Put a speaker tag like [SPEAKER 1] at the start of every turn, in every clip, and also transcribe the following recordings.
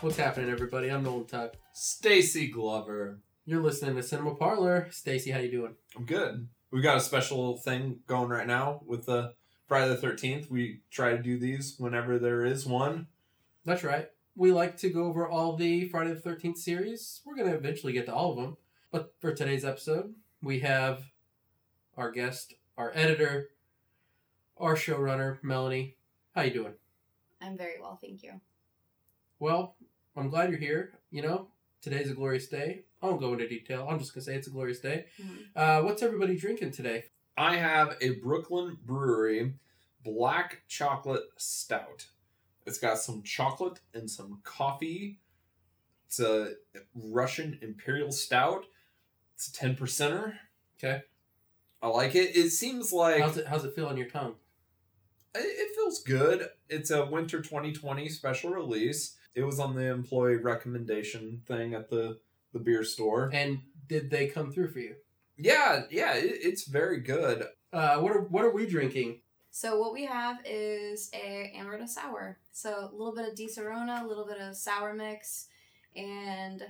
[SPEAKER 1] What's happening, everybody? I'm Nolan Tuck.
[SPEAKER 2] Stacy Glover.
[SPEAKER 1] You're listening to Cinema Parlor. Stacy, how you doing?
[SPEAKER 2] I'm good. We've got a special thing going right now with the Friday the 13th. We try to do these whenever there is one.
[SPEAKER 1] That's right. We like to go over all the Friday the Thirteenth series. We're gonna eventually get to all of them, but for today's episode, we have our guest, our editor, our showrunner, Melanie. How you doing?
[SPEAKER 3] I'm very well, thank you.
[SPEAKER 1] Well, I'm glad you're here. You know, today's a glorious day. I won't go into detail. I'm just gonna say it's a glorious day.
[SPEAKER 3] Mhm.
[SPEAKER 1] Uh, what's everybody drinking today?
[SPEAKER 2] I have a Brooklyn Brewery black chocolate stout. It's got some chocolate and some coffee. It's a Russian imperial stout. It's a 10 percenter.
[SPEAKER 1] Okay.
[SPEAKER 2] I like it. It seems like
[SPEAKER 1] How's it? How's it feel on your tongue?
[SPEAKER 2] it, it feels good. It's a winter 2020 special release. It was on the employee recommendation thing at the the beer store.
[SPEAKER 1] And did they come through for you?
[SPEAKER 2] Yeah, yeah, it, it's very good.
[SPEAKER 1] Uh, what are What are we drinking?
[SPEAKER 3] So what we have is a amaretto sour. So a little bit of Di Serrano, a little bit of sour mix, and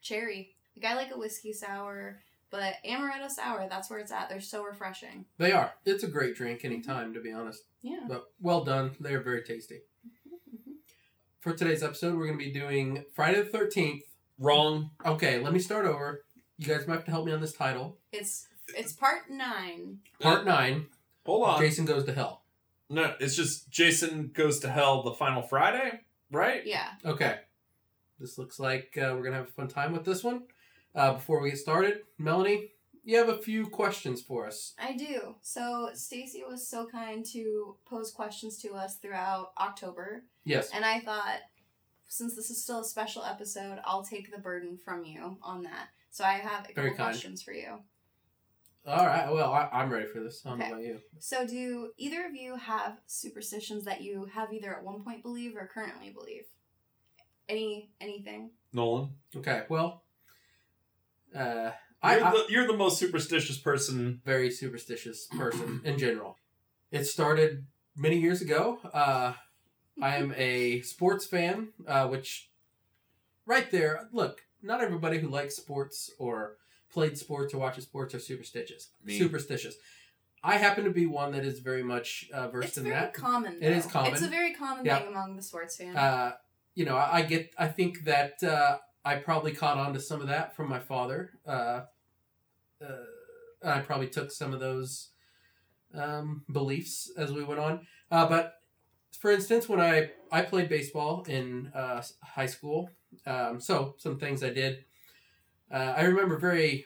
[SPEAKER 3] cherry. Like I like a whiskey sour, but amaretto sour, that's where it's at. They're so refreshing.
[SPEAKER 1] They are. It's a great drink anytime, to be honest.
[SPEAKER 3] Yeah.
[SPEAKER 1] But well done. They are very tasty. For today's episode, we're going to be doing Friday the 13th.
[SPEAKER 2] Wrong.
[SPEAKER 1] Okay, let me start over. You guys might have to help me on this title.
[SPEAKER 3] It's it's part nine.
[SPEAKER 1] Part 9
[SPEAKER 2] Hold on.
[SPEAKER 1] Jason Goes to Hell.
[SPEAKER 2] No, it's just Jason goes to hell the final Friday, right?
[SPEAKER 3] Yeah.
[SPEAKER 1] Okay. This looks like uh, we're going to have a fun time with this one. Uh, before we get started, Melanie, you have a few questions for us.
[SPEAKER 3] I do. So Stacy was so kind to pose questions to us throughout October,
[SPEAKER 1] Yes.
[SPEAKER 3] and I thought since this is still a special episode, I'll take the burden from you on that. So I have a
[SPEAKER 1] Very
[SPEAKER 3] couple
[SPEAKER 1] kind.
[SPEAKER 3] questions for you.
[SPEAKER 1] All right. Well, I, I'm ready for this. I don't know
[SPEAKER 3] Okay.
[SPEAKER 1] about you.
[SPEAKER 3] So do either of you have superstitions that you have either at one point believe or currently believe? Any anything?
[SPEAKER 2] Nolan,
[SPEAKER 1] Okay. Well, uh, I,
[SPEAKER 2] you're,
[SPEAKER 1] I,
[SPEAKER 2] the, you're the most superstitious person.
[SPEAKER 1] very superstitious person in general. It started many years ago. Uh, I am a sports fan, uh, which right there, look, not everybody who likes sports or played sports or watches sports are superstitious.
[SPEAKER 2] Me.
[SPEAKER 1] Superstitious. I happen to be one that is very much uh, versed
[SPEAKER 3] It's
[SPEAKER 1] in
[SPEAKER 3] very
[SPEAKER 1] that.
[SPEAKER 3] common.
[SPEAKER 1] It is
[SPEAKER 3] though.
[SPEAKER 1] common.
[SPEAKER 3] It's a very common
[SPEAKER 1] Yeah.
[SPEAKER 3] thing among the sports fans.
[SPEAKER 1] Uh, you know, I, I get. I think that uh, I probably caught on to some of that from my father. Uh, uh, I probably took some of those um, beliefs as we went on. Uh, but for instance, when I I played baseball in uh, s- high school, um, so some things I did. Uh, I remember very,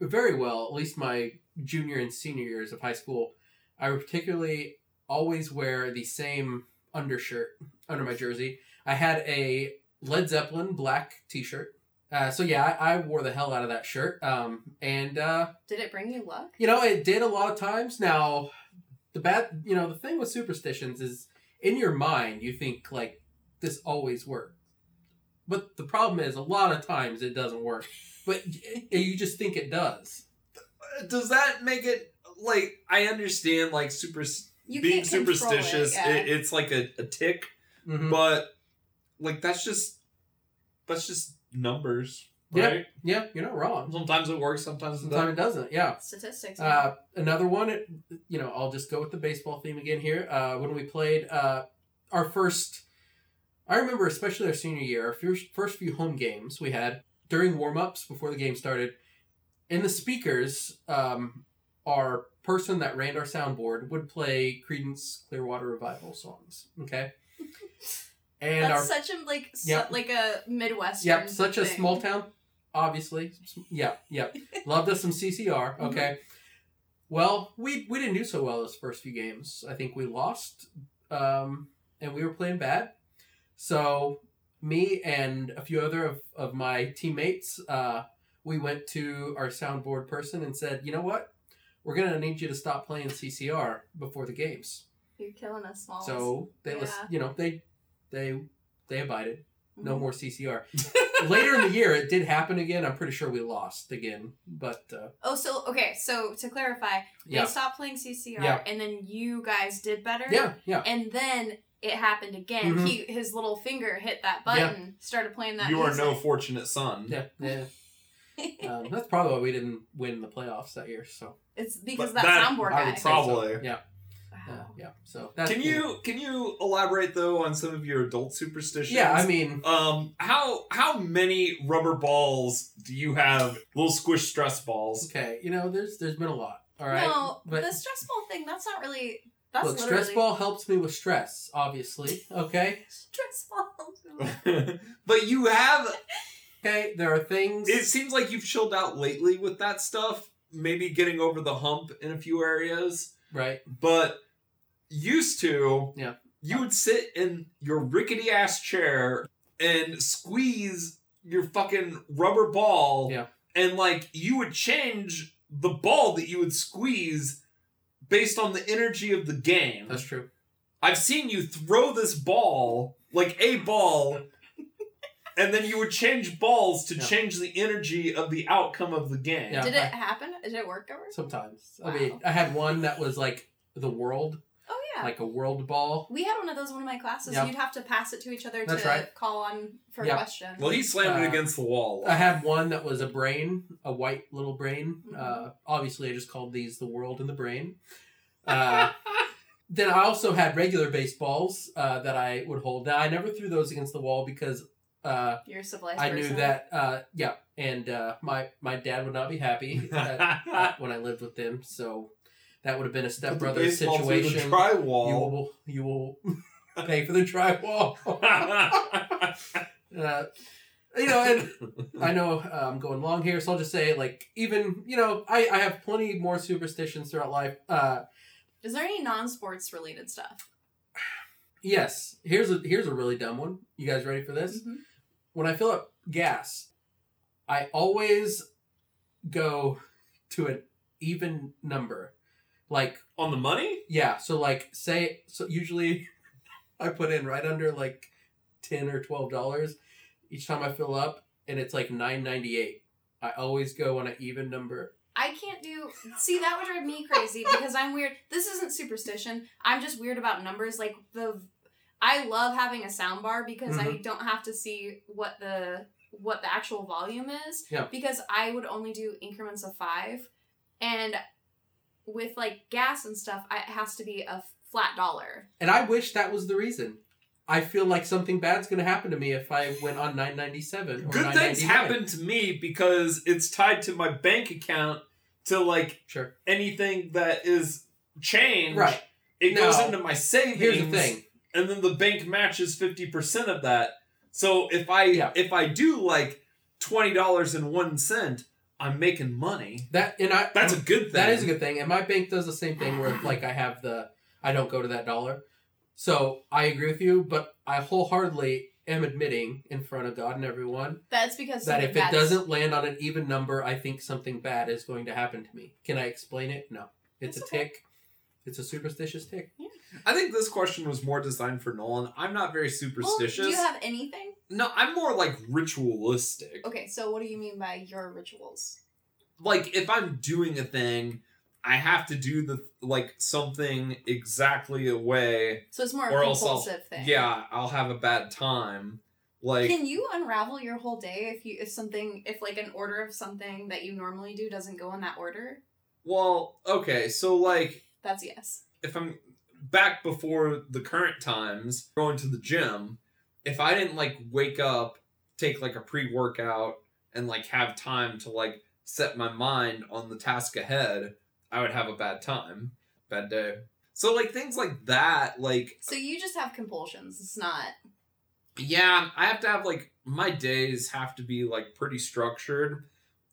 [SPEAKER 1] very well, at least my junior and senior years of high school. I would particularly always wear the same undershirt under my jersey. I had a Led Zeppelin black T-shirt. Uh, so yeah, I, I wore the hell out of that shirt. Um, and uh,
[SPEAKER 3] Did it bring you luck?
[SPEAKER 1] you know, it did a lot of times. Now, the bad, you know, the thing with superstitions is in your mind you think like this always works, but the problem is a lot of times it doesn't work. But y- you just think it does.
[SPEAKER 2] Does that make it like I understand like super
[SPEAKER 3] You
[SPEAKER 2] being
[SPEAKER 3] can't control
[SPEAKER 2] superstitious?
[SPEAKER 3] It, yeah.
[SPEAKER 2] it's like a, a tick,
[SPEAKER 1] Mhm.
[SPEAKER 2] but like that's just that's just numbers,
[SPEAKER 1] Yeah.
[SPEAKER 2] right?
[SPEAKER 1] yeah, you're not wrong.
[SPEAKER 2] Sometimes it works, sometimes it
[SPEAKER 1] Sometimes it
[SPEAKER 2] doesn't.
[SPEAKER 1] doesn't. Yeah.
[SPEAKER 3] Statistics.
[SPEAKER 1] Uh, another one, it- you know, I'll just go with the baseball theme again here. Uh, when we played uh, our first, I remember especially our senior year, our first, first few home games we had during warm ups before the game started. In the speakers, um, our person that ran our soundboard would play Credence Clearwater Revival songs. Okay. And
[SPEAKER 3] That's
[SPEAKER 1] our
[SPEAKER 3] such a like su-
[SPEAKER 1] Yep.
[SPEAKER 3] like a midwestern.
[SPEAKER 1] Yep, such a
[SPEAKER 3] thing.
[SPEAKER 1] small town, obviously. S- Yeah, yeah. Loved us some CCR. Okay. Well, we we didn't do so well those first few games. I think we lost, um, and we were playing bad. So me and a few other of, of my teammates, uh, we went to our soundboard person and said, you know what? We're gonna need you to stop playing CCR before the games.
[SPEAKER 3] You're killing us, small.
[SPEAKER 1] So they, lis-
[SPEAKER 3] Yeah.
[SPEAKER 1] you know, they, they, they abided.
[SPEAKER 3] Mm-hmm.
[SPEAKER 1] No more CCR. Later in the year, it did happen again. I'm pretty sure we lost again, but uh,
[SPEAKER 3] Oh, so okay. So to clarify,
[SPEAKER 1] yeah,
[SPEAKER 3] they stopped playing CCR,
[SPEAKER 1] Yeah.
[SPEAKER 3] and then you guys did better.
[SPEAKER 1] yeah, yeah,
[SPEAKER 3] And then it happened again.
[SPEAKER 1] Mhm.
[SPEAKER 3] He his little finger hit that button, started playing that.
[SPEAKER 2] you are no
[SPEAKER 3] music.
[SPEAKER 2] fortunate son.
[SPEAKER 1] Yeah, yeah. um, that's probably why we didn't win the playoffs that year. So
[SPEAKER 3] It's because
[SPEAKER 2] But
[SPEAKER 3] that,
[SPEAKER 2] that,
[SPEAKER 1] I
[SPEAKER 3] soundboard guy. Oh.
[SPEAKER 1] would
[SPEAKER 2] say- Probably.
[SPEAKER 1] yeah, yeah,
[SPEAKER 3] Wow.
[SPEAKER 1] yeah. So that's
[SPEAKER 2] Can you can you elaborate though on some of your adult superstitions?
[SPEAKER 1] Yeah, I mean,
[SPEAKER 2] um, how how many rubber balls do you have? Little squish stress balls.
[SPEAKER 1] okay. You know, there's there's been a lot. All right.
[SPEAKER 3] No,
[SPEAKER 1] but
[SPEAKER 3] the stress ball thing. That's not really. That's
[SPEAKER 1] look,
[SPEAKER 3] literally
[SPEAKER 1] stress ball helps me with stress, obviously. Okay.
[SPEAKER 3] Stress ball.
[SPEAKER 2] but you have.
[SPEAKER 1] Okay. There are things.
[SPEAKER 2] It seems like you've chilled out lately with that stuff. Maybe getting over the hump in a few areas,
[SPEAKER 1] right.
[SPEAKER 2] Mm-hmm. but used to.
[SPEAKER 1] Yeah.
[SPEAKER 2] You would sit in your rickety ass chair and squeeze your fucking rubber ball.
[SPEAKER 1] Yeah.
[SPEAKER 2] And like you would change the ball that you would squeeze based on the energy of the game.
[SPEAKER 1] That's true.
[SPEAKER 2] I've seen you throw this ball, like a ball, and then you would change balls to
[SPEAKER 1] Yeah.
[SPEAKER 2] change the energy of the outcome of the game.
[SPEAKER 1] Yeah.
[SPEAKER 3] Did it happen? Did it work ever?
[SPEAKER 1] Sometimes.
[SPEAKER 3] Wow.
[SPEAKER 1] I mean, I had one that was like the world,
[SPEAKER 3] Oh yeah.
[SPEAKER 1] like a world ball.
[SPEAKER 3] we had one of those in one of my classes.
[SPEAKER 1] Yeah.
[SPEAKER 3] You'd have to pass it to each other
[SPEAKER 1] That's
[SPEAKER 3] to
[SPEAKER 1] right.
[SPEAKER 3] call on for
[SPEAKER 1] Yeah.
[SPEAKER 3] a question.
[SPEAKER 2] Well, he slammed it
[SPEAKER 1] Uh,
[SPEAKER 2] against the wall.
[SPEAKER 1] I had one that was a brain, a white little brain.
[SPEAKER 3] Mhm.
[SPEAKER 1] Uh, obviously, I just called these the world and the brain. Uh, then I also had regular baseballs uh, that I would hold. Now I never threw those against the wall because uh,
[SPEAKER 3] You're a civilized
[SPEAKER 1] I knew
[SPEAKER 3] person.
[SPEAKER 1] that. Uh, yeah, and uh, my my dad would not be happy that, that when I lived with him. So that would have been a
[SPEAKER 2] Put the
[SPEAKER 1] stepbrother
[SPEAKER 2] baseball through the
[SPEAKER 1] situation. You
[SPEAKER 2] Drywall.
[SPEAKER 1] will you will pay for the drywall. Uh, you know, and I know uh, I'm going long here, so I'll just say, like, even you know, I I have plenty more superstitions throughout life. Uh,
[SPEAKER 3] Is there any non-sports related stuff?
[SPEAKER 1] yes, here's a here's a really dumb one. You guys ready for this?
[SPEAKER 3] Mhm.
[SPEAKER 1] When I fill up gas, I always go to an even number, like
[SPEAKER 2] on the money?
[SPEAKER 1] yeah. So like, say so usually I put in right under like ten or twelve dollars each time I fill up, and it's like nine ninety eight. I always go on an even number.
[SPEAKER 3] I can't do. See, that would drive me crazy because I'm weird. This isn't superstition. I'm just weird about numbers. Like the, I love having a sound bar because
[SPEAKER 1] Mm-hmm.
[SPEAKER 3] I don't have to see what the what the actual volume is.
[SPEAKER 1] Yeah.
[SPEAKER 3] Because I would only do increments of five, and with like gas and stuff, I, it has to be a flat dollar.
[SPEAKER 1] And I wish that was the reason. I feel like something bad's gonna happen to me if I went on 997 or
[SPEAKER 2] Good things
[SPEAKER 1] 999.
[SPEAKER 2] happen to me because it's tied to my bank account to like
[SPEAKER 1] Sure.
[SPEAKER 2] anything that is changed.
[SPEAKER 1] Right.
[SPEAKER 2] It
[SPEAKER 1] No.
[SPEAKER 2] goes into my savings.
[SPEAKER 1] Here's the thing.
[SPEAKER 2] and then the bank matches 50% of that so if i
[SPEAKER 1] Yeah.
[SPEAKER 2] if i do like $20 and 1 cent i'm making money
[SPEAKER 1] That and I
[SPEAKER 2] that's a good thing
[SPEAKER 1] that is a good thing. And my bank does the same thing where like I have the I don't go to that dollar. So I agree with you, but I wholeheartedly am admitting in front of God and everyone
[SPEAKER 3] That's because
[SPEAKER 1] that
[SPEAKER 3] something
[SPEAKER 1] if it
[SPEAKER 3] bad's-
[SPEAKER 1] doesn't land on an even number, I think something bad is going to happen to me. Can I explain it? No. It's
[SPEAKER 3] That's
[SPEAKER 1] a
[SPEAKER 3] okay.
[SPEAKER 1] tick. It's a superstitious tick.
[SPEAKER 2] i think this question was more designed for nolan i'm not very
[SPEAKER 3] Well, Oh, do
[SPEAKER 2] superstitious
[SPEAKER 3] you have anything?
[SPEAKER 2] no i'm more like ritualistic
[SPEAKER 3] Okay, so what do you mean by your rituals?
[SPEAKER 2] like if i'm doing a thing i have to do the like something exactly a way
[SPEAKER 3] So it's more a
[SPEAKER 2] Or else I'll-
[SPEAKER 3] compulsive thing.
[SPEAKER 2] yeah i'll have a bad time like
[SPEAKER 3] Can you unravel your whole day if you if something if like an order of something that you normally do doesn't go in that order?
[SPEAKER 2] well okay so like
[SPEAKER 3] That's yes.
[SPEAKER 2] if I'm back before the current times going to the gym, if I didn't like wake up, take like a pre workout, and like have time to like set my mind on the task ahead, I would have a bad time, bad day. So like things like that, like
[SPEAKER 3] So you just have compulsions. It's not
[SPEAKER 2] yeah, I have to have like my days have to be like pretty structured,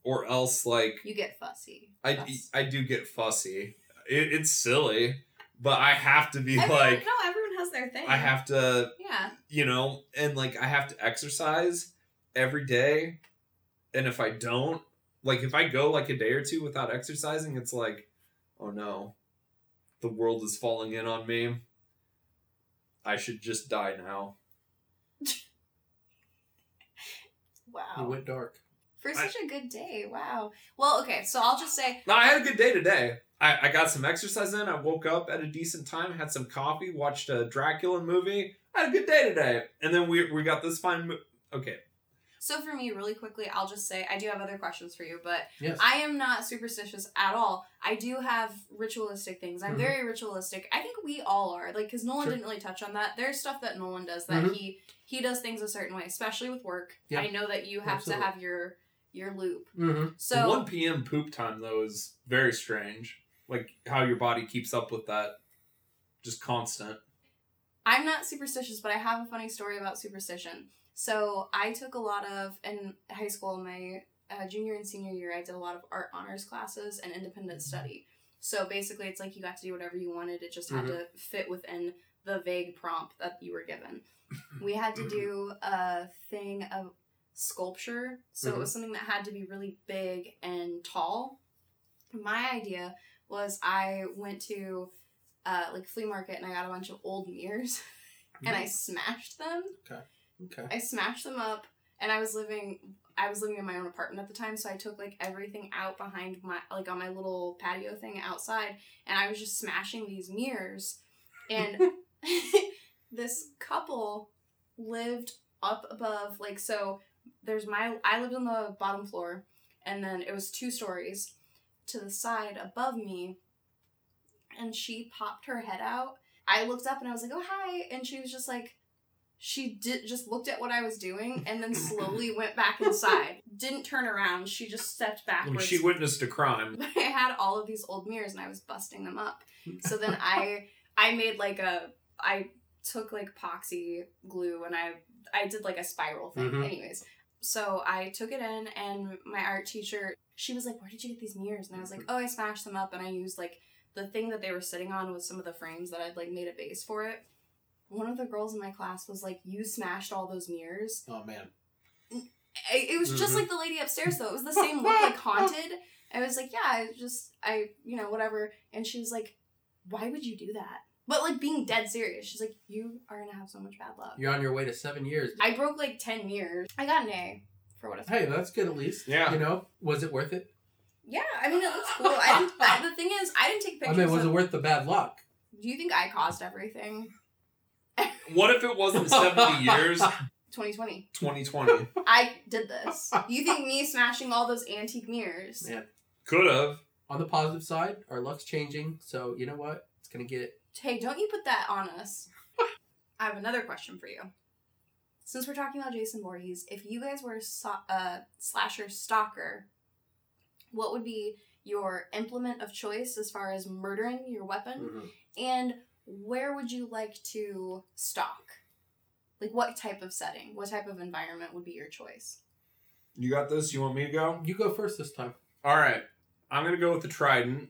[SPEAKER 2] or else like
[SPEAKER 3] you get fussy.
[SPEAKER 2] I
[SPEAKER 3] Fuss.
[SPEAKER 2] I do get fussy. It, it's silly, but I have to be
[SPEAKER 3] Everyone-
[SPEAKER 2] like
[SPEAKER 3] no, everyone has their thing.
[SPEAKER 2] I have to
[SPEAKER 3] Yeah.
[SPEAKER 2] you know, and like I have to exercise every day. And if I don't, like if I go like a day or two without exercising, it's like, oh no, the world is falling in on me. I should just die now.
[SPEAKER 1] It
[SPEAKER 3] Wow.
[SPEAKER 1] went dark.
[SPEAKER 3] For such a good day. Wow. Well, okay, so I'll just say
[SPEAKER 2] No, I had a good day today. I, I got some exercise in. I woke up at a decent time, had some coffee, watched a Dracula movie. I had a good day today. And then we, we got this fine mo- Okay.
[SPEAKER 3] so for me, really quickly, I'll just say I do have other questions for you, but
[SPEAKER 1] Yes.
[SPEAKER 3] I am not superstitious at all. I do have ritualistic things. I'm
[SPEAKER 1] Mhm.
[SPEAKER 3] very ritualistic. I think we all are. Like cuz Nolan
[SPEAKER 1] Sure.
[SPEAKER 3] didn't really touch on that. There's stuff that Nolan does that
[SPEAKER 1] Mhm.
[SPEAKER 3] he he does things a certain way, especially with work.
[SPEAKER 1] Yeah.
[SPEAKER 3] I know that you have
[SPEAKER 1] Absolutely.
[SPEAKER 3] to have your your loop.
[SPEAKER 1] hmm
[SPEAKER 3] So
[SPEAKER 2] 1 p.m. poop time, though, is very strange. Like how your body keeps up with that. Just constant.
[SPEAKER 3] I'm not superstitious, but I have a funny story about superstition. So I took a lot of in high school, my uh, junior and senior year, I did a lot of art honors classes and independent
[SPEAKER 1] Mm-hmm.
[SPEAKER 3] study. So basically, it's like you got to do whatever you wanted. It just had
[SPEAKER 1] Mm-hmm.
[SPEAKER 3] to fit within the vague prompt that you were given. We had to do a thing of sculpture, so it was something that had to be really big and tall. My idea was I went to uh, like flea market and I got a bunch of old mirrors and
[SPEAKER 1] Mm-hmm.
[SPEAKER 3] I smashed them.
[SPEAKER 1] Okay.
[SPEAKER 3] I smashed them up and I was living I was living in my own apartment at the time, so I took like everything out behind my like on my little patio thing outside and I was just smashing these mirrors and this couple lived up above like so there's my I lived on the bottom floor and then it was two stories to the side above me and she popped her head out. I looked up and I was like, "Oh, hi." And she was just like she did just looked at what I was doing and then slowly went back inside. Didn't turn around. She just stepped
[SPEAKER 2] Like
[SPEAKER 3] backwards.
[SPEAKER 2] she witnessed a crime.
[SPEAKER 3] But I had all of these old mirrors and I was busting them up. So then I I made like a I took like poxy glue and I I did like a spiral thing.
[SPEAKER 1] Mhm.
[SPEAKER 3] Anyways, so I took it in and my art teacher she was like, "Where did you get these mirrors?" And I was like, "Oh, I smashed them up and I used like the thing that they were sitting on was some of the frames that I'd like made a base for it." One of the girls in my class was like, "You smashed all those mirrors."
[SPEAKER 1] Oh man.
[SPEAKER 3] I, it was just
[SPEAKER 1] Mm-hmm.
[SPEAKER 2] Mhm.
[SPEAKER 3] like the lady upstairs though. It was the same look, like haunted. I was like, yeah, I just I you know whatever. And she was like, why would you do that? But like being dead serious, she's like, you are gonna have so much bad luck.
[SPEAKER 1] You're on your way to seven years.
[SPEAKER 3] I broke like ten mirrors. I got an A for what it's
[SPEAKER 1] Hey, that's good at least.
[SPEAKER 2] Yeah.
[SPEAKER 1] You know, was it worth it?
[SPEAKER 3] Yeah, I mean it looks cool. I didn't. I, the thing is, I didn't take
[SPEAKER 1] I
[SPEAKER 3] pictures.
[SPEAKER 1] mean, was
[SPEAKER 3] of,
[SPEAKER 1] it worth the bad luck?
[SPEAKER 3] do you think I caused everything?
[SPEAKER 2] What if it wasn't 70 years?
[SPEAKER 3] 2020.
[SPEAKER 2] 2020.
[SPEAKER 3] I did this. You think me smashing all those antique mirrors?
[SPEAKER 1] Yeah.
[SPEAKER 2] Could have.
[SPEAKER 1] On the positive side, our luck's changing, so you know what? It's gonna get.
[SPEAKER 3] Hey, don't you put that on us. I have another question for you. Since we're talking about Jason Voorhees, if you guys were a so- uh, slasher stalker, what would be your implement of choice as far as murdering your weapon?
[SPEAKER 2] Mm-hmm.
[SPEAKER 3] And where would you like to stalk? Like, what type of setting, what type of environment would be your choice?
[SPEAKER 2] You got this? You want me to go?
[SPEAKER 1] You go first this time.
[SPEAKER 2] All right. I'm going to go with the Trident.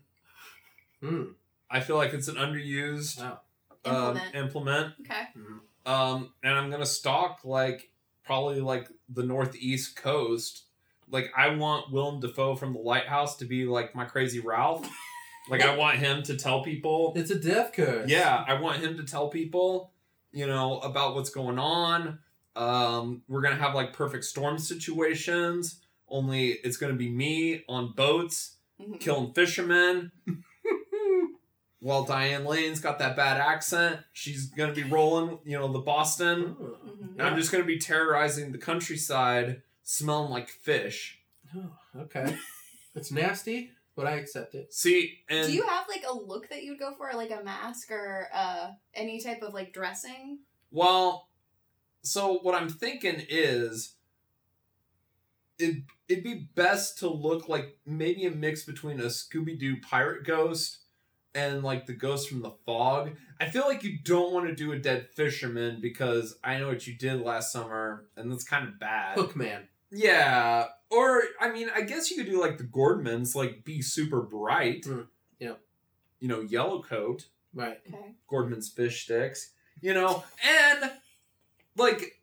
[SPEAKER 2] Mm-hmm.
[SPEAKER 1] Mm.
[SPEAKER 2] I feel like it's an underused
[SPEAKER 1] Wow.
[SPEAKER 2] um,
[SPEAKER 3] Implement.
[SPEAKER 2] implement.
[SPEAKER 3] Okay.
[SPEAKER 1] Mm-hmm.
[SPEAKER 2] Um, and I'm going to stalk like probably like the Northeast coast. Like I want Willem Dafoe from The Lighthouse to be like my crazy Ralph. like I want him to tell people.
[SPEAKER 1] It's a death curse.
[SPEAKER 2] Yeah, I want him to tell people, you know, about what's going on. Um, we're gonna have like perfect storm situations. Only it's gonna be me on boats
[SPEAKER 3] Mhm.
[SPEAKER 2] killing fishermen. While Diane Lane's got that bad accent, she's gonna be rolling, you know, the Boston.
[SPEAKER 1] Oh.
[SPEAKER 3] Mhm.
[SPEAKER 2] And Mm-hmm. I'm just gonna be terrorizing the countryside, smelling like fish.
[SPEAKER 1] Oh, okay. it's nasty, but I accept it.
[SPEAKER 2] See, and
[SPEAKER 3] Do you have like a look that you'd go for, like a mask or uh, any type of like dressing?
[SPEAKER 2] Well, so what I'm thinking is it it'd be best to look like maybe a mix between a Scooby Doo pirate ghost and like the ghost from the fog. I feel like you don't want to do a dead fisherman because I know what you did last summer and that's kind of bad.
[SPEAKER 1] Hook man.
[SPEAKER 2] Yeah. Or I mean, I guess you could do like the Gordmans, like be super bright.
[SPEAKER 1] Mm, yeah.
[SPEAKER 2] You know, yellow coat.
[SPEAKER 1] Right.
[SPEAKER 3] Okay.
[SPEAKER 2] Gordman's fish sticks, you know, and like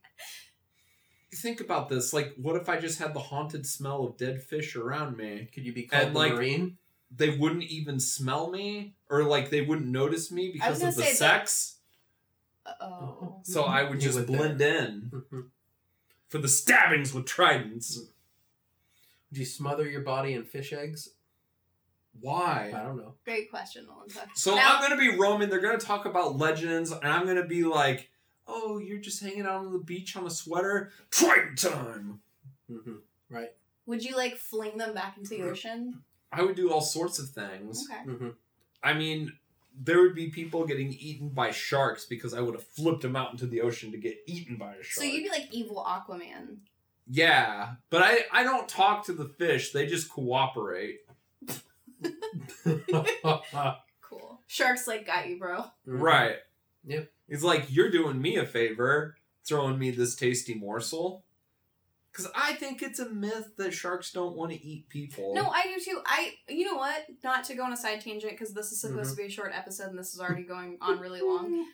[SPEAKER 2] think about this. Like, what if I just had the haunted smell of dead fish around me?
[SPEAKER 1] Could you be called
[SPEAKER 2] And,
[SPEAKER 1] the
[SPEAKER 2] like,
[SPEAKER 1] Marine?
[SPEAKER 2] They wouldn't even smell me, or like they wouldn't notice me because
[SPEAKER 3] gonna
[SPEAKER 2] of the
[SPEAKER 3] say that-
[SPEAKER 2] sex.
[SPEAKER 3] oh.
[SPEAKER 2] So I would
[SPEAKER 1] Mm-hmm. You
[SPEAKER 2] just
[SPEAKER 1] would
[SPEAKER 2] blend in
[SPEAKER 1] Mhm.
[SPEAKER 2] for the stabbings with tridents.
[SPEAKER 1] Do you smother your body in fish eggs? I
[SPEAKER 2] Why?
[SPEAKER 1] don't know.
[SPEAKER 3] Great question, Nolan. Tuck.
[SPEAKER 2] So
[SPEAKER 3] Now-
[SPEAKER 2] I'm gonna be Roman. They're gonna talk about legends, and I'm gonna be like, "Oh, you're just hanging out on the beach on a sweater. Triton time."
[SPEAKER 1] hmm
[SPEAKER 2] Mm-hmm.
[SPEAKER 1] Right.
[SPEAKER 3] Would you like fling them back into the ocean?
[SPEAKER 2] I would do all sorts of things.
[SPEAKER 3] Okay.
[SPEAKER 1] hmm
[SPEAKER 2] I mean, there would be people getting eaten by sharks because I would have flipped them out into the ocean to get eaten by a
[SPEAKER 3] So
[SPEAKER 2] shark.
[SPEAKER 3] you'd be like evil Aquaman.
[SPEAKER 2] yeah, but I I don't talk to the fish. They just cooperate.
[SPEAKER 1] Mm-hmm.
[SPEAKER 3] Cool. Sharks like got you, bro.
[SPEAKER 2] Right.
[SPEAKER 1] Yep.
[SPEAKER 2] It's like you're doing me a favor, throwing me this tasty morsel. Cause I think it's a myth that sharks don't want to eat people.
[SPEAKER 3] No, I do too. I, you know what? Not to go on a side tangent because this is
[SPEAKER 2] Mm-hmm.
[SPEAKER 3] supposed to be a short episode and this is already going on really long.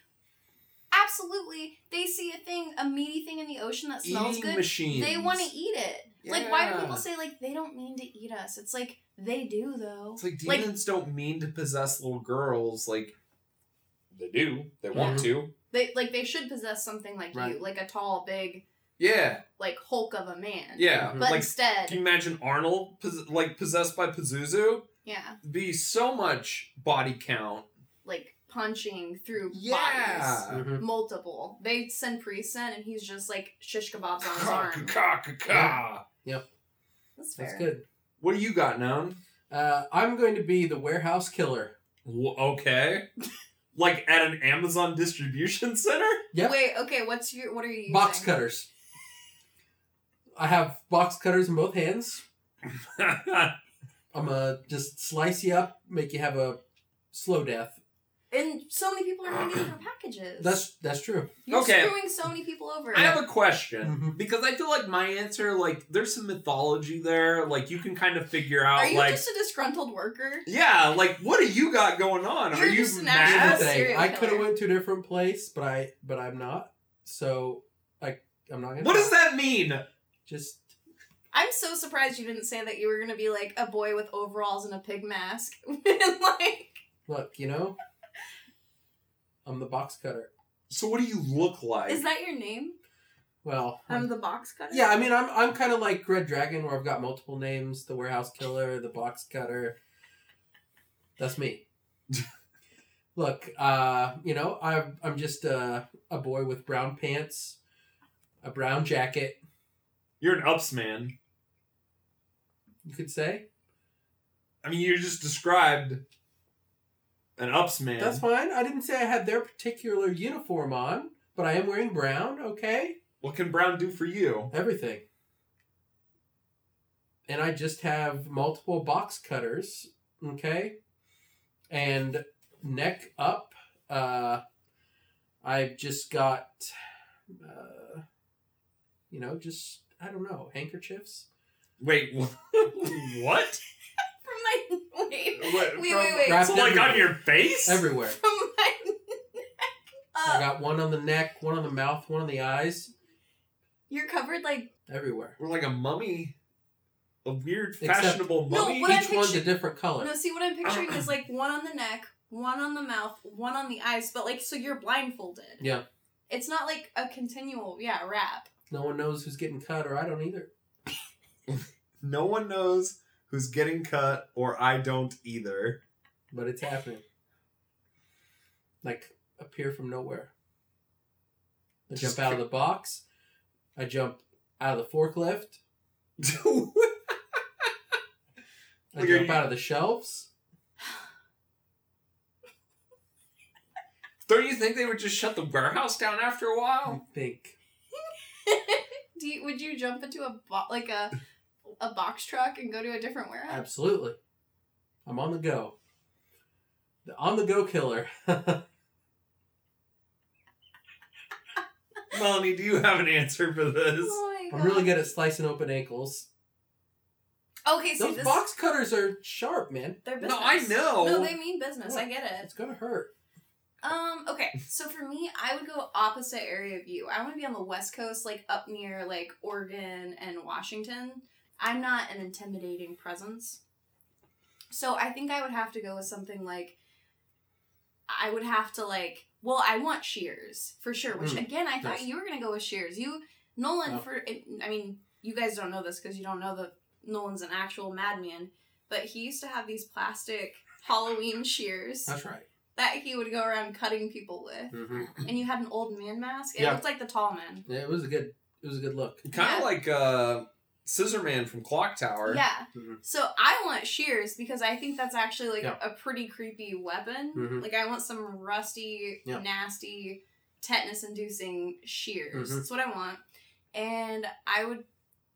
[SPEAKER 3] Absolutely, they see a thing, a meaty thing in the ocean that smells
[SPEAKER 2] eating
[SPEAKER 3] good.
[SPEAKER 2] machines.
[SPEAKER 3] They want to eat it. Like, why do
[SPEAKER 2] Yeah.
[SPEAKER 3] people say like they don't mean to eat us? It's like they do though.
[SPEAKER 2] It's like
[SPEAKER 3] like-
[SPEAKER 2] demons don't mean to possess little girls. Like Mm-hmm. they do. They
[SPEAKER 1] want
[SPEAKER 2] to.
[SPEAKER 3] They like they should possess something like you,
[SPEAKER 1] Right.
[SPEAKER 3] like a tall, big,
[SPEAKER 2] Yeah,
[SPEAKER 3] like Hulk of a man.
[SPEAKER 2] yeah.
[SPEAKER 1] Mhm.
[SPEAKER 3] But
[SPEAKER 2] Mm-hmm. Like,
[SPEAKER 3] instead,
[SPEAKER 2] can you imagine Arnold pos- like possessed by Pazuzu?
[SPEAKER 3] yeah,
[SPEAKER 2] Be so much body count.
[SPEAKER 3] like punching through bodies.
[SPEAKER 2] Yeah. Mm-hmm.
[SPEAKER 1] Mhm.
[SPEAKER 3] multiple. They send Presen, and he's just like shish kebabs on his
[SPEAKER 2] Ka, ka,
[SPEAKER 3] arm.
[SPEAKER 2] ka, ka, ka.
[SPEAKER 3] That's fair.
[SPEAKER 1] That's good.
[SPEAKER 2] What do you got, Noun?
[SPEAKER 1] Uh, I'm going to be the warehouse killer.
[SPEAKER 2] W- okay. like at an Amazon distribution center?
[SPEAKER 1] Yep.
[SPEAKER 3] Wait, okay. What's your? What are you?
[SPEAKER 1] Box
[SPEAKER 3] using?
[SPEAKER 1] cutters. I have box cutters in both hands. I'm gonna just slice you up, make you have a slow death.
[SPEAKER 3] And so many people are gonna get their packages.
[SPEAKER 1] That's that's true.
[SPEAKER 3] You're
[SPEAKER 2] Okay.
[SPEAKER 3] screwing so many people over.
[SPEAKER 2] I have a question
[SPEAKER 1] Mhm.
[SPEAKER 2] because I feel like my answer, like, there's some mythology there. Like, you can kind of figure
[SPEAKER 3] are
[SPEAKER 2] out,
[SPEAKER 3] you
[SPEAKER 2] like,
[SPEAKER 3] just a disgruntled worker?
[SPEAKER 2] yeah, like, what do you got going on?
[SPEAKER 3] You're
[SPEAKER 2] Are you
[SPEAKER 3] just an
[SPEAKER 1] Here's
[SPEAKER 3] actual
[SPEAKER 1] the
[SPEAKER 2] mad?
[SPEAKER 3] Yes,
[SPEAKER 1] thing.
[SPEAKER 3] serial
[SPEAKER 1] I could have
[SPEAKER 3] killer.
[SPEAKER 1] went to a different place, but I but I'm not. So I I'm not gonna.
[SPEAKER 2] What does that mean?
[SPEAKER 1] Just
[SPEAKER 3] I'm so surprised you didn't say that you were gonna be like a boy with overalls and a pig mask. and like,
[SPEAKER 1] look, you know. I'm the box cutter.
[SPEAKER 2] So, what do you look like?
[SPEAKER 3] is that your name?
[SPEAKER 1] Well,
[SPEAKER 3] I'm the box cutter.
[SPEAKER 1] Yeah, I mean, I'm I'm kind of like Red Dragon, where I've got multiple names: the Warehouse Killer, the Box Cutter. That's me. Look, uh, you know, I'm I'm just a a boy with brown pants, a brown jacket,
[SPEAKER 2] you're an ups man.
[SPEAKER 1] you could say.
[SPEAKER 2] I mean, you just described an ups man.
[SPEAKER 1] That's fine. I didn't say I had their particular uniform on, but I am wearing brown. Okay,
[SPEAKER 2] what can Brown do for you?
[SPEAKER 1] everything. And I just have multiple box cutters, okay? And neck up, uh, I've just got, uh, you know, just, I don't know, handkerchiefs?
[SPEAKER 2] Wait, wh- what?
[SPEAKER 3] From my wait,
[SPEAKER 2] What-
[SPEAKER 3] wait,
[SPEAKER 2] from-
[SPEAKER 3] wait, wait.
[SPEAKER 1] Wrapped
[SPEAKER 2] So, like, on
[SPEAKER 1] everywhere.
[SPEAKER 2] your face?
[SPEAKER 1] Everywhere.
[SPEAKER 3] From my
[SPEAKER 1] I
[SPEAKER 3] neck up.
[SPEAKER 1] got one on the neck, one on the mouth, one on the eyes,
[SPEAKER 3] You're covered like
[SPEAKER 1] everywhere.
[SPEAKER 2] We're like a mummy. A weird
[SPEAKER 1] Except-
[SPEAKER 2] fashionable
[SPEAKER 3] No,
[SPEAKER 2] mummy.
[SPEAKER 3] what I-
[SPEAKER 1] Each one's a
[SPEAKER 3] picture-
[SPEAKER 1] different color.
[SPEAKER 3] No, see what I'm picturing is like one on the neck, one on the mouth, one on the eyes, but like so you're blindfolded.
[SPEAKER 1] Yeah.
[SPEAKER 3] It's not like a continual, yeah, wrap.
[SPEAKER 1] No one knows who's getting cut, or I don't either.
[SPEAKER 2] no one knows who's getting cut or I don't either.
[SPEAKER 1] but it's happening. Like appear from nowhere. I
[SPEAKER 2] Just
[SPEAKER 1] jump out of the box. I jump out of the forklift.
[SPEAKER 2] Dude,
[SPEAKER 1] I
[SPEAKER 2] Like, are
[SPEAKER 1] jump
[SPEAKER 2] you-
[SPEAKER 1] out of the shelves.
[SPEAKER 2] don't you think they would just shut the warehouse down after a
[SPEAKER 1] I
[SPEAKER 2] while?
[SPEAKER 3] Oh.
[SPEAKER 1] think
[SPEAKER 3] Do you, would you jump into a bo- like a a box truck and go to a different warehouse?
[SPEAKER 1] absolutely. I'm on the go. The on the go killer.
[SPEAKER 2] Melanie, do you have an answer for this?
[SPEAKER 3] Oh my
[SPEAKER 1] I'm really
[SPEAKER 3] God.
[SPEAKER 1] good at slicing open ankles.
[SPEAKER 3] Okay, see
[SPEAKER 1] Those
[SPEAKER 3] this
[SPEAKER 1] box cutters are sharp, man.
[SPEAKER 3] they're
[SPEAKER 2] No,
[SPEAKER 3] business.
[SPEAKER 2] I know.
[SPEAKER 3] No, they mean business. I get it.
[SPEAKER 1] It's gonna hurt.
[SPEAKER 3] Um, okay. So for me, I would go opposite area of you. I want to be on the west coast, like up near like Oregon and Washington. I'm not an intimidating presence. So I think I would have to go with something like I would have to like well, I want shears for sure, which
[SPEAKER 1] Mm,
[SPEAKER 3] again I thought
[SPEAKER 1] yes.
[SPEAKER 3] you were gonna go with shears. You Nolan
[SPEAKER 1] No.
[SPEAKER 3] for I mean, you guys don't know this because you don't know the Nolan's an actual madman, but he used to have these plastic Halloween shears
[SPEAKER 1] That's right.
[SPEAKER 3] that he would go around cutting people with.
[SPEAKER 1] Mm-hmm.
[SPEAKER 3] And you had an old man mask. It
[SPEAKER 1] Yeah.
[SPEAKER 3] looked like the tall man.
[SPEAKER 1] Yeah, it was a good. It was a good look.
[SPEAKER 2] Kind of
[SPEAKER 3] Yeah.
[SPEAKER 2] like uh, Scissor Man from Clock Tower.
[SPEAKER 3] Yeah.
[SPEAKER 1] Mhm.
[SPEAKER 3] So I want shears because I think that's actually like
[SPEAKER 1] Yeah.
[SPEAKER 3] a pretty creepy weapon.
[SPEAKER 1] Mhm.
[SPEAKER 3] Like I want some rusty,
[SPEAKER 1] Yeah.
[SPEAKER 3] nasty, tetanus-inducing shears.
[SPEAKER 1] Mhm.
[SPEAKER 3] That's what I want. And I would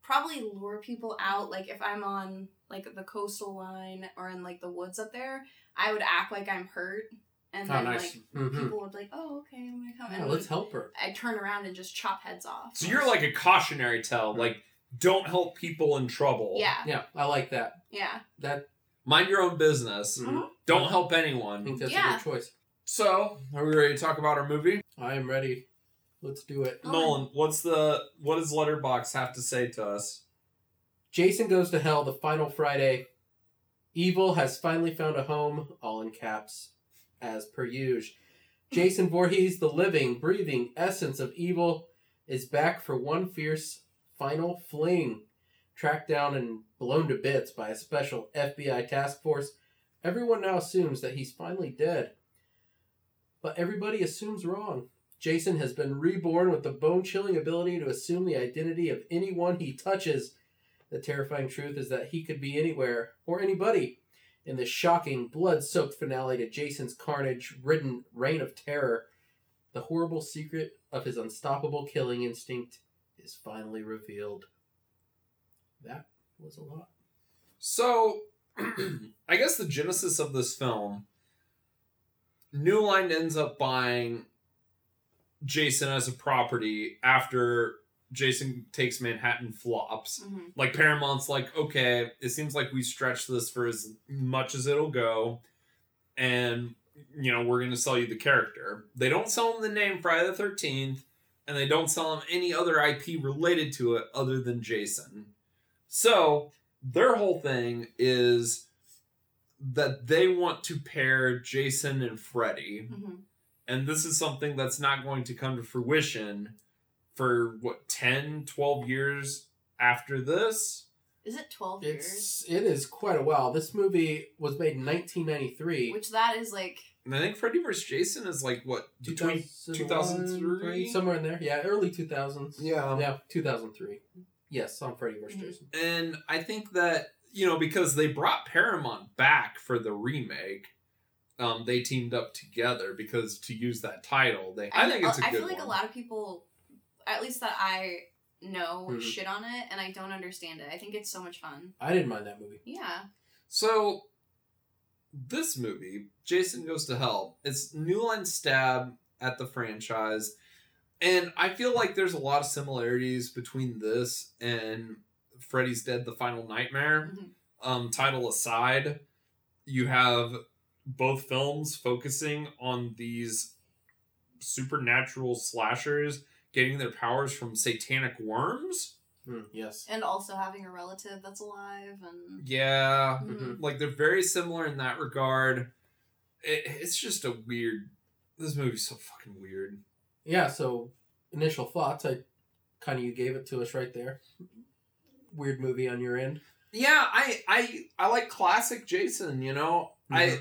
[SPEAKER 3] probably lure people out. Like if I'm on like the coastal line or in like the woods up there, I would act like I'm hurt, and
[SPEAKER 1] Oh,
[SPEAKER 3] then
[SPEAKER 1] nice.
[SPEAKER 3] like
[SPEAKER 1] Mhm.
[SPEAKER 3] people would be like, "Oh, okay, I'm gonna come."
[SPEAKER 1] Yeah,
[SPEAKER 3] and
[SPEAKER 1] let's help her.
[SPEAKER 3] I turn around and just chop heads off.
[SPEAKER 2] So you're like a cautionary tale, like don't help people in trouble.
[SPEAKER 3] yeah,
[SPEAKER 1] Yeah, I like that.
[SPEAKER 3] yeah.
[SPEAKER 1] That
[SPEAKER 2] Mind your own business.
[SPEAKER 3] Mm-hmm.
[SPEAKER 1] Mhm.
[SPEAKER 2] Don't help
[SPEAKER 1] I
[SPEAKER 2] anyone.
[SPEAKER 1] think that's
[SPEAKER 3] Yeah.
[SPEAKER 1] a good choice.
[SPEAKER 2] So, are we ready to talk about our movie?
[SPEAKER 1] I am ready. Let's do it.
[SPEAKER 3] Oh.
[SPEAKER 2] Nolan, what's the what does Letterbox have to say to us?
[SPEAKER 1] Jason Goes to Hell, the final Friday. Evil has finally found a home, all in caps, as per usual. Jason Voorhees, the living, breathing essence of evil, is back for one fierce final fling. Tracked down and blown to bits by a special FBI task force, everyone now assumes that he's finally dead. But everybody assumes wrong. Jason has been reborn with the bone chilling ability to assume the identity of anyone he touches. The terrifying truth is that he could be anywhere or anybody. In the shocking, blood soaked finale to Jason's carnage ridden reign of terror, the horrible secret of his unstoppable killing instinct is finally revealed. That was a lot.
[SPEAKER 2] So, I guess the genesis of this film, New Line ends up buying Jason as a property after Jason takes Manhattan flops.
[SPEAKER 3] hmm
[SPEAKER 2] Like Paramount's like, okay, it seems like we stretch this for as much as it'll go, and you know we're gonna sell you the character. They don't sell him the name Friday the Thirteenth, and they don't sell him any other IP related to it other than Jason. So their whole thing is that they want to pair Jason and Freddy,
[SPEAKER 3] hmm
[SPEAKER 2] and this is something that's not going to come to fruition for what 10 12 years after this
[SPEAKER 3] Is it twelve years?
[SPEAKER 1] It's it is quite a while. This movie was made in 1993.
[SPEAKER 3] Which that is like
[SPEAKER 2] and i think freddy vs jason is like what between
[SPEAKER 1] 2001,
[SPEAKER 2] 2003?
[SPEAKER 1] somewhere in there. Yeah, early 2000s.
[SPEAKER 2] yeah
[SPEAKER 1] yeah 2003. Yes, on Freddy vs.
[SPEAKER 3] Mhm.
[SPEAKER 1] Jason.
[SPEAKER 2] and i think that you know because they brought paramount back for the remake um, they teamed up together because to use that title they i, think it's a
[SPEAKER 3] I
[SPEAKER 2] good
[SPEAKER 3] feel like
[SPEAKER 2] one.
[SPEAKER 3] a lot of people, at least that I know,
[SPEAKER 2] Mm-hmm.
[SPEAKER 1] Mhm.
[SPEAKER 3] shit on it, and I don't understand it. I think it's so much fun.
[SPEAKER 1] I didn't mind that movie.
[SPEAKER 3] Yeah.
[SPEAKER 2] So, this movie, Jason Goes to Hell, it's New Line stab at the franchise, and I feel like there's a lot of similarities between this and Freddy's Dead: The Final Nightmare.
[SPEAKER 3] Mhm.
[SPEAKER 2] Um, title aside, you have both films focusing on these supernatural slashers getting their powers from satanic worms.
[SPEAKER 1] Mm, yes.
[SPEAKER 3] And also having a relative that's alive and.
[SPEAKER 2] Yeah, Mm-hmm.
[SPEAKER 3] Mhm.
[SPEAKER 2] like they're very similar in that regard. It, it's just a weird. This movie's so fucking weird.
[SPEAKER 1] yeah so initial thoughts i kind of you gave it to us right there weird movie on your end
[SPEAKER 2] Yeah, I I I like classic Jason. You know, I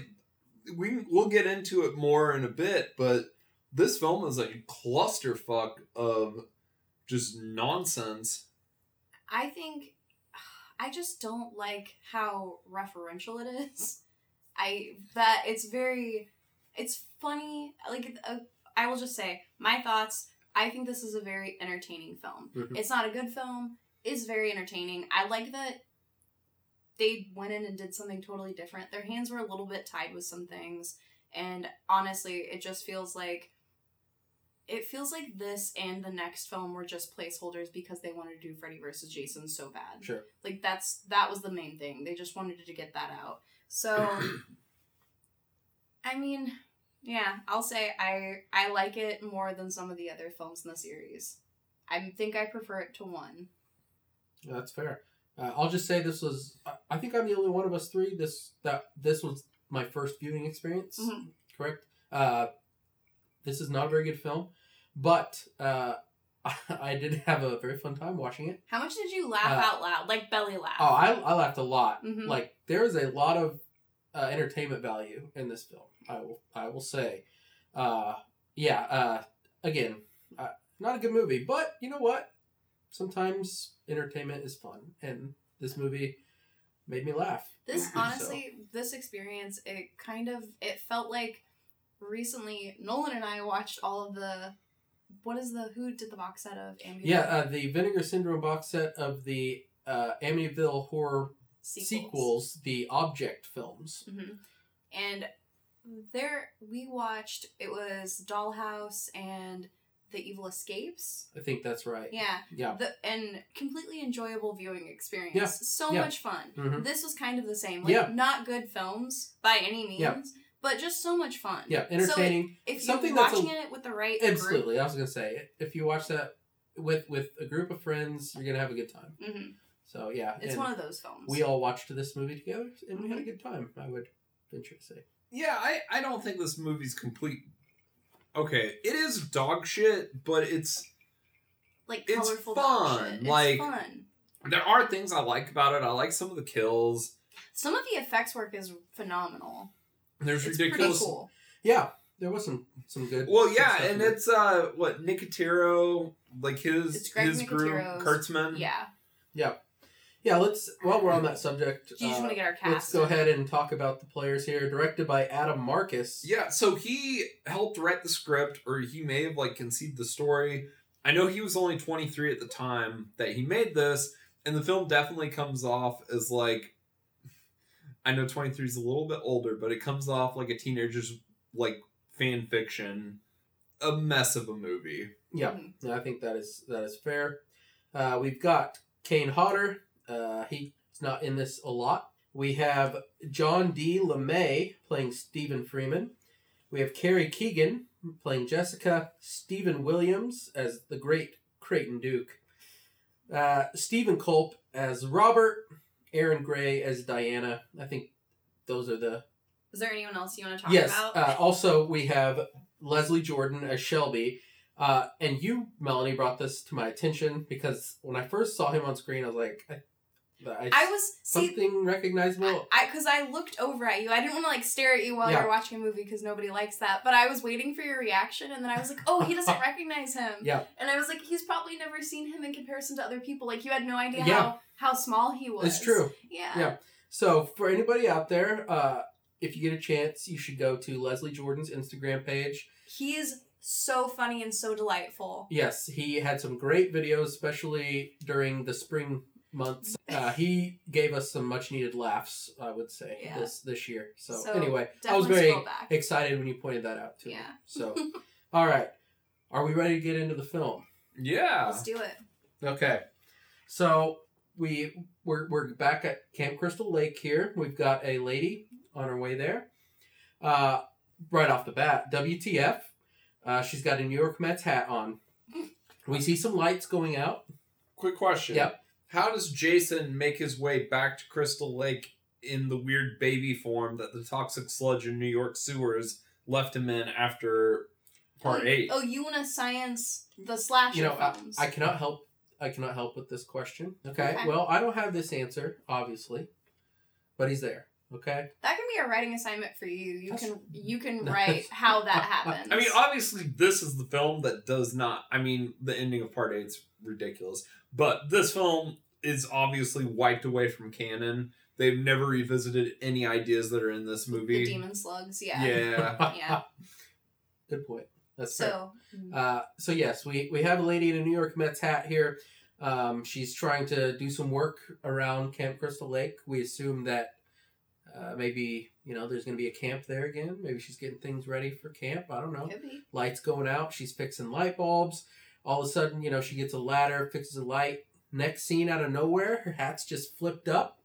[SPEAKER 2] we we'll get into it more in a bit, but this film is like a clusterfuck of just nonsense.
[SPEAKER 3] I think. I just don't like how referential it is. I. That it's very. It's funny. Like, uh, I will just say my thoughts. I think this is a very entertaining film. It's not a good film. It's very entertaining. I like that they went in and did something totally different. Their hands were a little bit tied with some things, and honestly, it just feels like it feels like this and the next film were just placeholders because they wanted to do Freddy versus Jason so bad.
[SPEAKER 1] sure
[SPEAKER 3] Like that's that was the main thing. They just wanted to get that out. So I mean, yeah, I'll say I I like it more than some of the other films in the series. I think I prefer it to one.
[SPEAKER 1] that's fair uh, i'll just say this was I, I think i'm the only one of us three this that this was my first viewing experience
[SPEAKER 3] Mhm.
[SPEAKER 1] correct uh, this is not a very good film but uh, I did have a very fun time watching it.
[SPEAKER 3] How much did you laugh
[SPEAKER 1] Uh,
[SPEAKER 3] out loud? Like belly laugh.
[SPEAKER 1] Oh, I, I laughed a lot.
[SPEAKER 3] Mhm.
[SPEAKER 1] Like there is a lot of uh, entertainment value in this film. I will I will say, uh, yeah. Uh, again, uh, not a good movie, but you know what? Sometimes entertainment is fun, and this movie made me laugh.
[SPEAKER 3] This
[SPEAKER 1] So-
[SPEAKER 3] honestly, this experience, it kind of it felt like recently Nolan and I watched all of the what is the who did the box set of Amityville
[SPEAKER 1] yeah, uh, the Vinegar Syndrome box set of the uh, Amityville horror sequels. the Object films.
[SPEAKER 3] hmm And there we watched it was Dollhouse and The Evil Escapes.
[SPEAKER 1] I think that's right.
[SPEAKER 3] Yeah,
[SPEAKER 1] Yeah.
[SPEAKER 3] the and completely enjoyable viewing experience.
[SPEAKER 1] Yeah,
[SPEAKER 3] So
[SPEAKER 1] yeah.
[SPEAKER 3] much fun.
[SPEAKER 1] Mhm.
[SPEAKER 3] This was kind of the same. Like
[SPEAKER 1] Yeah.
[SPEAKER 3] not good films by any means,
[SPEAKER 1] Yeah.
[SPEAKER 3] but just so much fun.
[SPEAKER 1] Yeah,
[SPEAKER 3] So it-
[SPEAKER 1] entertaining.
[SPEAKER 3] if you're
[SPEAKER 1] Something that's a-
[SPEAKER 3] watching it with the right
[SPEAKER 1] Absolutely, I was gonna say if you watch that with with a group of friends, you're gonna have a good time.
[SPEAKER 3] group, hmm
[SPEAKER 1] So yeah,
[SPEAKER 3] it's
[SPEAKER 1] and
[SPEAKER 3] one of those Mm-hmm. films.
[SPEAKER 1] we all watched this movie together and we had a good time. I would venture to say.
[SPEAKER 2] Yeah, I, I don't think this movie's complete. Okay, it is dog shit, but it's
[SPEAKER 3] like
[SPEAKER 2] it's
[SPEAKER 3] colorful
[SPEAKER 2] fun,
[SPEAKER 3] bullshit. It's
[SPEAKER 2] like-
[SPEAKER 3] fun.
[SPEAKER 2] there are things I like about it. I like some of the kills.
[SPEAKER 3] Some of the effects work is phenomenal.
[SPEAKER 2] There's
[SPEAKER 3] It's pretty
[SPEAKER 2] ridiculous.
[SPEAKER 3] cool.
[SPEAKER 1] Yeah, there was some some good.
[SPEAKER 2] Well,
[SPEAKER 1] good
[SPEAKER 2] yeah,
[SPEAKER 1] stuff in
[SPEAKER 2] and
[SPEAKER 1] it.
[SPEAKER 2] it's uh what Nicotero, like his
[SPEAKER 3] It's Greg
[SPEAKER 2] his group
[SPEAKER 3] Nicotero's-
[SPEAKER 2] Kurtzman.
[SPEAKER 3] Yeah.
[SPEAKER 1] yeah. Let's while we're on that subject,
[SPEAKER 3] Do you just
[SPEAKER 1] uh,
[SPEAKER 3] want to get our cast?
[SPEAKER 1] let's go ahead and talk about the players here. Directed by Adam Marcus.
[SPEAKER 2] Yeah, so he helped write the script, or he may have like conceived the story. I know he was only 23 at the time that he made this, and the film definitely comes off as like I know 23 is a little bit older, but it comes off like a teenager's like fan fiction, a mess of a movie.
[SPEAKER 1] Yeah.
[SPEAKER 3] Mhm.
[SPEAKER 1] Yeah, I think that is that is fair. Uh, we've got Kane Hodder. Uh, he's not in this a lot. We have John D. LeMay playing Stephen Freeman. We have Carrie Keegan playing Jessica. Stephen Williams as the great Creighton Duke. Uh, Stephen Culp as Robert. Aaron Gray as Diana. I think those are the
[SPEAKER 3] Is there anyone else you want to talk
[SPEAKER 1] yes.
[SPEAKER 3] about?
[SPEAKER 1] Uh, also, we have Leslie Jordan as Shelby. Uh, and you, Melanie, brought this to my attention because when I first saw him on screen, I was like, I, I,
[SPEAKER 3] I was see
[SPEAKER 1] something recognizable.
[SPEAKER 3] I because I looked over at you. I didn't want to like stare at you while
[SPEAKER 1] Yeah.
[SPEAKER 3] you're watching a movie because nobody likes that. But I was waiting for your reaction, and then I was like, "Oh, he doesn't recognize him."
[SPEAKER 1] Yeah.
[SPEAKER 3] And I was like, "He's probably never seen him in comparison to other people. Like you had no idea
[SPEAKER 1] Yeah.
[SPEAKER 3] how how small he was."
[SPEAKER 1] it's true.
[SPEAKER 3] Yeah.
[SPEAKER 1] Yeah. So for anybody out there, uh, if you get a chance, you should go to Leslie Jordan's Instagram page.
[SPEAKER 3] He is so funny and so delightful.
[SPEAKER 1] Yes, he had some great videos, especially during the spring months. Uh, he gave us some much needed laughs, I would say,
[SPEAKER 3] Yeah.
[SPEAKER 1] this this year. So,
[SPEAKER 3] So,
[SPEAKER 1] anyway, I was
[SPEAKER 3] Definitely
[SPEAKER 1] very
[SPEAKER 3] scroll back.
[SPEAKER 1] excited when you pointed that out to me.
[SPEAKER 3] Yeah.
[SPEAKER 1] So, all right, are we ready to get into the film? uh,
[SPEAKER 2] Yeah.
[SPEAKER 3] Let's do it.
[SPEAKER 1] Okay, so we we're, we're back at Camp Crystal Lake here. We've got a lady on her way there. Uh, right off the bat, WTF? Uh, she's got a New York Mets hat on. We see some lights going out.
[SPEAKER 2] Quick question.
[SPEAKER 1] Yep.
[SPEAKER 2] How does Jason make his way back to Crystal Lake in the weird baby form that the toxic sludge in New York sewers left him in after part eight?
[SPEAKER 3] Oh, you want to science the slasher
[SPEAKER 1] You know,
[SPEAKER 3] films?
[SPEAKER 1] I cannot help. I cannot help with this question. Okay.
[SPEAKER 3] Okay.
[SPEAKER 1] Well, I don't have this answer, obviously, but he's there. Okay.
[SPEAKER 3] that can be a writing assignment for you. You
[SPEAKER 1] That's-
[SPEAKER 3] can you can
[SPEAKER 1] No.
[SPEAKER 3] write how that happens.
[SPEAKER 2] I mean, obviously, this is the film that does not. I mean, the ending of part eight's ridiculous, but this film is obviously wiped away from canon. They've never revisited any ideas that are in this movie.
[SPEAKER 3] the demon slugs.
[SPEAKER 2] yeah.
[SPEAKER 3] Yeah.
[SPEAKER 1] Good point. That's fair.
[SPEAKER 3] So mm,
[SPEAKER 1] Uh, so yes, we, we have a lady in a New York Mets hat here. Um, she's trying to do some work around Camp Crystal Lake. We assume that uh, maybe you know there's going to be a camp there again. Maybe she's getting things ready for camp. I don't know.
[SPEAKER 3] could be.
[SPEAKER 1] Lights going out. She's fixing light bulbs. All of a sudden, you know, she gets a ladder, fixes a light. Next scene, out of nowhere, her hat's just flipped up.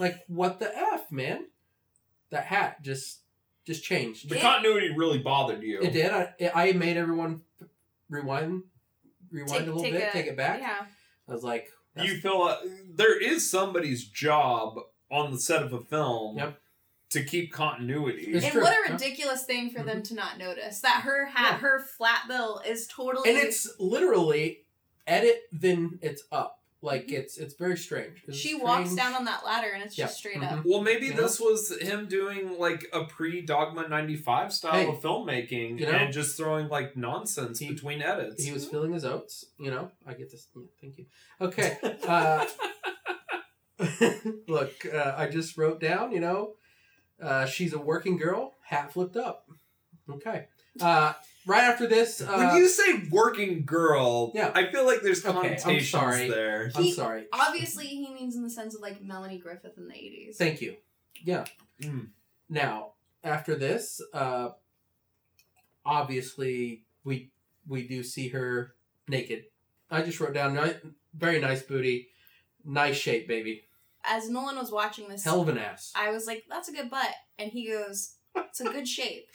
[SPEAKER 1] like what the f, man? That hat just just changed.
[SPEAKER 2] The continuity really bothered you.
[SPEAKER 1] It did. I, I made everyone rewind, rewind
[SPEAKER 3] Take-
[SPEAKER 1] a little
[SPEAKER 3] take
[SPEAKER 1] bit,
[SPEAKER 3] a-
[SPEAKER 1] take it back.
[SPEAKER 3] Yeah.
[SPEAKER 1] I was like, that's-
[SPEAKER 2] you feel uh, there is somebody's job on the set of a film
[SPEAKER 1] Yep.
[SPEAKER 2] to keep continuity.
[SPEAKER 1] It's
[SPEAKER 3] and
[SPEAKER 1] true,
[SPEAKER 3] what a
[SPEAKER 1] huh? Mm-hmm.
[SPEAKER 3] ridiculous thing for them to not notice that her hat,
[SPEAKER 1] Yeah.
[SPEAKER 3] her flat bill is totally.
[SPEAKER 1] and it's literally edit then it's up like it's it's very strange It's
[SPEAKER 3] Mm-hmm. she walks
[SPEAKER 1] strange.
[SPEAKER 3] down on that ladder and it's
[SPEAKER 1] Yeah. Mm-hmm.
[SPEAKER 3] just straight up.
[SPEAKER 2] Well, maybe
[SPEAKER 1] You know?
[SPEAKER 2] this was him doing like a pre Dogma 95 style
[SPEAKER 1] Hey,
[SPEAKER 2] of filmmaking
[SPEAKER 1] you know?
[SPEAKER 2] and just throwing like nonsense
[SPEAKER 1] He-
[SPEAKER 2] between edits.
[SPEAKER 1] he was filling his oats you know i get this yeah, thank you okay uh look uh, i just wrote down you know uh she's a working girl hat flipped up okay uh right after this uh
[SPEAKER 2] when you say working girl,
[SPEAKER 1] Yeah.
[SPEAKER 2] I feel like there's
[SPEAKER 1] Okay, I'm
[SPEAKER 2] connotations
[SPEAKER 1] sorry.
[SPEAKER 2] there.
[SPEAKER 1] i'm
[SPEAKER 3] He-
[SPEAKER 1] sorry
[SPEAKER 3] Obviously, he means in the sense of like Melanie Griffith in the eighties.
[SPEAKER 1] thank you yeah
[SPEAKER 2] Mm.
[SPEAKER 1] Now, after this, uh, obviously we we do see her naked. I just wrote down "Ni- very nice booty, nice shape, baby,
[SPEAKER 3] As Nolan was watching this,
[SPEAKER 1] hell of an ass.
[SPEAKER 3] I was like, "That's a good butt," and he goes, "It's a good shape.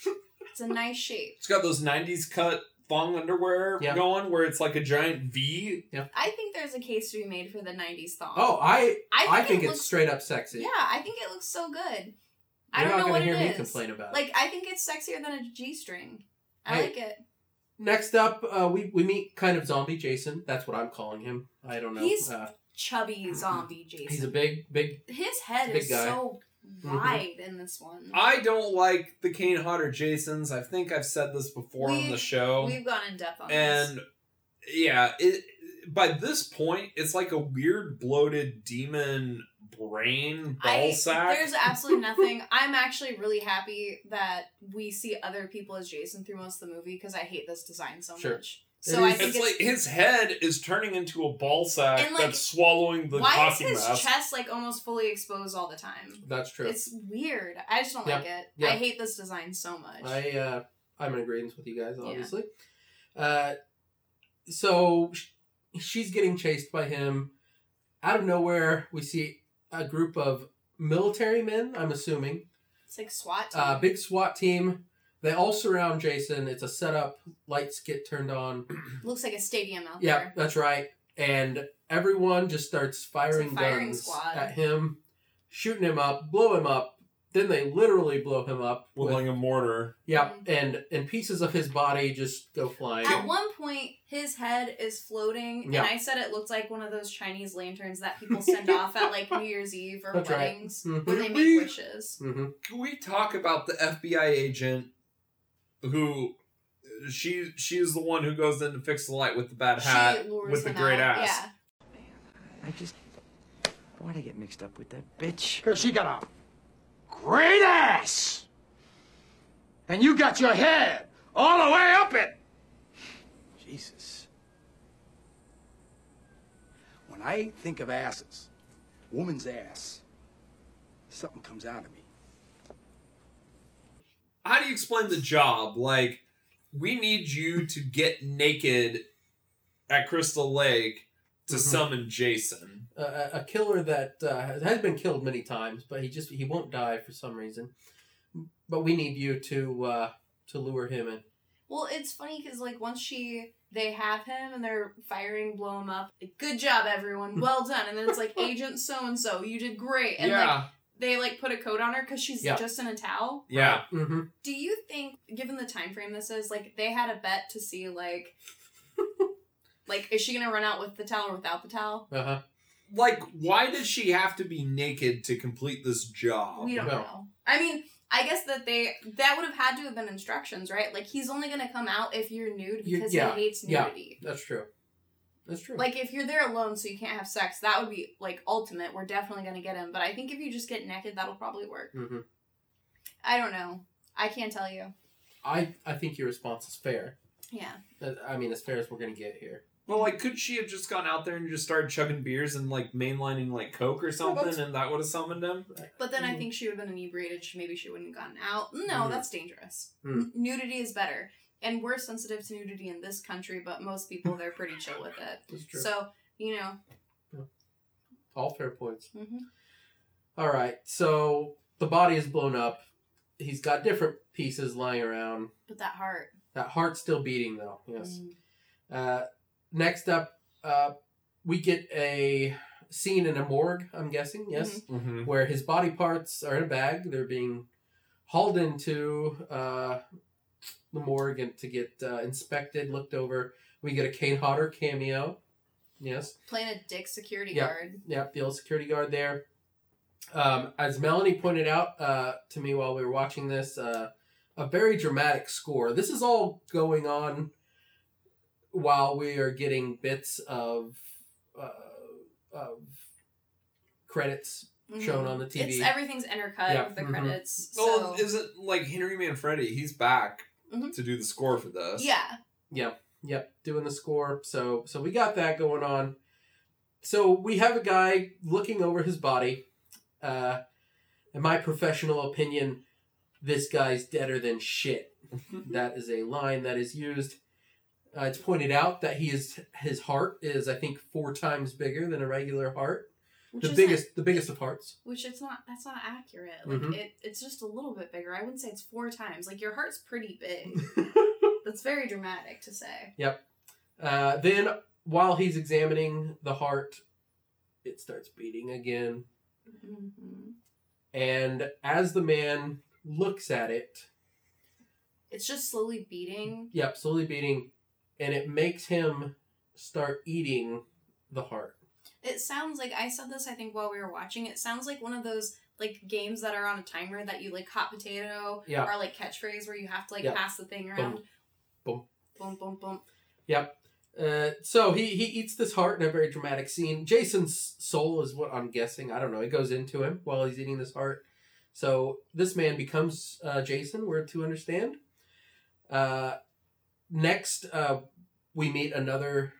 [SPEAKER 3] It's a nice shape."
[SPEAKER 2] It's got those 90s cut thong underwear
[SPEAKER 1] Yeah.
[SPEAKER 2] going where it's like a giant V.
[SPEAKER 3] I think there's a case to be made for the '90s thong.
[SPEAKER 1] Oh, I
[SPEAKER 3] I think,
[SPEAKER 1] I think
[SPEAKER 3] it
[SPEAKER 1] it's
[SPEAKER 3] looks.
[SPEAKER 1] straight up sexy.
[SPEAKER 3] yeah, I think it looks so good. I
[SPEAKER 1] You're not
[SPEAKER 3] don't know
[SPEAKER 1] gonna
[SPEAKER 3] what
[SPEAKER 1] hear
[SPEAKER 3] it
[SPEAKER 1] me
[SPEAKER 3] is.
[SPEAKER 1] complain about. it.
[SPEAKER 3] Like, I think it's sexier than a g-string. I
[SPEAKER 1] Hey.
[SPEAKER 3] like it.
[SPEAKER 1] Next up, uh, we we meet kind of zombie Jason. That's what I'm calling him. I don't know.
[SPEAKER 3] He's-
[SPEAKER 1] uh,
[SPEAKER 3] Chubby zombie
[SPEAKER 1] he's
[SPEAKER 3] Jason.
[SPEAKER 1] a big big.
[SPEAKER 3] His head
[SPEAKER 1] big
[SPEAKER 3] is
[SPEAKER 1] guy. Mm-hmm.
[SPEAKER 3] so wide in this one.
[SPEAKER 2] I don't like the Kane Hodder Jasons. I think I've said this before on
[SPEAKER 3] We-
[SPEAKER 2] the show.
[SPEAKER 3] We've gone in depth on this.
[SPEAKER 2] and yeah, it by this point it's like a weird bloated demon brain ball
[SPEAKER 3] I,
[SPEAKER 2] sack.
[SPEAKER 3] there's absolutely nothing. I'm actually really happy that we see other people as Jason through most of the movie because I hate this design so
[SPEAKER 1] Sure.
[SPEAKER 3] much.
[SPEAKER 1] It
[SPEAKER 3] So I
[SPEAKER 1] is-
[SPEAKER 3] think
[SPEAKER 2] It's
[SPEAKER 3] it's,
[SPEAKER 2] like his head is turning into a ball sack
[SPEAKER 3] And, like,
[SPEAKER 2] that's swallowing the
[SPEAKER 3] why is
[SPEAKER 2] hockey
[SPEAKER 3] his
[SPEAKER 2] mask.
[SPEAKER 3] chest like almost fully exposed all the time?
[SPEAKER 1] That's true.
[SPEAKER 3] It's weird. I just don't
[SPEAKER 1] Yeah.
[SPEAKER 3] like it.
[SPEAKER 1] Yeah.
[SPEAKER 3] I hate this design so much.
[SPEAKER 1] I uh, I'm in agreement with you guys,
[SPEAKER 3] Yeah.
[SPEAKER 1] obviously. Uh, so sh- she's getting chased by him. Out of nowhere, we see a group of military men. I'm assuming
[SPEAKER 3] it's like SWAT. Team.
[SPEAKER 1] uh, big SWAT team. They all surround Jason. It's a setup. Lights get turned on.
[SPEAKER 3] Looks like a stadium out
[SPEAKER 1] yeah,
[SPEAKER 3] there.
[SPEAKER 1] that's right. And everyone just starts firing,
[SPEAKER 3] firing
[SPEAKER 1] guns
[SPEAKER 3] squad.
[SPEAKER 1] at him, shooting him up, blow him up. Then they literally blow him up
[SPEAKER 2] with like a mortar.
[SPEAKER 1] Yep, and and pieces of his body just go flying.
[SPEAKER 3] Mm-hmm. At one point, his head is floating,
[SPEAKER 1] Yeah.
[SPEAKER 3] and I said it looked like one of those Chinese lanterns that people send off at like New Year's Eve or
[SPEAKER 1] That's right.
[SPEAKER 3] weddings
[SPEAKER 1] Mhm.
[SPEAKER 3] when they
[SPEAKER 2] We-
[SPEAKER 3] make wishes.
[SPEAKER 1] Mhm.
[SPEAKER 2] Can we talk about the FBI agent who she she's the one who goes in to fix the light with the bad hat
[SPEAKER 3] she lures
[SPEAKER 2] with the
[SPEAKER 3] him
[SPEAKER 2] great
[SPEAKER 3] out.
[SPEAKER 2] ass.
[SPEAKER 3] Yeah.
[SPEAKER 4] I just. Why'd I get mixed up with that bitch?
[SPEAKER 5] Because she got a great ass. And you got your head all the way up it.
[SPEAKER 4] Jesus.
[SPEAKER 5] When I think of asses, woman's ass, something comes out of me.
[SPEAKER 2] how do you explain the job? Like, we need you to get naked at Crystal Lake to
[SPEAKER 1] Mhm.
[SPEAKER 2] summon Jason.
[SPEAKER 1] A- a, a killer that uh, has- has been killed many times, but he just he won't die for some reason. But we need you to uh, to lure him in.
[SPEAKER 3] Well, it's funny because like once she they have him and they're firing, blow him up. Like, Good job, everyone. Well done. And then it's like Agent So and So, you did great. And
[SPEAKER 2] yeah,
[SPEAKER 3] like they like put a coat on her because she's
[SPEAKER 1] Yeah.
[SPEAKER 3] just in a towel.
[SPEAKER 2] yeah.
[SPEAKER 1] Mm-hmm.
[SPEAKER 3] Do you think, given the time frame this is, like they had a bet to see like, like is she gonna run out with the towel or without the towel?
[SPEAKER 1] Uh huh.
[SPEAKER 2] Like, why does she have to be naked to complete this job?
[SPEAKER 3] We don't
[SPEAKER 1] Oh, no.
[SPEAKER 3] know. I mean, I guess that they that would have had to have been instructions, right? Like he's only gonna come out if you're nude
[SPEAKER 1] You-
[SPEAKER 3] because
[SPEAKER 1] yeah,
[SPEAKER 3] he hates
[SPEAKER 1] yeah.
[SPEAKER 3] nudity.
[SPEAKER 1] That's true. That's true.
[SPEAKER 3] Like if you're there alone, so you can't have sex, that would be like ultimate. We're definitely gonna get him, but I think if you just get naked, that'll probably work.
[SPEAKER 1] hmm
[SPEAKER 3] I don't know. I can't tell you.
[SPEAKER 1] I I think your response is fair.
[SPEAKER 3] Yeah.
[SPEAKER 1] Uh, I mean, as fair as we're gonna get here.
[SPEAKER 2] Well, like, could she have just gone out there and just started chugging beers and like mainlining like Coke or something,
[SPEAKER 1] that's-
[SPEAKER 2] and that would have summoned him?
[SPEAKER 3] But then I
[SPEAKER 1] Mm.
[SPEAKER 3] think she would have been inebriated. She, maybe she wouldn't have gotten out. No,
[SPEAKER 1] Mm.
[SPEAKER 3] that's dangerous.
[SPEAKER 1] Mm.
[SPEAKER 3] N- nudity is better. And we're sensitive to nudity in this country, but most people, they're pretty chill with it.
[SPEAKER 1] That's true.
[SPEAKER 3] So, you know.
[SPEAKER 1] All fair points.
[SPEAKER 3] hmm
[SPEAKER 1] All right. So the body is blown up. He's got different pieces lying around.
[SPEAKER 3] But that heart.
[SPEAKER 1] That heart's still beating though. Yes.
[SPEAKER 3] Mm.
[SPEAKER 1] Uh, next up, uh, we get a scene in a morgue, I'm guessing, yes,
[SPEAKER 2] Mm-hmm.
[SPEAKER 1] where his body parts are in a bag. They're being hauled into uh, the morgue and to get uh, inspected, looked over. We get a Kane Hodder cameo. Yes.
[SPEAKER 3] Playing a dick security
[SPEAKER 1] Yeah.
[SPEAKER 3] guard.
[SPEAKER 1] Yep, the old security guard there. Um, as Melanie pointed out uh, to me while we were watching this, uh, a very dramatic score. This is all going on while we are getting bits of, uh, of credits
[SPEAKER 3] Mhm.
[SPEAKER 1] shown on the TV.
[SPEAKER 3] It's everything's intercut
[SPEAKER 1] Yeah.
[SPEAKER 3] with the
[SPEAKER 1] Mhm.
[SPEAKER 3] credits. So
[SPEAKER 2] Well, isn't like Henry Manfredi? He's back
[SPEAKER 3] Mhm.
[SPEAKER 2] to do the score for this.
[SPEAKER 3] yeah,
[SPEAKER 1] Yep, doing the score. So so we got that going on. So we have a guy looking over his body. Uh, in my professional opinion, this guy's deader than shit. that is a line that is used. Uh, it's pointed out that he is his heart is I think four times bigger than a regular heart.
[SPEAKER 3] which
[SPEAKER 1] The
[SPEAKER 3] isn't-
[SPEAKER 1] biggest, the biggest of hearts.
[SPEAKER 3] which it's not. That's not accurate. Like
[SPEAKER 1] Mhm.
[SPEAKER 3] it, it's just a little bit bigger. I wouldn't say it's four times. Like your heart's pretty big. that's very dramatic to say.
[SPEAKER 1] Uh, then while he's examining the heart, it starts beating again.
[SPEAKER 3] Mhm.
[SPEAKER 1] And as the man looks at it,
[SPEAKER 3] It's just slowly beating.
[SPEAKER 1] yep, slowly beating, and it makes him start eating the heart.
[SPEAKER 3] It sounds like I said this. I think while we were watching, it sounds like one of those like games that are on a timer that you like hot potato
[SPEAKER 1] Yeah.
[SPEAKER 3] or like catchphrase where you have to like
[SPEAKER 1] Yeah.
[SPEAKER 3] pass the thing around.
[SPEAKER 1] Boom.
[SPEAKER 3] Boom. Boom. Boom.
[SPEAKER 1] Yep. Uh, so he, he eats this heart in a very dramatic scene. Jason's soul is what I'm guessing. I don't know. It goes into him while he's eating this heart. So this man becomes uh, Jason, we're to understand. Uh, next, uh, we meet another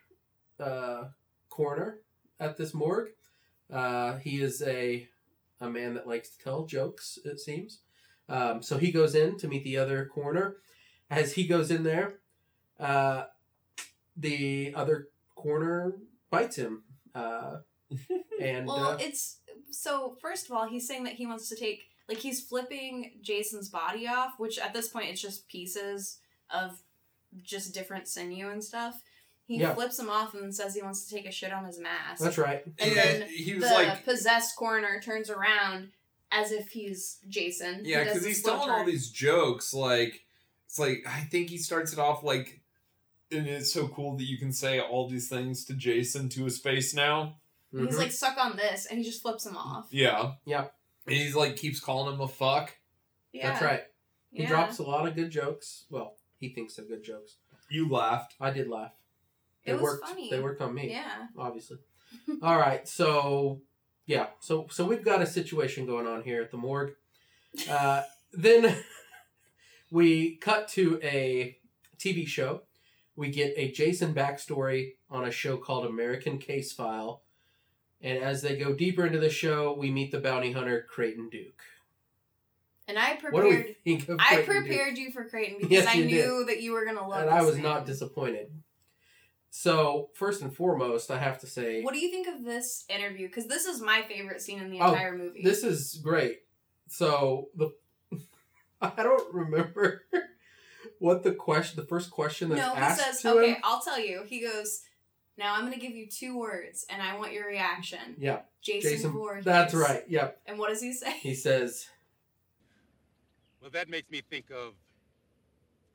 [SPEAKER 1] uh, coroner at this morgue. Uh, he is a, a man that likes to tell jokes, it seems. Um, so he goes in to meet the other coroner. As he goes in there, uh, the other corner bites him. Uh, and
[SPEAKER 3] Well,
[SPEAKER 1] uh,
[SPEAKER 3] it's so first of all, he's saying that he wants to take like he's flipping Jason's body off, which at this point it's just pieces of just different sinew and stuff. He
[SPEAKER 1] Yeah.
[SPEAKER 3] flips him off and says he wants to take a shit on his mask.
[SPEAKER 1] that's right.
[SPEAKER 3] And
[SPEAKER 2] yeah,
[SPEAKER 3] then
[SPEAKER 2] he
[SPEAKER 3] The
[SPEAKER 2] was like,
[SPEAKER 3] possessed coroner turns around as if he's Jason. He
[SPEAKER 2] yeah,
[SPEAKER 3] does
[SPEAKER 2] because
[SPEAKER 3] the
[SPEAKER 2] he's
[SPEAKER 3] slow
[SPEAKER 2] telling
[SPEAKER 3] turn.
[SPEAKER 2] all these jokes. Like, it's like I think he starts it off like, and it's so cool that you can say all these things to Jason to his face now.
[SPEAKER 3] And He's
[SPEAKER 1] Mhm.
[SPEAKER 3] like suck on this, and he just flips him off.
[SPEAKER 2] Yeah.
[SPEAKER 1] Yeah.
[SPEAKER 2] And he's like keeps calling him a fuck.
[SPEAKER 3] Yeah,
[SPEAKER 1] That's right. He
[SPEAKER 3] yeah.
[SPEAKER 1] drops a lot of good jokes. Well, he thinks they're good jokes.
[SPEAKER 2] You laughed.
[SPEAKER 1] I did laugh. They
[SPEAKER 3] It was
[SPEAKER 1] worked.
[SPEAKER 3] funny.
[SPEAKER 1] They worked on me,
[SPEAKER 3] Yeah,
[SPEAKER 1] obviously. All right, so yeah, so so we've got a situation going on here at the morgue. Uh, then we cut to a TV show. We get a Jason backstory on a show called American Case File. And as they go deeper into the show, we meet the bounty hunter Creighton Duke.
[SPEAKER 3] and I
[SPEAKER 1] What do
[SPEAKER 3] prepared.
[SPEAKER 1] we think of
[SPEAKER 3] I
[SPEAKER 1] Creighton Duke?
[SPEAKER 3] prepared you for Creighton because
[SPEAKER 1] Yes,
[SPEAKER 3] I
[SPEAKER 1] you
[SPEAKER 3] knew that you were gonna love.
[SPEAKER 1] and I
[SPEAKER 3] this
[SPEAKER 1] was
[SPEAKER 3] man.
[SPEAKER 1] not disappointed. So first and foremost, I have to say
[SPEAKER 3] What do you think of this interview? Because this is my favorite scene in the
[SPEAKER 1] Oh,
[SPEAKER 3] entire movie.
[SPEAKER 1] this is great. So the I don't remember what the question, the first question that's
[SPEAKER 3] no, he
[SPEAKER 1] asked
[SPEAKER 3] says,
[SPEAKER 1] to
[SPEAKER 3] "Okay,
[SPEAKER 1] him.
[SPEAKER 3] I'll tell you." He goes, "Now I'm going to give you two words, and I want your reaction."
[SPEAKER 1] Yeah,
[SPEAKER 3] Jason,
[SPEAKER 1] Jason.
[SPEAKER 3] Voorhees.
[SPEAKER 1] That's right. Yep.
[SPEAKER 3] And what does he say?
[SPEAKER 1] He says,
[SPEAKER 6] Well, that makes me think of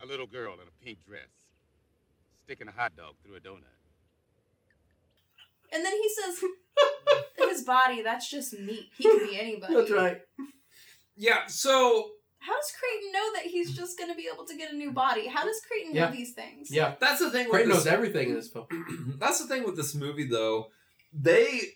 [SPEAKER 6] a little girl in a pink dress sticking a hot dog through a donut.
[SPEAKER 3] And then he says, "His body. That's just meat. He can be anybody."
[SPEAKER 1] "That's right."
[SPEAKER 2] Yeah. So
[SPEAKER 3] How does Creighton know that he's just going to be able to get a new body? How does Creighton
[SPEAKER 1] Yeah.
[SPEAKER 3] know these things?
[SPEAKER 1] Yeah,
[SPEAKER 2] that's the thing.
[SPEAKER 1] Creighton
[SPEAKER 2] with this-
[SPEAKER 1] knows everything in this film.
[SPEAKER 2] that's the thing with this movie though they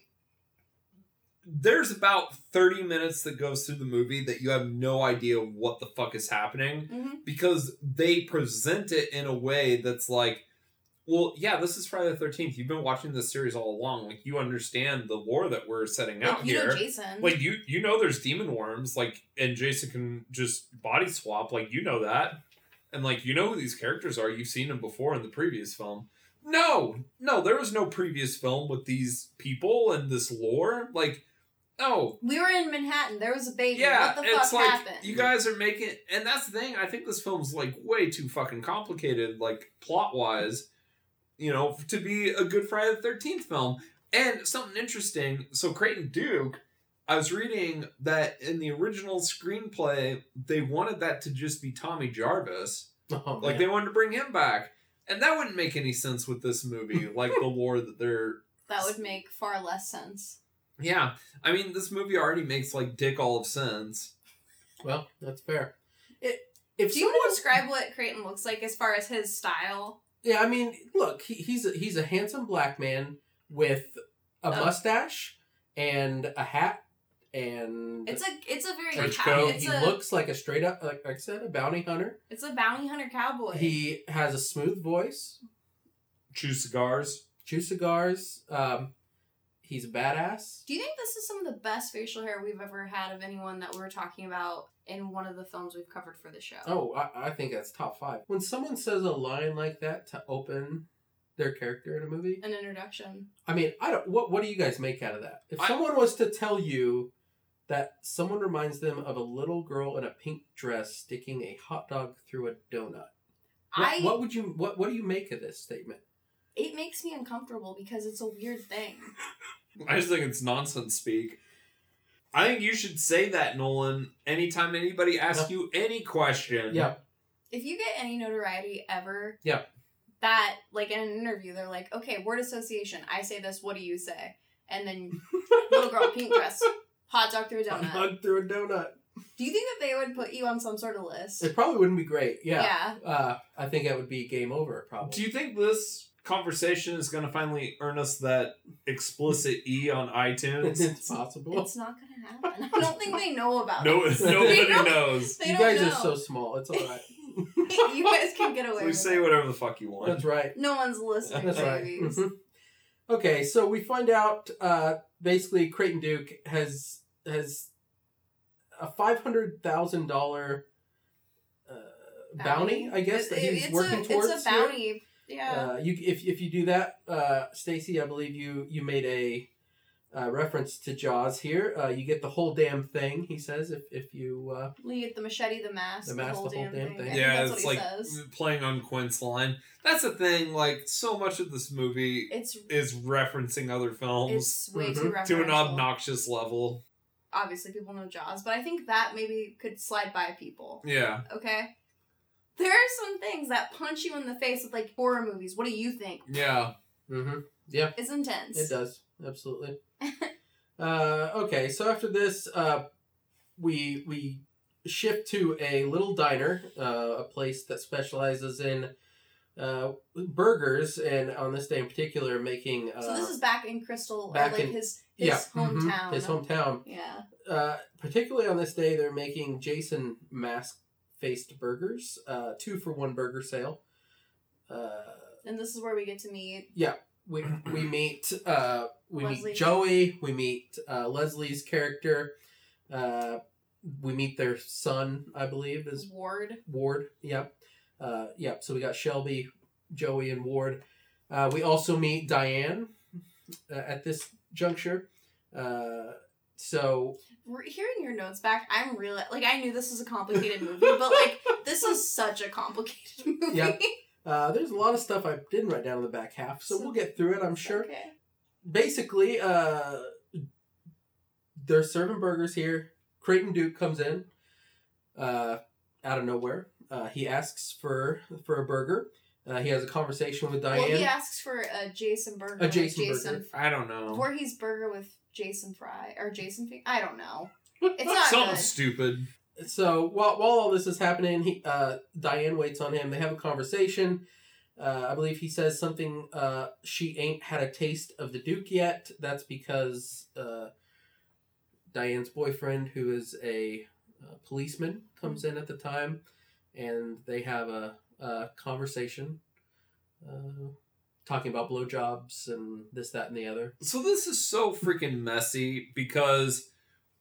[SPEAKER 2] there's about 30 minutes that goes through the movie that you have no idea what the fuck is happening
[SPEAKER 3] hmm
[SPEAKER 2] because they present it in a way that's like well yeah this is friday the 13th you've been watching this series all along like you understand the lore that we're setting out
[SPEAKER 3] Like, you
[SPEAKER 2] here
[SPEAKER 3] know Jason.
[SPEAKER 2] like you you know there's demon worms like and jason can just body swap like you know that and like you know who these characters are you've seen them before in the previous film no no there was no previous film with these people and this lore like oh
[SPEAKER 3] we were in Manhattan. There was a baby.
[SPEAKER 2] yeah
[SPEAKER 3] what the
[SPEAKER 2] it's
[SPEAKER 3] fuck
[SPEAKER 2] like
[SPEAKER 3] happened?
[SPEAKER 2] you guys are making and that's the thing i think this film's like way too fucking complicated like plot wise you know to be a good friday the 13th film And something interesting. So Creighton Duke, I was reading that in the original screenplay, they wanted that to just be Tommy Jarvis.
[SPEAKER 1] Oh,
[SPEAKER 2] Like
[SPEAKER 1] man.
[SPEAKER 2] they wanted to bring him back. And that wouldn't make any sense with this movie, like the lore that they're
[SPEAKER 3] That would make far less sense.
[SPEAKER 2] Yeah. I mean this movie already makes like dick all of sense.
[SPEAKER 1] well, that's fair. It, if
[SPEAKER 3] Do you want to
[SPEAKER 1] someone's-
[SPEAKER 3] describe what Creighton looks like as far as his style?
[SPEAKER 1] Yeah, I mean, look, he, he's a, he's a handsome black man with a
[SPEAKER 3] Oh.
[SPEAKER 1] mustache and a hat and
[SPEAKER 3] It's a it's a very
[SPEAKER 1] trench
[SPEAKER 3] cow,
[SPEAKER 1] coat.
[SPEAKER 3] it's
[SPEAKER 1] He
[SPEAKER 3] a
[SPEAKER 1] looks like a straight up, like I said, a bounty hunter.
[SPEAKER 3] it's a bounty hunter cowboy.
[SPEAKER 1] He has a smooth voice.
[SPEAKER 2] Chew cigars.
[SPEAKER 1] Chews cigars. Um, he's a badass.
[SPEAKER 3] Do you think this is some of the best facial hair we've ever had of anyone that we're talking about in one of the films we've covered for the show?
[SPEAKER 1] Oh, I, I think that's top five. When someone says a line like that to open their character in a movie,
[SPEAKER 3] An introduction.
[SPEAKER 1] I mean, I don't. What What do you guys make out of that? If
[SPEAKER 2] I-
[SPEAKER 1] someone was to tell you that someone reminds them of a little girl in a pink dress sticking a hot dog through a donut, what,
[SPEAKER 3] I
[SPEAKER 1] what would you what What do you make of this statement?
[SPEAKER 3] it makes me uncomfortable because it's a weird thing.
[SPEAKER 2] I just think it's nonsense speak. I think you should say that, Nolan, anytime anybody asks you any question.
[SPEAKER 1] Yeah,
[SPEAKER 3] If you get any notoriety ever,
[SPEAKER 1] Yeah.
[SPEAKER 3] that like in an interview, they're like, okay, word association. I say this. What do you say? And then little girl, pink dress, hot dog through a
[SPEAKER 1] hot
[SPEAKER 3] donut.
[SPEAKER 1] dog through a donut.
[SPEAKER 3] Do you think that they would put you on some sort of list?
[SPEAKER 1] It probably wouldn't be great. Yeah. Uh, I think that would be game over. Probably.
[SPEAKER 2] Do you think this conversation is going to finally earn us that explicit E on iTunes?
[SPEAKER 1] it's possible.
[SPEAKER 3] It's not gonna happen. I don't think they know about
[SPEAKER 2] no,
[SPEAKER 3] it.
[SPEAKER 2] nobody
[SPEAKER 3] They don't-
[SPEAKER 2] knows.
[SPEAKER 3] They
[SPEAKER 1] you
[SPEAKER 3] don't
[SPEAKER 1] guys
[SPEAKER 3] know.
[SPEAKER 1] are so small. It's all right.
[SPEAKER 3] you guys can get away
[SPEAKER 2] So
[SPEAKER 3] with
[SPEAKER 2] say
[SPEAKER 3] it.
[SPEAKER 2] whatever the fuck you want.
[SPEAKER 1] That's right.
[SPEAKER 3] No one's listening,
[SPEAKER 1] That's right.
[SPEAKER 3] babies.
[SPEAKER 1] Mhm. Okay, so we find out uh, basically Creighton Duke has has a five hundred thousand uh, bounty, I guess that
[SPEAKER 3] It-
[SPEAKER 1] he's
[SPEAKER 3] it's
[SPEAKER 1] working
[SPEAKER 3] a,
[SPEAKER 1] towards.
[SPEAKER 3] It's a
[SPEAKER 1] here.
[SPEAKER 3] bounty. Yeah.
[SPEAKER 1] Uh, you if if you do that, uh, Stacy, I believe you you made a uh, reference to Jaws here. Uh, you get the whole damn thing. He says if if you uh,
[SPEAKER 3] We get the machete, the mask,
[SPEAKER 1] The mask,
[SPEAKER 3] whole
[SPEAKER 1] the whole
[SPEAKER 3] damn
[SPEAKER 1] damn
[SPEAKER 3] thing.
[SPEAKER 1] thing.
[SPEAKER 3] I think
[SPEAKER 2] yeah,
[SPEAKER 3] that's
[SPEAKER 2] it's
[SPEAKER 3] what
[SPEAKER 2] like
[SPEAKER 3] he says.
[SPEAKER 2] playing on Quint's line. That's the thing. Like so much of this movie
[SPEAKER 3] It's
[SPEAKER 2] is referencing other films
[SPEAKER 3] it's way too referential.
[SPEAKER 2] mm-hmm, to an obnoxious level.
[SPEAKER 3] Obviously, people know Jaws, but I think that maybe could slide by people.
[SPEAKER 2] Yeah,
[SPEAKER 3] Okay. There are some things that punch you in the face with like horror movies. What do you think?
[SPEAKER 2] yeah.
[SPEAKER 1] mhm. yeah,
[SPEAKER 3] It's intense.
[SPEAKER 1] It does absolutely. uh, okay, so after this, uh, we we shift to a little diner, uh, a place that specializes in uh, burgers, and on this day in particular, making uh,
[SPEAKER 3] So this is back in Crystal,
[SPEAKER 1] back
[SPEAKER 3] or like
[SPEAKER 1] in-
[SPEAKER 3] his his
[SPEAKER 1] yeah, mhm,
[SPEAKER 3] hometown.
[SPEAKER 1] his hometown.
[SPEAKER 3] Yeah.
[SPEAKER 1] Uh, particularly on this day, they're making Jason mask faced burgers, uh, two for one burger sale. Uh,
[SPEAKER 3] And this is where we get to meet.
[SPEAKER 1] we we meet uh we
[SPEAKER 3] Leslie.
[SPEAKER 1] meet Joey, we meet uh, Leslie's character, uh we meet their son, I believe, is
[SPEAKER 3] Ward.
[SPEAKER 1] Ward. Yep. Uh yep, so we got Shelby, Joey and Ward. Uh we also meet Diane uh, at this juncture. Uh so
[SPEAKER 3] Re- Hearing your notes back, I'm really like I knew this was a complicated movie, but like this is such a complicated movie.
[SPEAKER 1] Yeah, uh, there's a lot of stuff I didn't write down in the back half, so
[SPEAKER 3] So-
[SPEAKER 1] we'll get through it, I'm
[SPEAKER 3] It's
[SPEAKER 1] sure.
[SPEAKER 3] okay.
[SPEAKER 1] basically, uh, they're serving burgers here. Creighton Duke comes in, uh, out of nowhere. Uh, he asks for for a burger. Uh, he has a conversation with Diane.
[SPEAKER 3] Well, he asks for a Jason burger.
[SPEAKER 1] A Jason
[SPEAKER 3] with Jason
[SPEAKER 1] burger.
[SPEAKER 2] I don't know.
[SPEAKER 3] Voorhees burger with Jason Fry or Jason. Fry? I don't know. It's not
[SPEAKER 2] Something
[SPEAKER 3] good.
[SPEAKER 2] stupid.
[SPEAKER 1] So while while all this is happening, he, uh, Diane waits on him. They have a conversation. Uh, I believe he says something. Uh, she ain't had a taste of the Duke yet. That's because uh, Diane's boyfriend, who is a uh, policeman, comes in at the time, and they have a, a conversation, uh, talking about blowjobs and this, that, and the other.
[SPEAKER 2] So this is so freaking messy because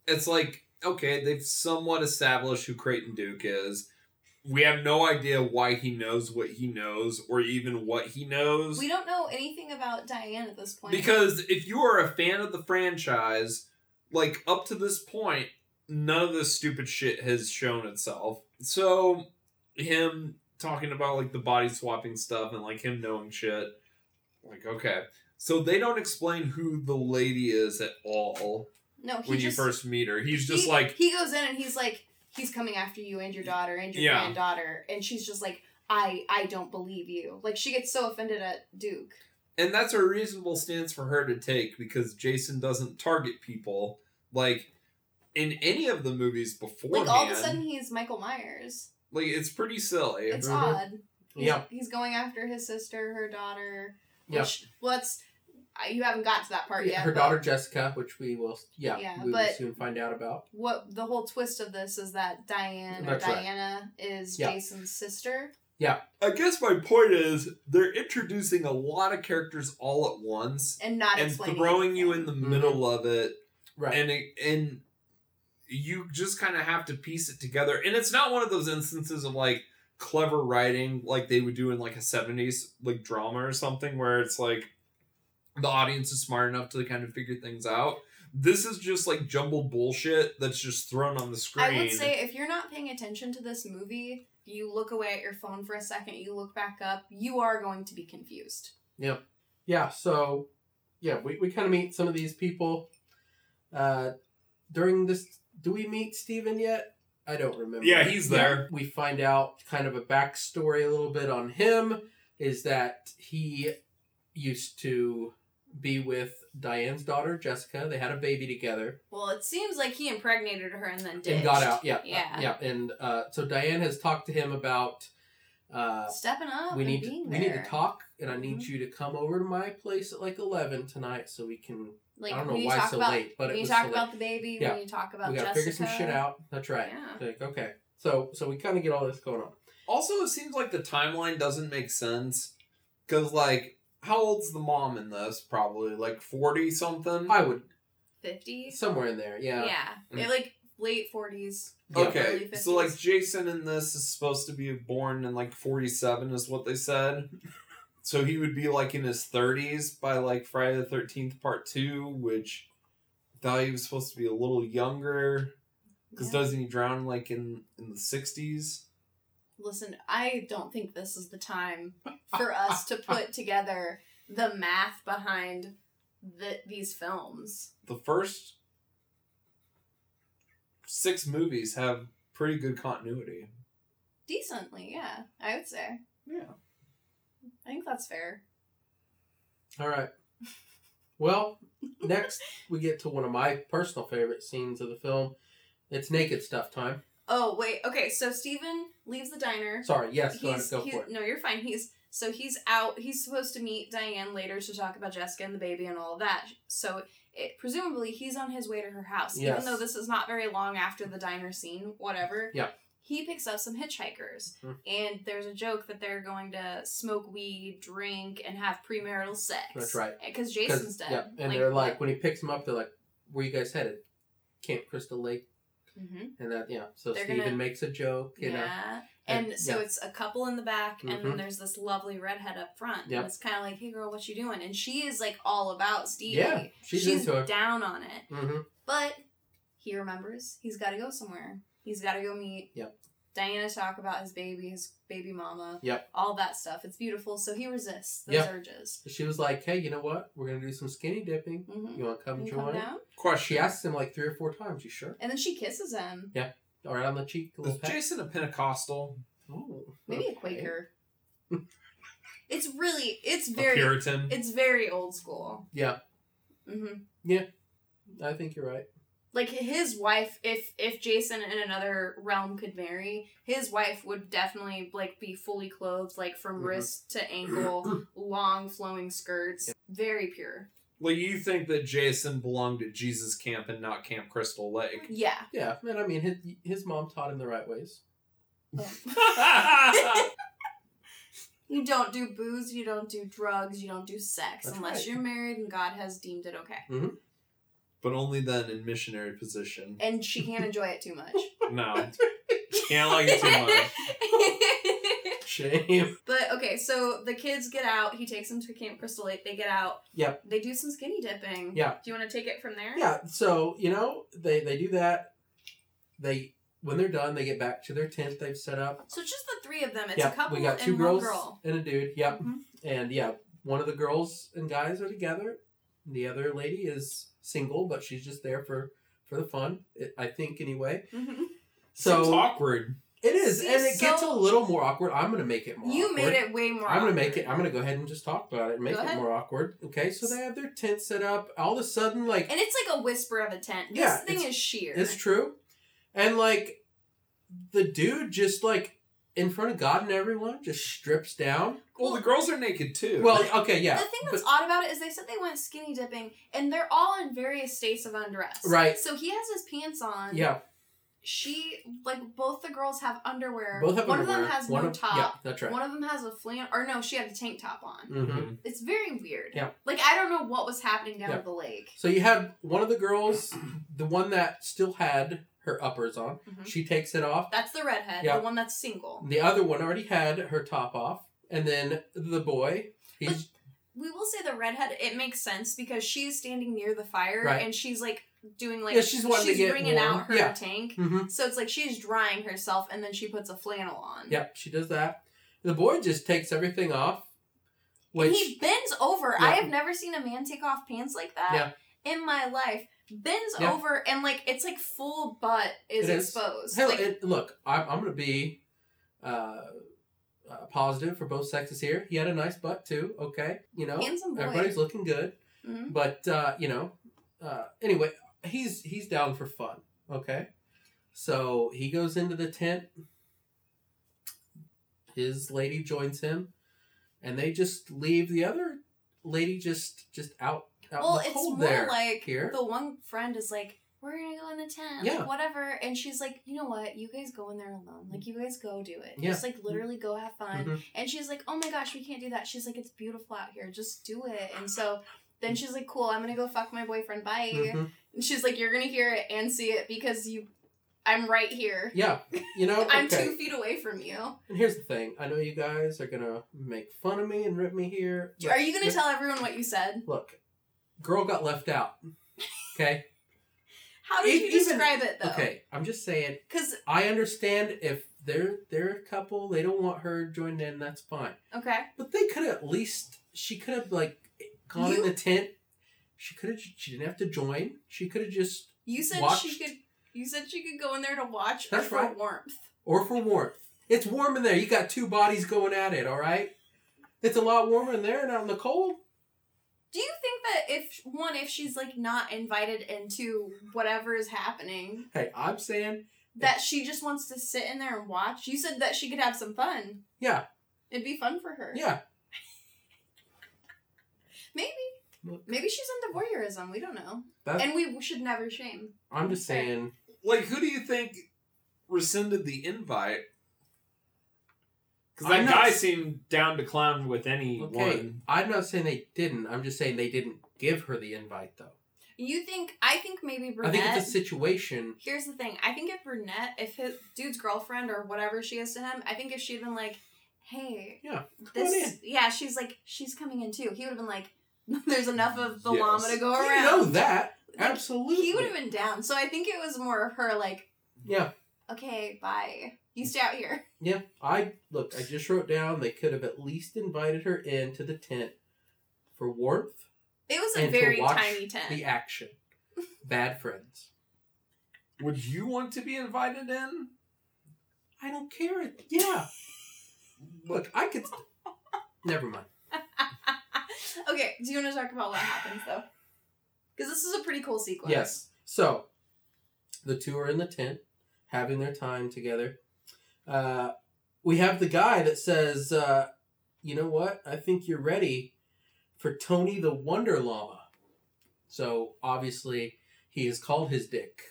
[SPEAKER 2] it's like, okay, they've somewhat established who Creighton Duke is. We have no idea why he knows what he knows or even what he knows.
[SPEAKER 3] We don't know anything about Diane at this point.
[SPEAKER 2] Because if you are a fan of the franchise, like up to this point, none of this stupid shit has shown itself. So him talking about like the body swapping stuff and like him knowing shit, like okay. So they don't explain who the lady is at all
[SPEAKER 3] No, he
[SPEAKER 2] when
[SPEAKER 3] just
[SPEAKER 2] you first meet her. He's just
[SPEAKER 3] he,
[SPEAKER 2] like,
[SPEAKER 3] he goes in and he's like, he's coming after you and your daughter and your
[SPEAKER 2] Yeah.
[SPEAKER 3] granddaughter, and she's just like, I I don't believe you. Like she gets so offended at Duke.
[SPEAKER 2] and that's a reasonable stance for her to take because Jason doesn't target people like in any of the movies before.
[SPEAKER 3] Like all of a sudden he's Michael Myers.
[SPEAKER 2] like it's pretty silly.
[SPEAKER 3] It's
[SPEAKER 2] Mhm.
[SPEAKER 3] odd. He's,
[SPEAKER 1] Yeah.
[SPEAKER 3] he's going after his sister, her daughter.
[SPEAKER 1] Yeah.
[SPEAKER 3] Which what's you haven't got to that part yet.
[SPEAKER 1] her
[SPEAKER 3] but
[SPEAKER 1] daughter Jessica, which we will, yeah,
[SPEAKER 3] Yeah,
[SPEAKER 1] we will
[SPEAKER 3] but-
[SPEAKER 1] soon find out about.
[SPEAKER 3] What the whole twist of this is that Diane or
[SPEAKER 1] That's right.
[SPEAKER 3] Diana is
[SPEAKER 1] Yeah.
[SPEAKER 3] Jason's sister.
[SPEAKER 2] I guess my point is they're introducing a lot of characters all at once
[SPEAKER 3] and not
[SPEAKER 2] and
[SPEAKER 3] explaining
[SPEAKER 2] throwing you in
[SPEAKER 3] anything.
[SPEAKER 2] the middle of it
[SPEAKER 1] Right.
[SPEAKER 2] and it, and you just kind of have to piece it together and it's not one of those instances of like clever writing like they would do in like a 70s like drama or something where it's like the audience is smart enough to kind of figure things out this is just like jumbled bullshit that's just thrown on the screen
[SPEAKER 3] I would say if you're not paying attention to this movie, you look away at your phone for a second, you look back up, you are going to be confused.
[SPEAKER 1] yeah so yeah we, we kind of meet some of these people uh during this do we meet steven yet i don't remember
[SPEAKER 2] Yeah, he's there.
[SPEAKER 1] we find out kind of a backstory a little bit on him is that he used to be with diane's daughter jessica they had a baby together
[SPEAKER 3] Well, it seems like he impregnated her and then ditched.
[SPEAKER 1] and got out yeah
[SPEAKER 3] Yeah.
[SPEAKER 1] yeah and uh, so diane has talked to him about uh,
[SPEAKER 3] Stepping up.
[SPEAKER 1] we
[SPEAKER 3] and
[SPEAKER 1] need to,
[SPEAKER 3] Oh, being
[SPEAKER 1] we need to
[SPEAKER 3] there. Mm-hmm.
[SPEAKER 1] talk and i need you to come over to my place at like 11 tonight so we can
[SPEAKER 3] Like
[SPEAKER 1] I don't know
[SPEAKER 3] when you
[SPEAKER 1] why
[SPEAKER 3] talk
[SPEAKER 1] so
[SPEAKER 3] about
[SPEAKER 1] late, but it
[SPEAKER 3] when you
[SPEAKER 1] was
[SPEAKER 3] talk
[SPEAKER 1] so
[SPEAKER 3] about the baby,
[SPEAKER 1] Yeah.
[SPEAKER 3] when you talk about
[SPEAKER 1] we gotta
[SPEAKER 3] Jessica,
[SPEAKER 1] figure some shit out. That's right.
[SPEAKER 3] Yeah.
[SPEAKER 1] Like, okay. So so we kind of get all this going on.
[SPEAKER 2] also it seems like the timeline doesn't make sense because like how old's the mom in this probably like 40 something
[SPEAKER 1] I would
[SPEAKER 3] fifty.
[SPEAKER 1] somewhere in there. Yeah.
[SPEAKER 3] Yeah, It, like late forties.
[SPEAKER 1] Yeah.
[SPEAKER 2] Okay,
[SPEAKER 3] early
[SPEAKER 2] so like
[SPEAKER 3] 50s.
[SPEAKER 2] Jason in this is supposed to be born in like 47 is what they said. So he would be like in his 30s by like Friday the 13th part 2, which thought he was supposed to be a little younger cuz
[SPEAKER 3] Yeah.
[SPEAKER 2] doesn't he drown like in in the 60s?
[SPEAKER 3] Listen, I don't think this is the time for us to put together the math behind the, these films.
[SPEAKER 2] The first six movies have pretty good continuity.
[SPEAKER 3] Decently, yeah, I would say.
[SPEAKER 2] Yeah.
[SPEAKER 3] I think that's fair.
[SPEAKER 1] All right. Well, next we get to one of my personal favorite scenes of the film. It's naked stuff time.
[SPEAKER 3] Oh wait, okay. So Steven leaves the diner.
[SPEAKER 1] Sorry. Yes. Go, ahead,
[SPEAKER 3] he's,
[SPEAKER 1] go
[SPEAKER 3] he's-
[SPEAKER 1] for it.
[SPEAKER 3] No, you're fine. He's so he's out. He's supposed to meet Diane later to talk about Jessica and the baby and all of that. So it, presumably he's on his way to her house,
[SPEAKER 1] Yes.
[SPEAKER 3] even though this is not very long after the diner scene. Whatever.
[SPEAKER 1] Yeah.
[SPEAKER 3] He picks up some hitchhikers,
[SPEAKER 1] Mhm.
[SPEAKER 3] and there's a joke that they're going to smoke weed, drink, and have premarital sex.
[SPEAKER 1] That's right.
[SPEAKER 3] Because
[SPEAKER 1] 'Cause-
[SPEAKER 3] Jason's dead.
[SPEAKER 1] Yeah. And they're like, when he picks them up, they're like, "Where you guys headed? Camp Crystal Lake."
[SPEAKER 3] hmm
[SPEAKER 1] And that yeah. So
[SPEAKER 3] They're
[SPEAKER 1] Steven
[SPEAKER 3] gonna-
[SPEAKER 1] makes a joke. You know.
[SPEAKER 3] Yeah. And
[SPEAKER 1] I-
[SPEAKER 3] so
[SPEAKER 1] yeah.
[SPEAKER 3] it's a couple in the back, and
[SPEAKER 1] Mhm.
[SPEAKER 3] then there's this lovely redhead up front.
[SPEAKER 1] Yep.
[SPEAKER 3] And it's kind of like, hey, girl, what you doing? And she is like all about Stevie.
[SPEAKER 1] Yeah, she's into it.
[SPEAKER 3] down on it.
[SPEAKER 1] Mm-hmm.
[SPEAKER 3] But he remembers he's got to go somewhere. He's got to go meet
[SPEAKER 1] Yep.
[SPEAKER 3] Diana, to talk about his baby, his baby mama.
[SPEAKER 1] Yep.
[SPEAKER 3] All that stuff. It's beautiful. So he resists those
[SPEAKER 1] Yep.
[SPEAKER 3] urges.
[SPEAKER 1] She was like, "Hey, you know what? We're gonna do some skinny dipping.
[SPEAKER 3] Mm-hmm.
[SPEAKER 1] You want to come
[SPEAKER 3] You
[SPEAKER 1] join?"
[SPEAKER 3] come down?
[SPEAKER 2] Question.
[SPEAKER 1] She asks him like three or four times. You sure?
[SPEAKER 3] And then she kisses him.
[SPEAKER 1] All right, on the cheek, a
[SPEAKER 2] Is
[SPEAKER 1] little peck.
[SPEAKER 2] Jason a Pentecostal?
[SPEAKER 1] Ooh,
[SPEAKER 3] Maybe
[SPEAKER 1] okay.
[SPEAKER 3] a Quaker. it's really, it's
[SPEAKER 2] a
[SPEAKER 3] very,
[SPEAKER 2] Puritan?
[SPEAKER 3] it's very old school.
[SPEAKER 1] Yeah.
[SPEAKER 3] Mm-hmm.
[SPEAKER 1] I think you're right.
[SPEAKER 3] like his wife if if jason in another realm could marry his wife would definitely like be fully clothed like from
[SPEAKER 1] Mhm.
[SPEAKER 3] wrist to ankle long flowing skirts very pure
[SPEAKER 2] Well, you think that Jason belonged at Jesus Camp and not Camp Crystal Lake?
[SPEAKER 3] yeah
[SPEAKER 1] Yeah, man. I mean, his his mom taught him the right ways.
[SPEAKER 3] you don't do booze you don't do drugs you don't do sex
[SPEAKER 1] That's
[SPEAKER 3] unless
[SPEAKER 1] right.
[SPEAKER 3] you're married and god has deemed it okay
[SPEAKER 2] but only then in missionary position.
[SPEAKER 3] and she can't enjoy it too much
[SPEAKER 2] No, can't like it too much.
[SPEAKER 1] Shame.
[SPEAKER 3] But okay, so the kids get out. He takes them to Camp Crystal Lake. They get out.
[SPEAKER 1] Yep.
[SPEAKER 3] They do some skinny dipping.
[SPEAKER 1] Yeah.
[SPEAKER 3] Do you want to take it from there?
[SPEAKER 1] yeah. So you know, they they do that. They when they're done, they get back to their tent they've set up.
[SPEAKER 3] So it's just the three of them. It's
[SPEAKER 1] yeah,
[SPEAKER 3] a couple
[SPEAKER 1] we got two
[SPEAKER 3] and
[SPEAKER 1] girls
[SPEAKER 3] one girl.
[SPEAKER 1] and a dude. Yep.
[SPEAKER 3] Mhm.
[SPEAKER 1] And yeah, one of the girls and guys are together. and The other lady is single, but she's just there for for the fun. It, I think anyway.
[SPEAKER 3] mm-hmm.
[SPEAKER 2] Seems
[SPEAKER 1] So
[SPEAKER 2] awkward.
[SPEAKER 1] it is, and it
[SPEAKER 3] Seems
[SPEAKER 1] gets a
[SPEAKER 3] so-
[SPEAKER 1] little more awkward. I'm gonna make it more.
[SPEAKER 3] you made
[SPEAKER 1] awkward.
[SPEAKER 3] it way more.
[SPEAKER 1] I'm gonna
[SPEAKER 3] awkward.
[SPEAKER 1] make it. I'm gonna go ahead and just talk about it and make
[SPEAKER 3] Go
[SPEAKER 1] it
[SPEAKER 3] ahead.
[SPEAKER 1] more awkward. Okay, so they have their tent set up. All of a sudden, like
[SPEAKER 3] And it's like a whisper of a tent. This
[SPEAKER 1] Yeah,
[SPEAKER 3] thing
[SPEAKER 1] it's-
[SPEAKER 3] is sheer.
[SPEAKER 1] it's true, and like the dude just like in front of God and everyone just strips down.
[SPEAKER 2] Well, the girls are naked too.
[SPEAKER 1] Well, okay, yeah,
[SPEAKER 3] The thing that's odd about it is they said they went skinny dipping, and they're all in various states of undress.
[SPEAKER 1] Right.
[SPEAKER 3] So he has his pants on.
[SPEAKER 1] but yeah,
[SPEAKER 3] She like both the girls have underwear.
[SPEAKER 1] both have
[SPEAKER 3] one
[SPEAKER 1] underwear.
[SPEAKER 3] of them has
[SPEAKER 1] one
[SPEAKER 3] no
[SPEAKER 1] of,
[SPEAKER 3] top.
[SPEAKER 1] Yeah, that's right.
[SPEAKER 3] One of them has a flannel, or no, she had a tank top on.
[SPEAKER 1] Mhm.
[SPEAKER 2] Mhm.
[SPEAKER 3] It's very weird.
[SPEAKER 1] Yeah.
[SPEAKER 3] Like I don't know what was happening down
[SPEAKER 1] Yeah.
[SPEAKER 3] at the lake.
[SPEAKER 1] So you have one of the girls, the one that still had her uppers on.
[SPEAKER 3] Mhm.
[SPEAKER 1] She takes it off.
[SPEAKER 3] That's the redhead,
[SPEAKER 1] Yeah.
[SPEAKER 3] the one that's single.
[SPEAKER 1] The other one already had her top off, and then the boy. He's
[SPEAKER 3] We will say the redhead. It makes sense because she's standing near the fire
[SPEAKER 1] Right.
[SPEAKER 3] and she's like doing like
[SPEAKER 1] Yeah, she's wanting to get
[SPEAKER 3] bringing
[SPEAKER 1] warm.
[SPEAKER 3] out her
[SPEAKER 1] Yeah.
[SPEAKER 3] tank.
[SPEAKER 1] Mhm.
[SPEAKER 3] So it's like she's drying herself and then she puts a flannel on.
[SPEAKER 1] Yep, she does that. The boy just takes everything off, which
[SPEAKER 3] And he bends over.
[SPEAKER 1] Yeah.
[SPEAKER 3] I have never seen a man take off pants like that in my life. Bends
[SPEAKER 1] Yeah.
[SPEAKER 3] over and like it's like full butt is
[SPEAKER 1] It is.
[SPEAKER 3] exposed.
[SPEAKER 1] hell,
[SPEAKER 3] like,
[SPEAKER 1] it- look, I'm, I'm gonna be uh, uh, positive for both sexes here. He had a nice butt too. Okay, you know,
[SPEAKER 3] handsome boy.
[SPEAKER 1] everybody's looking good,
[SPEAKER 3] Mhm.
[SPEAKER 1] but uh, you know, uh, anyway, he's he's down for fun. Okay, so he goes into the tent. His lady joins him, and they just leave the other lady just just out. out in
[SPEAKER 3] Well,
[SPEAKER 1] the
[SPEAKER 3] it's more
[SPEAKER 1] cold there.
[SPEAKER 3] like
[SPEAKER 1] here.
[SPEAKER 3] the one friend is like, "We're gonna go in the tent,
[SPEAKER 1] Yeah.
[SPEAKER 3] like whatever," and she's like, "You know what? You guys go in there alone. Like you guys go do it.
[SPEAKER 1] Yeah.
[SPEAKER 3] Just like literally go have fun."
[SPEAKER 1] Mhm.
[SPEAKER 3] And she's like, "Oh my gosh, we can't do that." She's like, "It's beautiful out here. Just do it." And so then she's like, "Cool, I'm gonna go fuck my boyfriend. Bye."
[SPEAKER 1] Mhm.
[SPEAKER 3] And she's like, "You're gonna hear it and see it because you, I'm right here.
[SPEAKER 1] Yeah, you know,
[SPEAKER 3] I'm
[SPEAKER 1] okay.
[SPEAKER 3] two feet away from you.
[SPEAKER 1] And here's the thing: I know you guys are gonna make fun of me and rip me here. but-
[SPEAKER 3] Are you gonna tell everyone what you said?
[SPEAKER 1] Look, girl got left out. Okay,
[SPEAKER 3] How did
[SPEAKER 1] If
[SPEAKER 3] you
[SPEAKER 1] even-
[SPEAKER 3] describe it though?
[SPEAKER 1] okay. I'm just saying.
[SPEAKER 3] Because
[SPEAKER 1] I understand if they're they're a couple, they don't want her joined in. That's fine.
[SPEAKER 3] okay,
[SPEAKER 1] But they could at least she could have like gone
[SPEAKER 3] You-
[SPEAKER 1] in the tent. She could have. She didn't have to join. She could have just
[SPEAKER 3] you said she
[SPEAKER 1] Watched.
[SPEAKER 3] could. You said she could go in there to watch or
[SPEAKER 1] That's
[SPEAKER 3] for
[SPEAKER 1] right.
[SPEAKER 3] warmth.
[SPEAKER 1] or for warmth. It's warm in there. You got two bodies going at it. All right. It's a lot warmer in there and out in the cold.
[SPEAKER 3] Do you think that if one, if she's like not invited into whatever is happening,
[SPEAKER 1] Hey, I'm saying
[SPEAKER 3] that she just wants to sit in there and watch? You said that she could have some fun.
[SPEAKER 1] Yeah.
[SPEAKER 3] It'd be fun for her.
[SPEAKER 1] yeah.
[SPEAKER 3] Maybe.
[SPEAKER 1] Look.
[SPEAKER 3] Maybe she's into voyeurism. We don't know.
[SPEAKER 1] That's,
[SPEAKER 3] and we should never shame.
[SPEAKER 1] I'm just saying.
[SPEAKER 2] Like, who do you think rescinded the invite? Because
[SPEAKER 1] I'm
[SPEAKER 2] that
[SPEAKER 1] not-
[SPEAKER 2] guy seemed down to clown with anyone.
[SPEAKER 1] Okay, I'm not saying they didn't. I'm just saying they didn't give her the invite though.
[SPEAKER 3] You think, I think maybe
[SPEAKER 1] I
[SPEAKER 3] Brunette.
[SPEAKER 1] think it's a situation.
[SPEAKER 3] Here's the thing. I think if Brunette, if his dude's girlfriend or whatever she is to him, I think if she'd been like, hey,
[SPEAKER 1] Yeah,
[SPEAKER 3] this, yeah, she's like, she's coming in too. He would have been like, there's enough of the llama
[SPEAKER 2] Yes.
[SPEAKER 3] to go
[SPEAKER 1] You
[SPEAKER 3] around.
[SPEAKER 1] know that absolutely.
[SPEAKER 3] He would have been down. So I think it was more of her like,
[SPEAKER 1] Yeah,
[SPEAKER 3] okay, bye. You stay out here.
[SPEAKER 1] yeah. I look. I just wrote down they could have at least invited her into the tent for warmth
[SPEAKER 3] It was a
[SPEAKER 1] and
[SPEAKER 3] very
[SPEAKER 1] to watch
[SPEAKER 3] tiny tent.
[SPEAKER 1] the action. Bad friends.
[SPEAKER 2] Would you want to be invited in?
[SPEAKER 1] I don't care. It- Yeah. Look, I could. Never mind.
[SPEAKER 3] okay, do you want to talk about what happens though? Because this is a pretty cool sequence.
[SPEAKER 1] Yes. So, the two are in the tent, having their time together. Uh, we have the guy that says, uh, "You know what? I think you're ready for Tony the Wonder Llama." So obviously, he has called his dick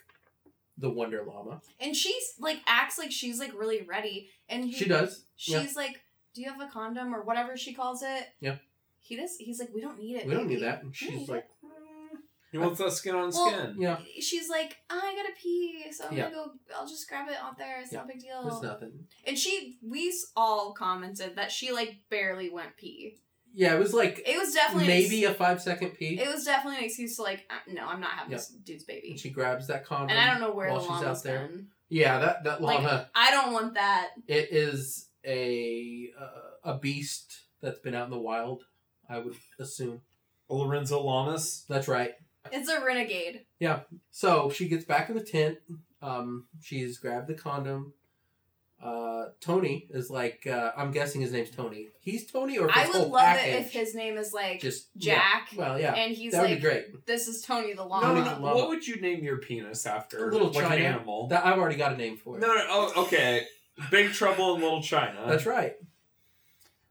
[SPEAKER 1] the Wonder Llama.
[SPEAKER 3] And she's like acts like she's like really ready, and he,
[SPEAKER 1] She does.
[SPEAKER 3] She's like, "Do you have a condom or whatever she calls it?"
[SPEAKER 1] Yeah.
[SPEAKER 3] He does. He's like, "We don't need it.
[SPEAKER 1] We don't need
[SPEAKER 3] baby."
[SPEAKER 1] that. And
[SPEAKER 3] We don't
[SPEAKER 1] she's
[SPEAKER 3] need
[SPEAKER 1] like,
[SPEAKER 2] He wants that skin on
[SPEAKER 3] Well-
[SPEAKER 2] skin.
[SPEAKER 1] "Yeah,
[SPEAKER 3] it." She's like, "I gotta pee, so I'm
[SPEAKER 1] Yeah.
[SPEAKER 3] gonna go. I'll just grab it out there. It's not a big deal."
[SPEAKER 1] it's nothing."
[SPEAKER 3] And she, we s- all commented that she like barely went pee.
[SPEAKER 1] Yeah, it was like
[SPEAKER 3] It was definitely an
[SPEAKER 1] maybe a five second pee.
[SPEAKER 3] ex- it was definitely an excuse to like, uh, no, I'm not having
[SPEAKER 1] Yeah.
[SPEAKER 3] this dude's
[SPEAKER 1] And
[SPEAKER 3] baby.
[SPEAKER 1] she grabs that condom.
[SPEAKER 3] And I don't know where
[SPEAKER 1] while
[SPEAKER 3] the
[SPEAKER 1] she's out
[SPEAKER 3] llama's
[SPEAKER 1] there.
[SPEAKER 3] been.
[SPEAKER 1] Yeah, that that
[SPEAKER 3] Like,
[SPEAKER 1] llama.
[SPEAKER 3] I don't want that.
[SPEAKER 1] It is a uh, a beast that's been out in the wild. I would assume.
[SPEAKER 2] Lorenzo Lamas.
[SPEAKER 1] That's right.
[SPEAKER 3] It's a renegade.
[SPEAKER 1] So she gets back in the tent. Um, she's grabbed the condom. Uh, Tony is like, uh, I'm guessing his name's Tony. He's Tony, or if
[SPEAKER 3] I
[SPEAKER 1] his
[SPEAKER 3] would
[SPEAKER 1] whole
[SPEAKER 3] love it
[SPEAKER 1] package
[SPEAKER 3] if his name is like
[SPEAKER 1] just
[SPEAKER 3] Jack,
[SPEAKER 1] Yeah. Well, yeah,
[SPEAKER 3] and he's
[SPEAKER 1] that would
[SPEAKER 3] like,
[SPEAKER 1] be great.
[SPEAKER 3] "This is Tony the
[SPEAKER 2] No,
[SPEAKER 3] Long."
[SPEAKER 2] no,
[SPEAKER 1] Tony
[SPEAKER 2] no.
[SPEAKER 1] Lamas.
[SPEAKER 2] What would you name your penis after?
[SPEAKER 1] A little
[SPEAKER 2] like
[SPEAKER 1] China.
[SPEAKER 2] an animal.
[SPEAKER 1] That I've already got a name for
[SPEAKER 2] no,
[SPEAKER 1] it.
[SPEAKER 2] no. Oh, okay. Big Trouble in Little China.
[SPEAKER 1] That's right.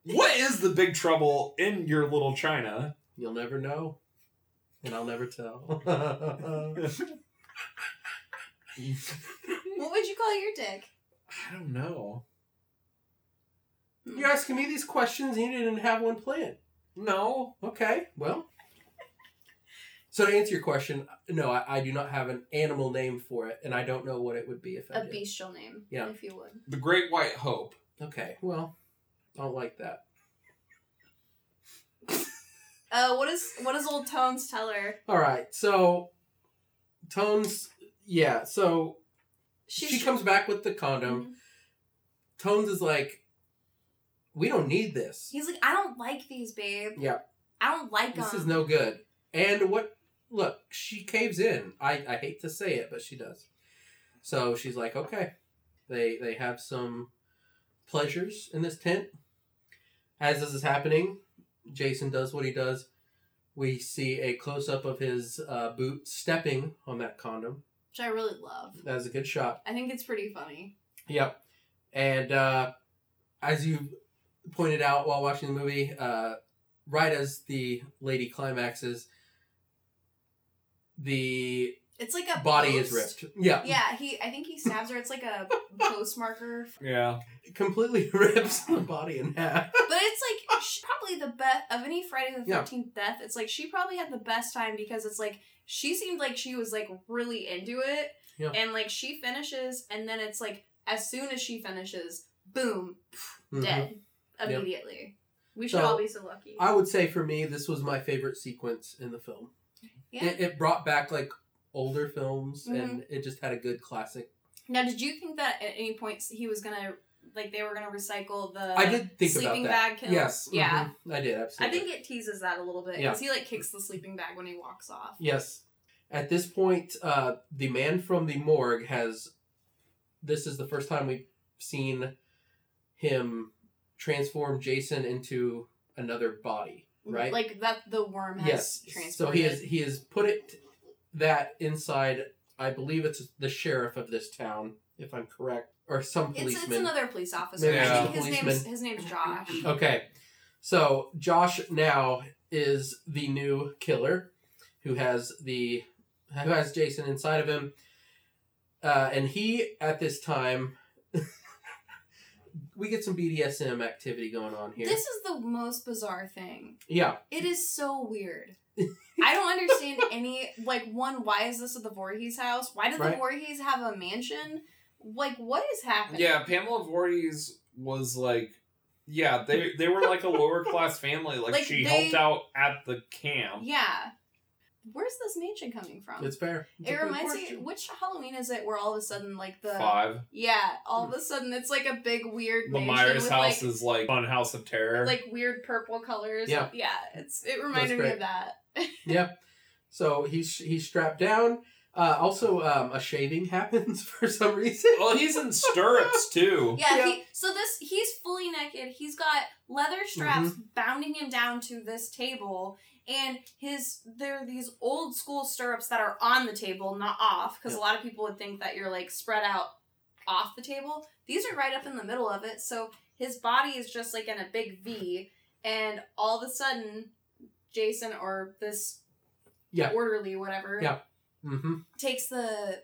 [SPEAKER 2] What is the Big Trouble in Your Little China?
[SPEAKER 1] You'll never know, and I'll never tell.
[SPEAKER 3] What would you call your dick?
[SPEAKER 2] I don't know.
[SPEAKER 1] You're asking me these questions, and you didn't have one planned.
[SPEAKER 2] No.
[SPEAKER 1] Okay, well. So to answer your question, no, I, I do not have an animal name for it, and I don't know what it would be if I
[SPEAKER 3] A
[SPEAKER 1] did.
[SPEAKER 3] bestial name,
[SPEAKER 1] Yeah.
[SPEAKER 3] if you would.
[SPEAKER 2] The Great White Hope.
[SPEAKER 1] Okay, well, I don't like that.
[SPEAKER 3] Uh, what is what does old Tones tell her?
[SPEAKER 1] All right, so Tones, yeah, so
[SPEAKER 3] She's, Mm-hmm.
[SPEAKER 1] she comes back with the condom. Tones is like, we don't need this.
[SPEAKER 3] He's like, "I don't like these, babe.
[SPEAKER 1] Yeah.
[SPEAKER 3] I don't like them."
[SPEAKER 1] This is no good. And what? Look, she caves in. I, I hate to say it, but she does. So she's like, okay. They they have some pleasures in this tent. As this is happening, Jason does what he does. We see a close up of his uh, boot stepping on that condom.
[SPEAKER 3] which I really love.
[SPEAKER 1] That was a good shot.
[SPEAKER 3] I think it's pretty funny.
[SPEAKER 1] Yep. And uh, as you pointed out while watching the movie, uh, right as the lady climaxes, the
[SPEAKER 3] It's like a
[SPEAKER 1] body is
[SPEAKER 3] post.
[SPEAKER 1] ripped. Yeah.
[SPEAKER 3] Yeah, he. I think he stabs her. It's like a postmarker,
[SPEAKER 2] Yeah.
[SPEAKER 1] It completely rips the body in half.
[SPEAKER 3] but it's like sh probably the best of any Friday the
[SPEAKER 1] Yeah.
[SPEAKER 3] Thirteenth death. It's like she probably had the best time because it's like she seemed like she was like really into it,
[SPEAKER 1] Yeah.
[SPEAKER 3] and like she finishes, and then it's like as soon as she finishes, boom,
[SPEAKER 1] Mhm.
[SPEAKER 3] dead
[SPEAKER 1] Yeah.
[SPEAKER 3] immediately. We should
[SPEAKER 1] So,
[SPEAKER 3] all be so lucky.
[SPEAKER 1] I would say for me, this was my favorite sequence in the film.
[SPEAKER 3] yeah. Mm-hmm.
[SPEAKER 1] It, it brought back like older films and it just had a good classic.
[SPEAKER 3] now, did you think that at any point he was gonna like they were gonna recycle the?
[SPEAKER 1] I did think
[SPEAKER 3] Uh, sleeping
[SPEAKER 1] about that.
[SPEAKER 3] bag kills.
[SPEAKER 1] Yes.
[SPEAKER 3] Yeah.
[SPEAKER 1] mhm. I did,
[SPEAKER 3] I
[SPEAKER 1] absolutely.
[SPEAKER 3] think it teases that a little bit
[SPEAKER 1] Yeah.
[SPEAKER 3] because he like kicks the sleeping bag when he walks off.
[SPEAKER 1] Yes. At this point, uh, the man from the morgue has. This is the first time we've seen him transform Jason into another body, right?
[SPEAKER 3] Like that the worm has
[SPEAKER 1] yes. So
[SPEAKER 3] transported.
[SPEAKER 1] he has he has put it that inside. I believe it's the sheriff of this town, if I'm correct, or some
[SPEAKER 3] It's,
[SPEAKER 1] policeman.
[SPEAKER 3] it's another police officer.
[SPEAKER 1] Maybe
[SPEAKER 3] I
[SPEAKER 2] it's
[SPEAKER 3] think his
[SPEAKER 1] a
[SPEAKER 3] name's
[SPEAKER 1] policeman.
[SPEAKER 3] his name's Josh.
[SPEAKER 1] Okay. So Josh now is the new killer who has the who has Jason inside of him. Uh, and he at this time we get some BDSM activity going on here.
[SPEAKER 3] This is the most bizarre thing.
[SPEAKER 1] yeah.
[SPEAKER 3] It is so weird. I don't understand any like one. Why is this at the Voorhees house? Why did the
[SPEAKER 1] Right.
[SPEAKER 3] Voorhees have a mansion? Like what is happening?
[SPEAKER 2] Yeah, Pamela Voorhees was like yeah, they they were like a lower class family. Like,
[SPEAKER 3] Like,
[SPEAKER 2] she
[SPEAKER 3] they-
[SPEAKER 2] helped out at the camp.
[SPEAKER 3] Yeah. Where's this mansion coming from?
[SPEAKER 1] It's fair. It's a
[SPEAKER 3] it
[SPEAKER 1] good
[SPEAKER 3] reminds me.
[SPEAKER 1] question.
[SPEAKER 3] Which Halloween is it? Where all of a sudden like the
[SPEAKER 2] Five.
[SPEAKER 3] Yeah, all of a sudden it's like a big weird
[SPEAKER 2] The
[SPEAKER 3] mansion
[SPEAKER 2] Myers
[SPEAKER 3] with
[SPEAKER 2] house
[SPEAKER 3] like
[SPEAKER 2] is like on House of Terror.
[SPEAKER 3] like weird purple colors.
[SPEAKER 1] Yeah.
[SPEAKER 3] yeah. It's it reminded me
[SPEAKER 1] great.
[SPEAKER 3] of that.
[SPEAKER 1] Yeah. So he's he's strapped down. Uh, also um, a shaving happens for some reason.
[SPEAKER 2] well, he's in stirrups too.
[SPEAKER 3] Yeah.
[SPEAKER 1] Yeah.
[SPEAKER 3] He, so this he's fully naked. He's got leather straps
[SPEAKER 1] Mm-hmm.
[SPEAKER 3] bounding him down to this table, and his there are these old school stirrups that are on the table, not off, because
[SPEAKER 1] Yeah.
[SPEAKER 3] a lot of people would think that you're like spread out off the table. These are right up in the middle of it, so his body is just like in a big V, and all of a sudden, Jason or this
[SPEAKER 1] Yeah.
[SPEAKER 3] orderly whatever
[SPEAKER 1] Yeah. Mm-hmm.
[SPEAKER 3] takes the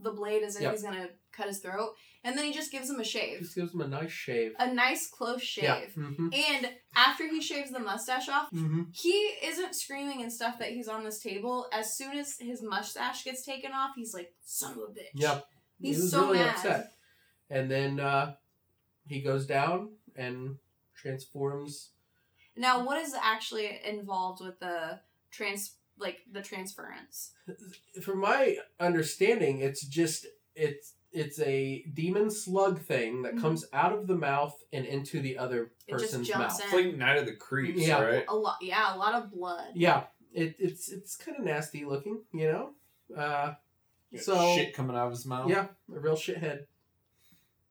[SPEAKER 3] the blade as if
[SPEAKER 1] Yeah.
[SPEAKER 3] he's gonna cut his throat, and then he just gives him a shave
[SPEAKER 1] Just gives him a nice shave.
[SPEAKER 3] a nice close shave.
[SPEAKER 1] Yeah. Mm-hmm.
[SPEAKER 3] And after he shaves the mustache off,
[SPEAKER 1] Mm-hmm.
[SPEAKER 3] he isn't screaming and stuff that he's on this table. As soon as his mustache gets taken off, he's like, son of a bitch.
[SPEAKER 1] Yep.
[SPEAKER 3] He's
[SPEAKER 1] he was
[SPEAKER 3] so
[SPEAKER 1] really
[SPEAKER 3] mad.
[SPEAKER 1] upset. And then uh, he goes down and transforms.
[SPEAKER 3] Now, what is actually involved with the trans like the transference?
[SPEAKER 1] From my understanding, it's just it's it's a demon slug thing that
[SPEAKER 3] Mhm.
[SPEAKER 1] comes out of the mouth and into the other
[SPEAKER 3] It just
[SPEAKER 1] person's
[SPEAKER 3] jumps
[SPEAKER 1] mouth.
[SPEAKER 2] It's like Night of the Creeps,
[SPEAKER 1] Yeah.
[SPEAKER 2] right?
[SPEAKER 3] A lot, yeah, a lot of blood.
[SPEAKER 1] Yeah, it, it's it's kind of nasty looking, you know. Uh,
[SPEAKER 2] Got
[SPEAKER 1] So-
[SPEAKER 2] shit coming out of his mouth.
[SPEAKER 1] yeah, a real shithead.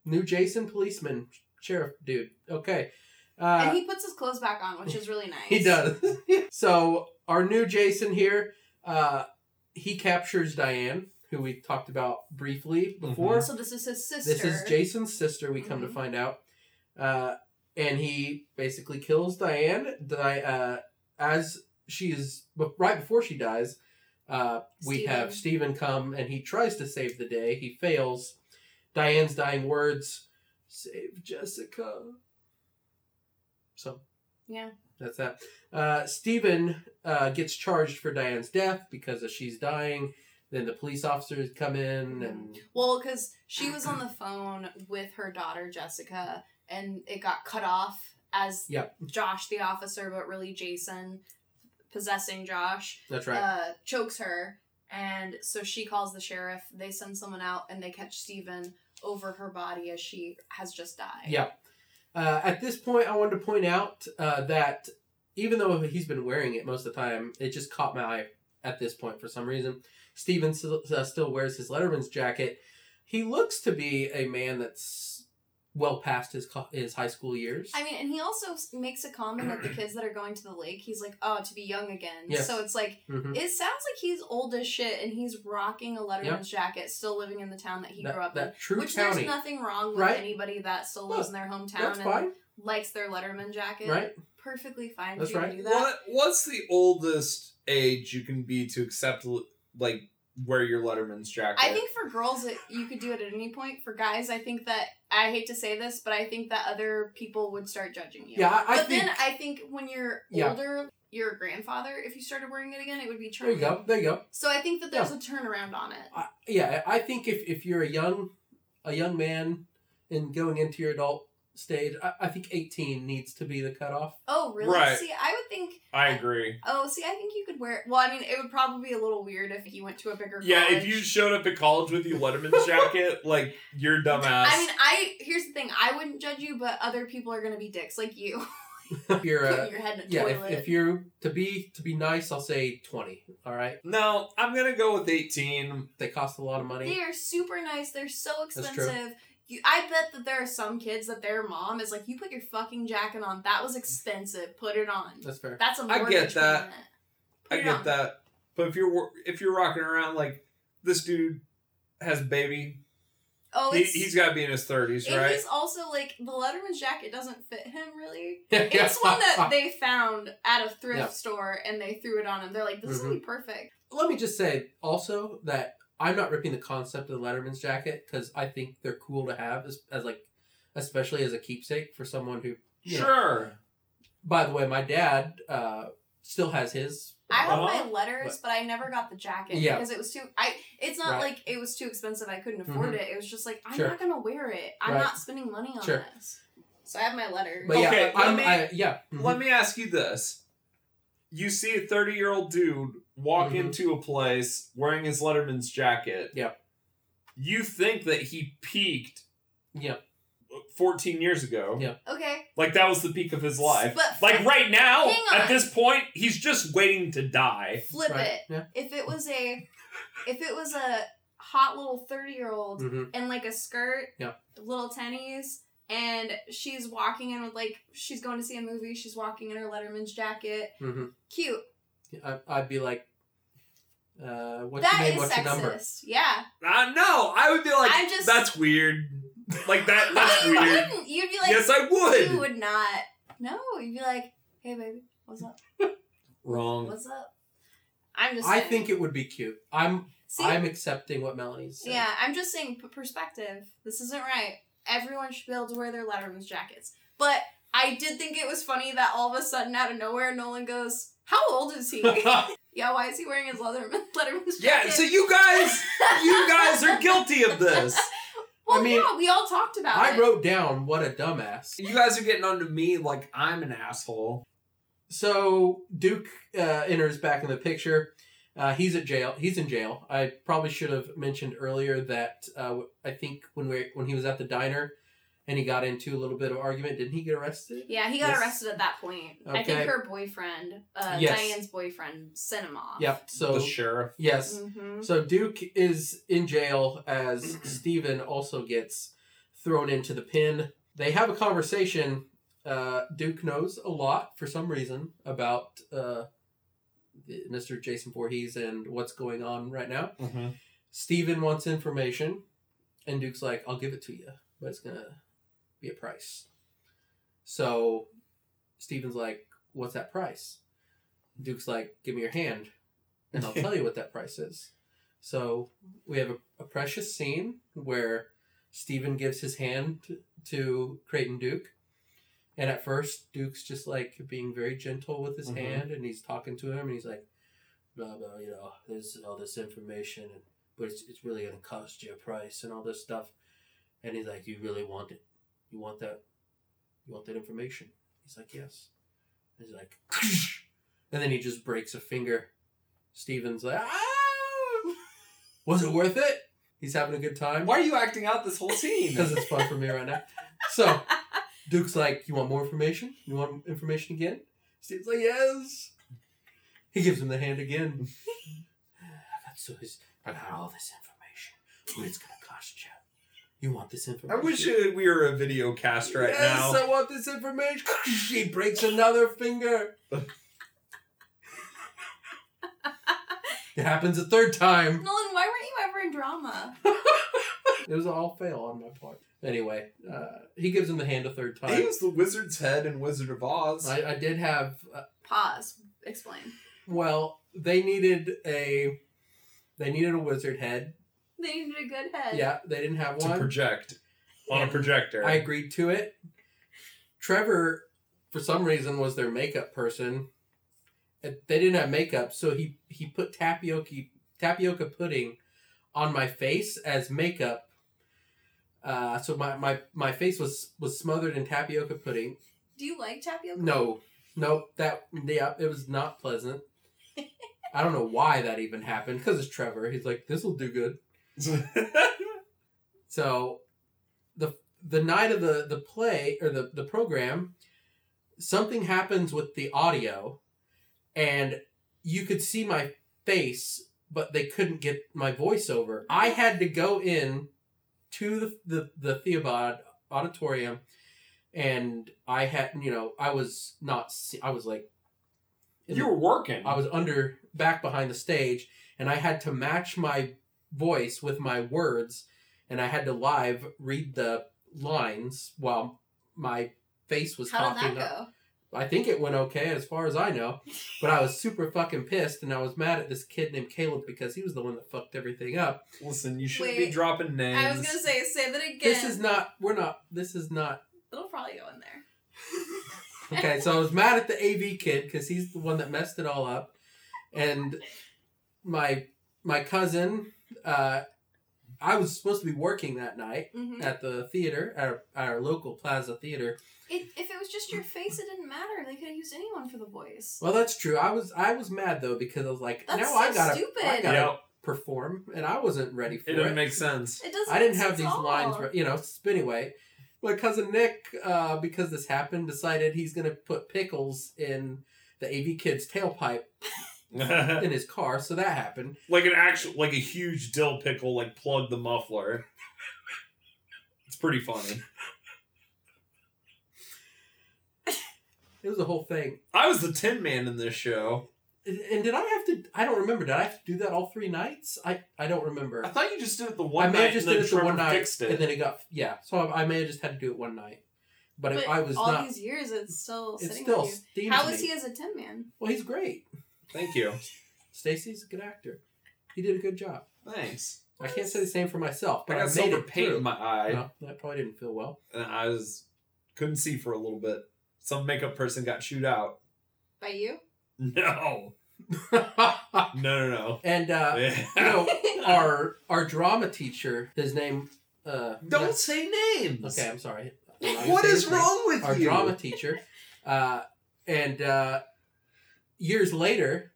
[SPEAKER 1] New Jason policeman sheriff dude. Okay, uh,
[SPEAKER 3] and he puts his clothes back on, which is really nice.
[SPEAKER 1] he does. so our new Jason here, uh, he captures Diane, who we talked about briefly before.
[SPEAKER 3] So this is his sister.
[SPEAKER 1] This is Jason's sister, we come to
[SPEAKER 3] Mhm.
[SPEAKER 1] find out. Uh, and he basically kills Diane. Di- uh, as she is, but right before she dies, uh, we have Stephen come and he tries to save the day. He fails. Diane's dying words save Jessica. So,
[SPEAKER 3] Yeah.
[SPEAKER 1] that's that. Uh, Stephen uh, gets charged for Diane's death because as she's dying, then the police officers come in and
[SPEAKER 3] Well, because she was on the phone with her daughter Jessica, and it got cut off as
[SPEAKER 1] Yep.
[SPEAKER 3] Josh, the officer, but really Jason, possessing Josh,
[SPEAKER 1] that's right.
[SPEAKER 3] uh, chokes her, and so she calls the sheriff. They send someone out, and they catch Stephen over her body as she has just died.
[SPEAKER 1] Yeah. Uh, at this point, I wanted to point out uh, that even though he's been wearing it most of the time, it just caught my eye at this point for some reason. Steven still, uh, still wears his Letterman's jacket. He looks to be a man that's well past his co- his high school years.
[SPEAKER 3] I mean, and he also s- makes a comment at the kids that are going to the lake. He's like, "Oh, to be young again."
[SPEAKER 1] Yes.
[SPEAKER 3] So it's like
[SPEAKER 1] Mhm.
[SPEAKER 3] it sounds like he's old as shit, and he's rocking a Letterman's jacket, still living in the town that he
[SPEAKER 1] That,
[SPEAKER 3] grew up in.
[SPEAKER 1] that true
[SPEAKER 3] Which
[SPEAKER 1] county.
[SPEAKER 3] there's nothing wrong with
[SPEAKER 1] Right.
[SPEAKER 3] anybody that still
[SPEAKER 1] Look,
[SPEAKER 3] lives in their hometown
[SPEAKER 1] that's
[SPEAKER 3] and
[SPEAKER 1] fine,
[SPEAKER 3] likes their Letterman jacket.
[SPEAKER 1] right?
[SPEAKER 3] Perfectly fine
[SPEAKER 1] That's
[SPEAKER 3] for you
[SPEAKER 1] right. uh,
[SPEAKER 3] to do that.
[SPEAKER 2] What What's the oldest age you can be to accept l- like wear your Letterman's jacket?
[SPEAKER 3] I think for girls it, you could do it at any point. For guys, I think that I hate to say this, but I think that other people would start judging you.
[SPEAKER 1] Yeah, I, I
[SPEAKER 3] but
[SPEAKER 1] think.
[SPEAKER 3] then I think when you're
[SPEAKER 1] Yeah.
[SPEAKER 3] older, your grandfather, if you started wearing it again, it would be
[SPEAKER 1] there you
[SPEAKER 3] charming.
[SPEAKER 1] go. There you go.
[SPEAKER 3] So I think that there's a turnaround on it.
[SPEAKER 1] I, yeah, I think if, if you're a young a young man and going into your adult stage, I, I think 18 needs to be the cutoff.
[SPEAKER 3] Oh, really?
[SPEAKER 2] Right.
[SPEAKER 3] See, I would think.
[SPEAKER 2] I agree.
[SPEAKER 3] Oh, see, I think you could wear. Well, I mean, it would probably be a little weird if you went to a bigger.
[SPEAKER 2] Yeah, if
[SPEAKER 3] college.
[SPEAKER 2] you showed up at college with your Letterman's jacket, like you're dumbass.
[SPEAKER 3] I mean, I here's the thing. I wouldn't judge you, but other people are gonna be dicks like you,
[SPEAKER 1] If you're a,
[SPEAKER 3] putting your head in a
[SPEAKER 1] yeah if,
[SPEAKER 3] toilet.
[SPEAKER 1] if you're to be to be nice i'll say 20 all right
[SPEAKER 2] no, I'm gonna go with 18.
[SPEAKER 1] they cost a lot of money
[SPEAKER 3] they are super nice. They're so
[SPEAKER 1] true.
[SPEAKER 3] expensive. You, I bet that there are some kids that their mom is like, "You put your fucking jacket on. That was expensive. Put it on.
[SPEAKER 1] that's fair
[SPEAKER 3] That's a
[SPEAKER 2] I get
[SPEAKER 3] mortgage
[SPEAKER 2] that.
[SPEAKER 3] payment.
[SPEAKER 2] I
[SPEAKER 3] Put it
[SPEAKER 2] get
[SPEAKER 3] on.
[SPEAKER 2] that, but if you're wor- if you're rocking around like this dude has a baby,
[SPEAKER 3] Oh,
[SPEAKER 2] he,
[SPEAKER 3] it's,
[SPEAKER 2] he's got to be in his 30s,
[SPEAKER 3] and
[SPEAKER 2] right?
[SPEAKER 3] he's also like the Letterman's jacket doesn't fit him really.
[SPEAKER 1] Yeah.
[SPEAKER 3] It's one that they found at a thrift
[SPEAKER 1] Yeah.
[SPEAKER 3] store and they threw it on him. They're like,
[SPEAKER 2] Mm-hmm.
[SPEAKER 3] "This will be perfect."
[SPEAKER 1] let me just say also that i'm not ripping the concept of the letterman's jacket because i think they're cool to have as, as like especially as a keepsake for someone who you know.
[SPEAKER 2] Sure.
[SPEAKER 1] by the way my dad uh still has his
[SPEAKER 3] I have
[SPEAKER 2] Uh-huh.
[SPEAKER 3] my letters, but I never got the jacket
[SPEAKER 1] Yeah.
[SPEAKER 3] because it was too. I. It's not
[SPEAKER 1] Right. Mm-hmm.
[SPEAKER 3] like it was too expensive. I couldn't afford it. It was just like I'm
[SPEAKER 1] Sure.
[SPEAKER 3] not gonna wear it. I'm
[SPEAKER 1] Right.
[SPEAKER 3] not spending money on
[SPEAKER 1] Sure.
[SPEAKER 3] this. So I have my letters.
[SPEAKER 1] but yeah
[SPEAKER 2] Okay, let
[SPEAKER 1] i'm
[SPEAKER 2] me-
[SPEAKER 1] I, yeah mhm.
[SPEAKER 2] Let me ask you this. You see a 30 year old dude walk
[SPEAKER 1] Mhm.
[SPEAKER 2] into a place wearing his Letterman's jacket.
[SPEAKER 1] Yep.
[SPEAKER 2] You think that he peaked
[SPEAKER 1] yeah
[SPEAKER 2] 14 years ago.
[SPEAKER 1] Yeah.
[SPEAKER 3] Okay.
[SPEAKER 2] Like that was the peak of his life.
[SPEAKER 3] But
[SPEAKER 2] Like right now,
[SPEAKER 3] Hang on.
[SPEAKER 2] at this point, he's just waiting to die.
[SPEAKER 3] flip
[SPEAKER 1] right,
[SPEAKER 3] it.
[SPEAKER 1] yeah
[SPEAKER 3] If it was a, if it was a hot little thirty year old
[SPEAKER 1] hmm
[SPEAKER 3] in like a skirt,
[SPEAKER 1] Yeah.
[SPEAKER 3] little tennies, and she's walking in with like she's going to see a movie. She's walking in her Letterman's jacket.
[SPEAKER 1] hmm
[SPEAKER 3] Cute.
[SPEAKER 1] I, i'd be like uh what's
[SPEAKER 3] that
[SPEAKER 1] your
[SPEAKER 3] is
[SPEAKER 1] name what's
[SPEAKER 3] sexist.
[SPEAKER 1] your number
[SPEAKER 3] Yeah.
[SPEAKER 2] Uh, no, I would be like,
[SPEAKER 3] I'm just-
[SPEAKER 2] that's weird. Like that, that's
[SPEAKER 3] You
[SPEAKER 2] weird.
[SPEAKER 3] wouldn't. You'd be like,
[SPEAKER 2] yes, I
[SPEAKER 3] You
[SPEAKER 2] would.
[SPEAKER 3] would not. No, you'd be like, hey, baby, what's up?
[SPEAKER 2] Wrong.
[SPEAKER 3] What's up? I'm just.
[SPEAKER 1] i
[SPEAKER 3] Saying.
[SPEAKER 1] think it would be cute i'm
[SPEAKER 3] See,
[SPEAKER 1] I'm accepting what Melanie's saying.
[SPEAKER 3] yeah, I'm just saying p- perspective. This isn't right. Everyone should be able to wear their Letterman's jackets. But I did think it was funny that all of a sudden, out of nowhere, Nolan goes, "How old is he? yeah, why is he wearing his Letterman Letterman's jacket?"
[SPEAKER 2] yeah, so you guys, you guys are guilty of this.
[SPEAKER 3] Well,
[SPEAKER 1] I mean,
[SPEAKER 3] yeah, we all talked about
[SPEAKER 1] I
[SPEAKER 3] it.
[SPEAKER 1] wrote down what a dumbass.
[SPEAKER 2] You guys are getting onto me like I'm an asshole.
[SPEAKER 1] So Duke uh, enters back in the picture. Uh, he's at jail. He's in jail. I probably should have mentioned earlier that uh, I think when we when he was at the diner, and he got into a little bit of argument, didn't he get arrested?
[SPEAKER 3] Yeah, he got
[SPEAKER 1] Yes.
[SPEAKER 3] arrested at that point. I think
[SPEAKER 1] Okay.
[SPEAKER 3] her boyfriend, uh,
[SPEAKER 1] Yes.
[SPEAKER 3] Diane's boyfriend, sent him off.
[SPEAKER 1] Yep. So
[SPEAKER 2] the sheriff.
[SPEAKER 1] yes.
[SPEAKER 3] hmm
[SPEAKER 1] So Duke is in jail as Steven also gets thrown into the pen. They have a conversation. Uh, Duke knows a lot for some reason about uh, the- Mr. Jason Voorhees and what's going on right now. Steven wants information, and Duke's like, I'll give it to you, but it's going to be a price. So Steven's like, What's that price? Duke's like, Give me your hand, and I'll tell you what that price is. So we have a, a precious scene where Steven gives his hand to, to Creighton Duke. And at first, Duke's just like being very gentle with his
[SPEAKER 2] Mhm.
[SPEAKER 1] hand, and he's talking to him, and he's like, blah, blah, you know, there's all this information, and but it's, it's really going to cost you a price and all this stuff. And he's like, you really want it? You want that? You want that information? He's like, yes. And he's like, and then he just breaks a finger. Steven's like, ah! was it worth it? He's having a good time
[SPEAKER 2] Why are you acting out this whole scene?
[SPEAKER 1] because it's fun for me right now. So Duke's like, "You want more information? You want information again?" Steve's like, "Yes." He gives him the hand again. I got so his, I got all this information. What it's gonna cost you? You want this
[SPEAKER 2] I
[SPEAKER 1] information?
[SPEAKER 2] wish uh, we were a video cast right
[SPEAKER 1] yes,
[SPEAKER 2] now.
[SPEAKER 1] I want this information. she breaks another finger. it happens a third time.
[SPEAKER 3] Nolan, why weren't you ever in drama?
[SPEAKER 1] It was all fail on my part. Anyway, uh, he gives him the hand a third time.
[SPEAKER 2] He was the Wizard's Head in Wizard of Oz.
[SPEAKER 1] I, I did have. Uh,
[SPEAKER 3] Pause. Explain.
[SPEAKER 1] well, they needed a. They needed a wizard head.
[SPEAKER 3] They needed a good head.
[SPEAKER 1] Yeah, they didn't have
[SPEAKER 2] to
[SPEAKER 1] one.
[SPEAKER 2] project on a
[SPEAKER 1] And
[SPEAKER 2] projector.
[SPEAKER 1] I agreed to it. Trevor, for some reason, was their makeup person. Uh, They didn't have makeup, so he he put tapioca tapioca pudding on my face as makeup. Uh, so my, my, my face was was smothered in tapioca pudding,
[SPEAKER 3] Do you like tapioca?
[SPEAKER 1] No, no, that yeah, it was not pleasant. I don't know why that even happened because it's Trevor. He's like, this will do good. So, the the night of the the play or the the program, something happens with the audio, and you could see my face, but they couldn't get my voice over. I had to go in to the the, the Theobald auditorium and I had you know I was not se- I was like
[SPEAKER 2] you were working.
[SPEAKER 1] I was under back behind the stage and I had to match my voice with my words and I had to live read the lines while my face was
[SPEAKER 3] How did
[SPEAKER 1] talking
[SPEAKER 3] that go?
[SPEAKER 1] I think it went okay as far as I know but I was super fucking pissed and I was mad at this kid named Caleb because he was the one that fucked everything up
[SPEAKER 2] Listen, you shouldn't be
[SPEAKER 3] Wait,
[SPEAKER 2] dropping names.
[SPEAKER 3] I was gonna say, say that again.
[SPEAKER 1] this is not we're not this is not
[SPEAKER 3] It'll probably go in there.
[SPEAKER 1] Okay, so I was mad at the AV kid because he's the one that messed it all up, and my my cousin. Uh, I was supposed to be working that night
[SPEAKER 3] hmm
[SPEAKER 1] at the theater at our, at our local Plaza Theater.
[SPEAKER 3] It, if it was just your face, it didn't matter. They could have used anyone for the voice.
[SPEAKER 1] Well, that's true. I was I was mad though because I was like,
[SPEAKER 3] That's
[SPEAKER 1] now
[SPEAKER 3] so
[SPEAKER 1] I gotta
[SPEAKER 3] stupid.
[SPEAKER 1] I
[SPEAKER 2] you
[SPEAKER 1] gotta
[SPEAKER 2] know,
[SPEAKER 1] perform, and I wasn't ready for
[SPEAKER 2] it
[SPEAKER 1] it.
[SPEAKER 2] doesn't make sense.
[SPEAKER 3] It doesn't.
[SPEAKER 1] I didn't
[SPEAKER 3] make
[SPEAKER 1] have
[SPEAKER 3] sense
[SPEAKER 1] these
[SPEAKER 3] at all.
[SPEAKER 1] lines, re- you know. s- Anyway, my cousin Nick, uh, because this happened, decided he's gonna put pickles in the AV kid's tailpipe
[SPEAKER 2] like
[SPEAKER 1] in his car, so that happened.
[SPEAKER 2] an actual, like a huge dill pickle, like plug the muffler. It's pretty funny.
[SPEAKER 1] It was a whole thing.
[SPEAKER 2] I was the Tin Man in this show.
[SPEAKER 1] And and did I have to? I don't remember. Did I have to do that all three nights? I I don't remember.
[SPEAKER 2] I thought you just did it the
[SPEAKER 1] I
[SPEAKER 2] one
[SPEAKER 1] may
[SPEAKER 2] night
[SPEAKER 1] have just
[SPEAKER 2] and
[SPEAKER 1] did
[SPEAKER 2] then
[SPEAKER 1] it the
[SPEAKER 2] Trevor
[SPEAKER 1] one night,
[SPEAKER 2] fixed it.
[SPEAKER 1] and then it got yeah. So I, I may have just had to do it one night. But,
[SPEAKER 3] But
[SPEAKER 1] if I was
[SPEAKER 3] all
[SPEAKER 1] not,
[SPEAKER 3] these years, it's still
[SPEAKER 1] it
[SPEAKER 3] sitting
[SPEAKER 1] still
[SPEAKER 3] with you.
[SPEAKER 1] steams
[SPEAKER 3] How is
[SPEAKER 1] me.
[SPEAKER 3] he as a tin man?
[SPEAKER 1] Well, he's great.
[SPEAKER 2] Thank you.
[SPEAKER 1] Stacy's a good actor. He did a good job.
[SPEAKER 2] Thanks.
[SPEAKER 1] I can't say the same for myself,
[SPEAKER 2] I
[SPEAKER 1] but I,
[SPEAKER 2] got
[SPEAKER 1] made
[SPEAKER 2] silver
[SPEAKER 1] it
[SPEAKER 2] paint
[SPEAKER 1] through.
[SPEAKER 2] in my eye,
[SPEAKER 1] No, that probably didn't feel well.
[SPEAKER 2] and I was couldn't see for a little bit. Some makeup person got chewed out.
[SPEAKER 3] By you?
[SPEAKER 2] No, no, no,
[SPEAKER 1] and
[SPEAKER 2] no.
[SPEAKER 1] uh, you know, our our drama teacher, his name. Uh,
[SPEAKER 2] Don't say names.
[SPEAKER 1] Okay, I'm sorry. I'm not gonna
[SPEAKER 2] What
[SPEAKER 1] say
[SPEAKER 2] is
[SPEAKER 1] his name.
[SPEAKER 2] wrong with
[SPEAKER 1] our
[SPEAKER 2] you?
[SPEAKER 1] drama teacher. Uh, and uh, years later,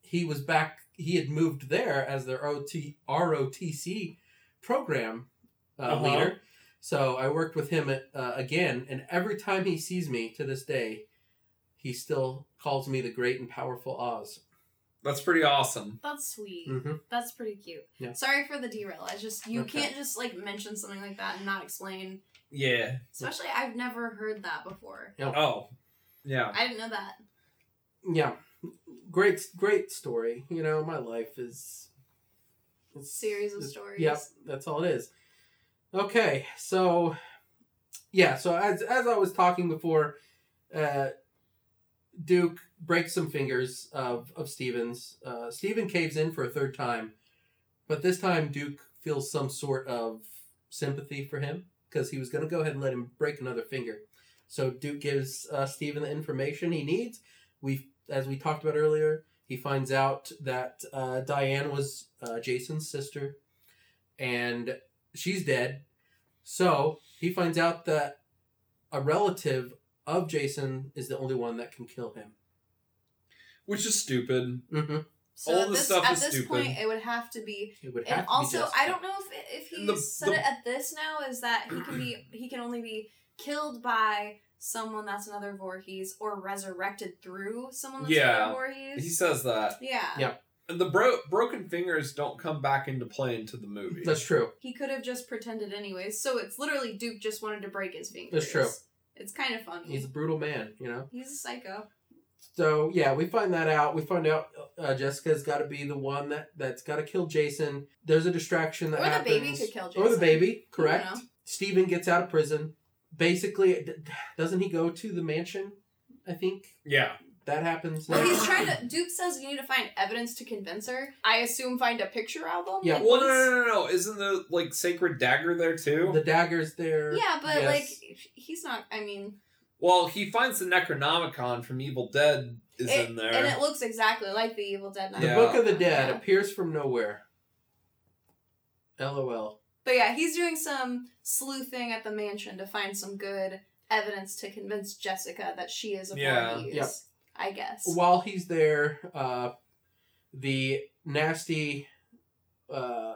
[SPEAKER 1] he was back he had moved there as their OT, ROTC program uh,
[SPEAKER 2] Uh-huh.
[SPEAKER 1] leader. So I worked with him at, uh, again, and every time he sees me to this day, he still calls me the great and powerful Oz.
[SPEAKER 2] That's pretty awesome.
[SPEAKER 3] That's sweet.
[SPEAKER 2] Mm-hmm.
[SPEAKER 1] hmm
[SPEAKER 3] That's pretty cute.
[SPEAKER 1] Yeah.
[SPEAKER 3] Sorry for the derail. I just you
[SPEAKER 1] Okay.
[SPEAKER 3] can't just like mention something like that and not explain.
[SPEAKER 2] Yeah.
[SPEAKER 3] Especially I've never heard that before.
[SPEAKER 2] Oh. Yeah.
[SPEAKER 3] I didn't know that.
[SPEAKER 1] Yeah, great, great story. You know, my life is it's,
[SPEAKER 3] Series of
[SPEAKER 1] it's-
[SPEAKER 3] stories.
[SPEAKER 1] Yep, that's all it is. Okay, so yeah, so as as I was talking before, uh, Duke breaks some fingers of of Stevens. Uh, Steven caves in for a third time, but this time Duke feels some sort of sympathy for him because he was going to go ahead and let him break another finger. So Duke gives uh, Steven the information he needs. We, as we talked about earlier, he finds out that uh, Diane was uh, Jason's sister and she's dead. So he finds out that a relative of Jason is the only one that can kill him.
[SPEAKER 2] Which is stupid.
[SPEAKER 1] Mm-hmm.
[SPEAKER 3] So
[SPEAKER 2] All
[SPEAKER 3] at
[SPEAKER 2] this
[SPEAKER 3] this,
[SPEAKER 2] stuff
[SPEAKER 3] at
[SPEAKER 2] is
[SPEAKER 3] this
[SPEAKER 2] stupid.
[SPEAKER 3] point, it would have to be.
[SPEAKER 1] It would have
[SPEAKER 3] And
[SPEAKER 1] to be
[SPEAKER 3] also,
[SPEAKER 1] Jessica.
[SPEAKER 3] I don't know if if he
[SPEAKER 2] The-
[SPEAKER 3] said
[SPEAKER 2] the-
[SPEAKER 3] it at this now is that he can be he can only be killed by someone that's another Voorhees or resurrected through someone that's
[SPEAKER 2] Yeah.
[SPEAKER 3] another Voorhees.
[SPEAKER 2] He says that.
[SPEAKER 3] yeah.
[SPEAKER 1] Yeah.
[SPEAKER 2] And the bro- broken fingers don't come back into play into the movie.
[SPEAKER 1] That's true.
[SPEAKER 3] He could have just pretended anyways. So it's literally Duke just wanted to break his fingers.
[SPEAKER 1] That's true.
[SPEAKER 3] It's kind of funny.
[SPEAKER 1] He's a brutal man, you know.
[SPEAKER 3] He's a psycho.
[SPEAKER 1] So yeah, we find that out. We find out uh, Jessica's got to be the one that that's got to kill Jason. There's a distraction that
[SPEAKER 3] Or the
[SPEAKER 1] happens.
[SPEAKER 3] baby could kill
[SPEAKER 1] Or the
[SPEAKER 3] Jason.
[SPEAKER 1] baby,
[SPEAKER 3] don't
[SPEAKER 1] correct?
[SPEAKER 3] know.
[SPEAKER 1] Steven gets out of prison. Basically, d- doesn't he go to the mansion? I think
[SPEAKER 2] yeah.
[SPEAKER 1] that happens.
[SPEAKER 3] Well,
[SPEAKER 1] next.
[SPEAKER 3] he's trying to. Duke says you need to find evidence to convince her. I assume find a picture album.
[SPEAKER 1] Yeah.
[SPEAKER 3] like,
[SPEAKER 2] Well, no,
[SPEAKER 3] once-
[SPEAKER 2] no, no, no. Isn't the like sacred dagger there too?
[SPEAKER 1] The dagger's there.
[SPEAKER 3] Yeah, but
[SPEAKER 1] Yes.
[SPEAKER 3] like he's not. I mean,
[SPEAKER 2] well, he finds the Necronomicon from Evil Dead is
[SPEAKER 3] it-
[SPEAKER 2] in there.
[SPEAKER 3] and it looks exactly like the Evil Dead.
[SPEAKER 1] The
[SPEAKER 2] Yeah.
[SPEAKER 1] Book of the Dead
[SPEAKER 3] Yeah.
[SPEAKER 1] appears from nowhere. LOL.
[SPEAKER 3] But yeah, he's doing some sleuthing at the mansion to find some good evidence to convince Jessica that she is a
[SPEAKER 2] Yeah.
[SPEAKER 3] Voorhees.
[SPEAKER 1] Yep.
[SPEAKER 3] I guess.
[SPEAKER 1] While he's there, uh, the nasty uh,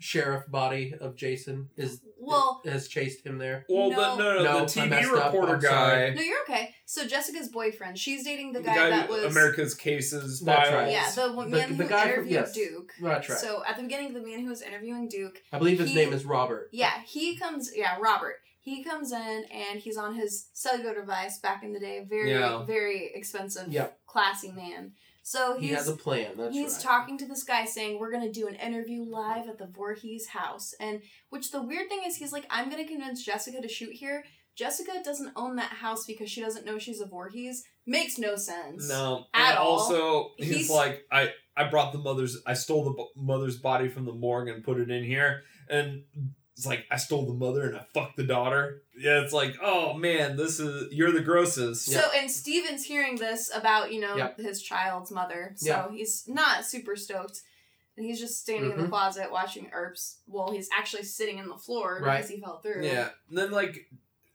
[SPEAKER 1] sheriff body of Jason is
[SPEAKER 3] Well,
[SPEAKER 1] has chased him there.
[SPEAKER 2] well,
[SPEAKER 3] No.
[SPEAKER 2] the, no, no,
[SPEAKER 1] No, I
[SPEAKER 2] the TV
[SPEAKER 1] messed up.
[SPEAKER 2] reporter
[SPEAKER 1] I'm
[SPEAKER 2] guy,
[SPEAKER 1] sorry.
[SPEAKER 3] no, you're okay. So Jessica's boyfriend, she's dating the
[SPEAKER 2] the
[SPEAKER 3] guy, that
[SPEAKER 2] who-
[SPEAKER 3] was
[SPEAKER 2] America's Cases
[SPEAKER 1] That's
[SPEAKER 2] file.
[SPEAKER 1] right.
[SPEAKER 3] yeah, the w-
[SPEAKER 1] The-
[SPEAKER 3] man
[SPEAKER 1] the
[SPEAKER 3] who
[SPEAKER 1] guy from-
[SPEAKER 3] interviewed
[SPEAKER 1] yes.
[SPEAKER 3] Duke.
[SPEAKER 1] That's right.
[SPEAKER 3] So at the beginning, the man who was interviewing Duke
[SPEAKER 1] I believe his
[SPEAKER 3] he-
[SPEAKER 1] name is Robert.
[SPEAKER 3] Yeah, he comes. Yeah, Robert. He comes in and he's on his cellular device. Back in the day, very
[SPEAKER 2] Yeah.
[SPEAKER 3] very expensive,
[SPEAKER 1] Yep.
[SPEAKER 3] classy man. So
[SPEAKER 1] He
[SPEAKER 3] he's
[SPEAKER 1] has a plan. That's
[SPEAKER 3] he's
[SPEAKER 1] right.
[SPEAKER 3] talking to this guy saying we're gonna do an interview live at the Voorhees house, and which the weird thing is he's like I'm gonna convince Jessica to shoot here. Jessica doesn't own that house because she doesn't know she's a Voorhees. Makes no sense.
[SPEAKER 2] No,
[SPEAKER 3] At
[SPEAKER 2] and
[SPEAKER 3] all.
[SPEAKER 2] also he's,
[SPEAKER 3] He's-
[SPEAKER 2] like, I I brought the mother's, I stole the bo- mother's body from the morgue and put it in here, and it's like I stole the mother and I fucked the daughter. Yeah, it's like, oh man, this is you're the grossest.
[SPEAKER 3] So and Steven's hearing this about, you know,
[SPEAKER 1] Yep.
[SPEAKER 3] his child's mother. So
[SPEAKER 1] Yeah.
[SPEAKER 3] he's not super stoked. And he's just standing in the
[SPEAKER 1] Mhm.
[SPEAKER 3] closet watching Erps while he's actually sitting in the floor
[SPEAKER 1] Right.
[SPEAKER 3] because he fell through.
[SPEAKER 2] Yeah, and then like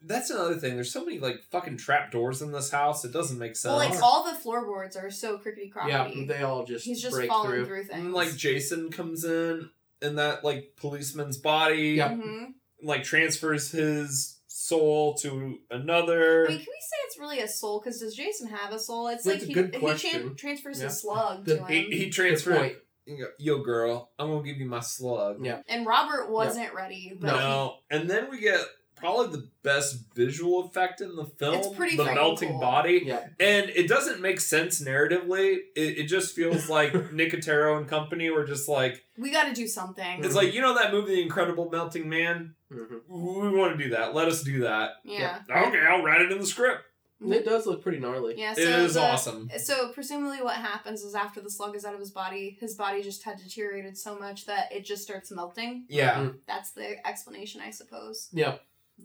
[SPEAKER 2] that's another thing. There's so many like fucking trap doors in this house. It doesn't make sense.
[SPEAKER 3] Well, like all the floorboards are so crickety
[SPEAKER 1] Yeah,
[SPEAKER 3] crockety.
[SPEAKER 1] they all just
[SPEAKER 3] he's just
[SPEAKER 1] break
[SPEAKER 3] falling
[SPEAKER 1] through. Mm,
[SPEAKER 3] through,
[SPEAKER 2] And,
[SPEAKER 3] things. Mm-hmm.
[SPEAKER 2] like Jason comes in in that like policeman's body,
[SPEAKER 1] Yeah.
[SPEAKER 3] Mhm.
[SPEAKER 2] like transfers his soul to another.
[SPEAKER 3] I mean, can we say it's really a soul? Because does Jason have a soul? It's
[SPEAKER 1] That's
[SPEAKER 3] like
[SPEAKER 1] a
[SPEAKER 3] he,
[SPEAKER 1] good
[SPEAKER 3] he
[SPEAKER 1] question.
[SPEAKER 3] tran- transfers
[SPEAKER 1] Yeah.
[SPEAKER 3] his slug
[SPEAKER 1] The-
[SPEAKER 3] to
[SPEAKER 2] he
[SPEAKER 3] him.
[SPEAKER 2] he
[SPEAKER 1] Good
[SPEAKER 2] transfers.
[SPEAKER 1] point.
[SPEAKER 2] You go, Yo, girl, I'm gonna give you my slug.
[SPEAKER 1] Yeah.
[SPEAKER 3] and Robert wasn't ready, but he-
[SPEAKER 2] No, and then we get probably the best visual effect in the film.
[SPEAKER 3] It's pretty
[SPEAKER 2] the
[SPEAKER 3] freaking
[SPEAKER 2] melting
[SPEAKER 3] cool.
[SPEAKER 2] body.
[SPEAKER 1] Yeah.
[SPEAKER 2] And it doesn't make sense narratively. It, it just feels like Nicotero and company were just like,
[SPEAKER 3] we got to do something.
[SPEAKER 2] it's like, you know that movie, The Incredible Melting Man?
[SPEAKER 1] Mhm.
[SPEAKER 2] We want to do that. Let us do that.
[SPEAKER 3] yeah.
[SPEAKER 2] Okay, I'll write it in the script.
[SPEAKER 3] Mm-hmm.
[SPEAKER 1] It does look pretty gnarly.
[SPEAKER 3] Yeah, so
[SPEAKER 2] it is
[SPEAKER 3] the-
[SPEAKER 2] awesome.
[SPEAKER 3] So presumably, what happens is after the slug is out of his body, his body just had deteriorated so much that it just starts melting.
[SPEAKER 2] Yeah.
[SPEAKER 1] Mhm.
[SPEAKER 3] That's the explanation, I suppose.
[SPEAKER 1] Yeah,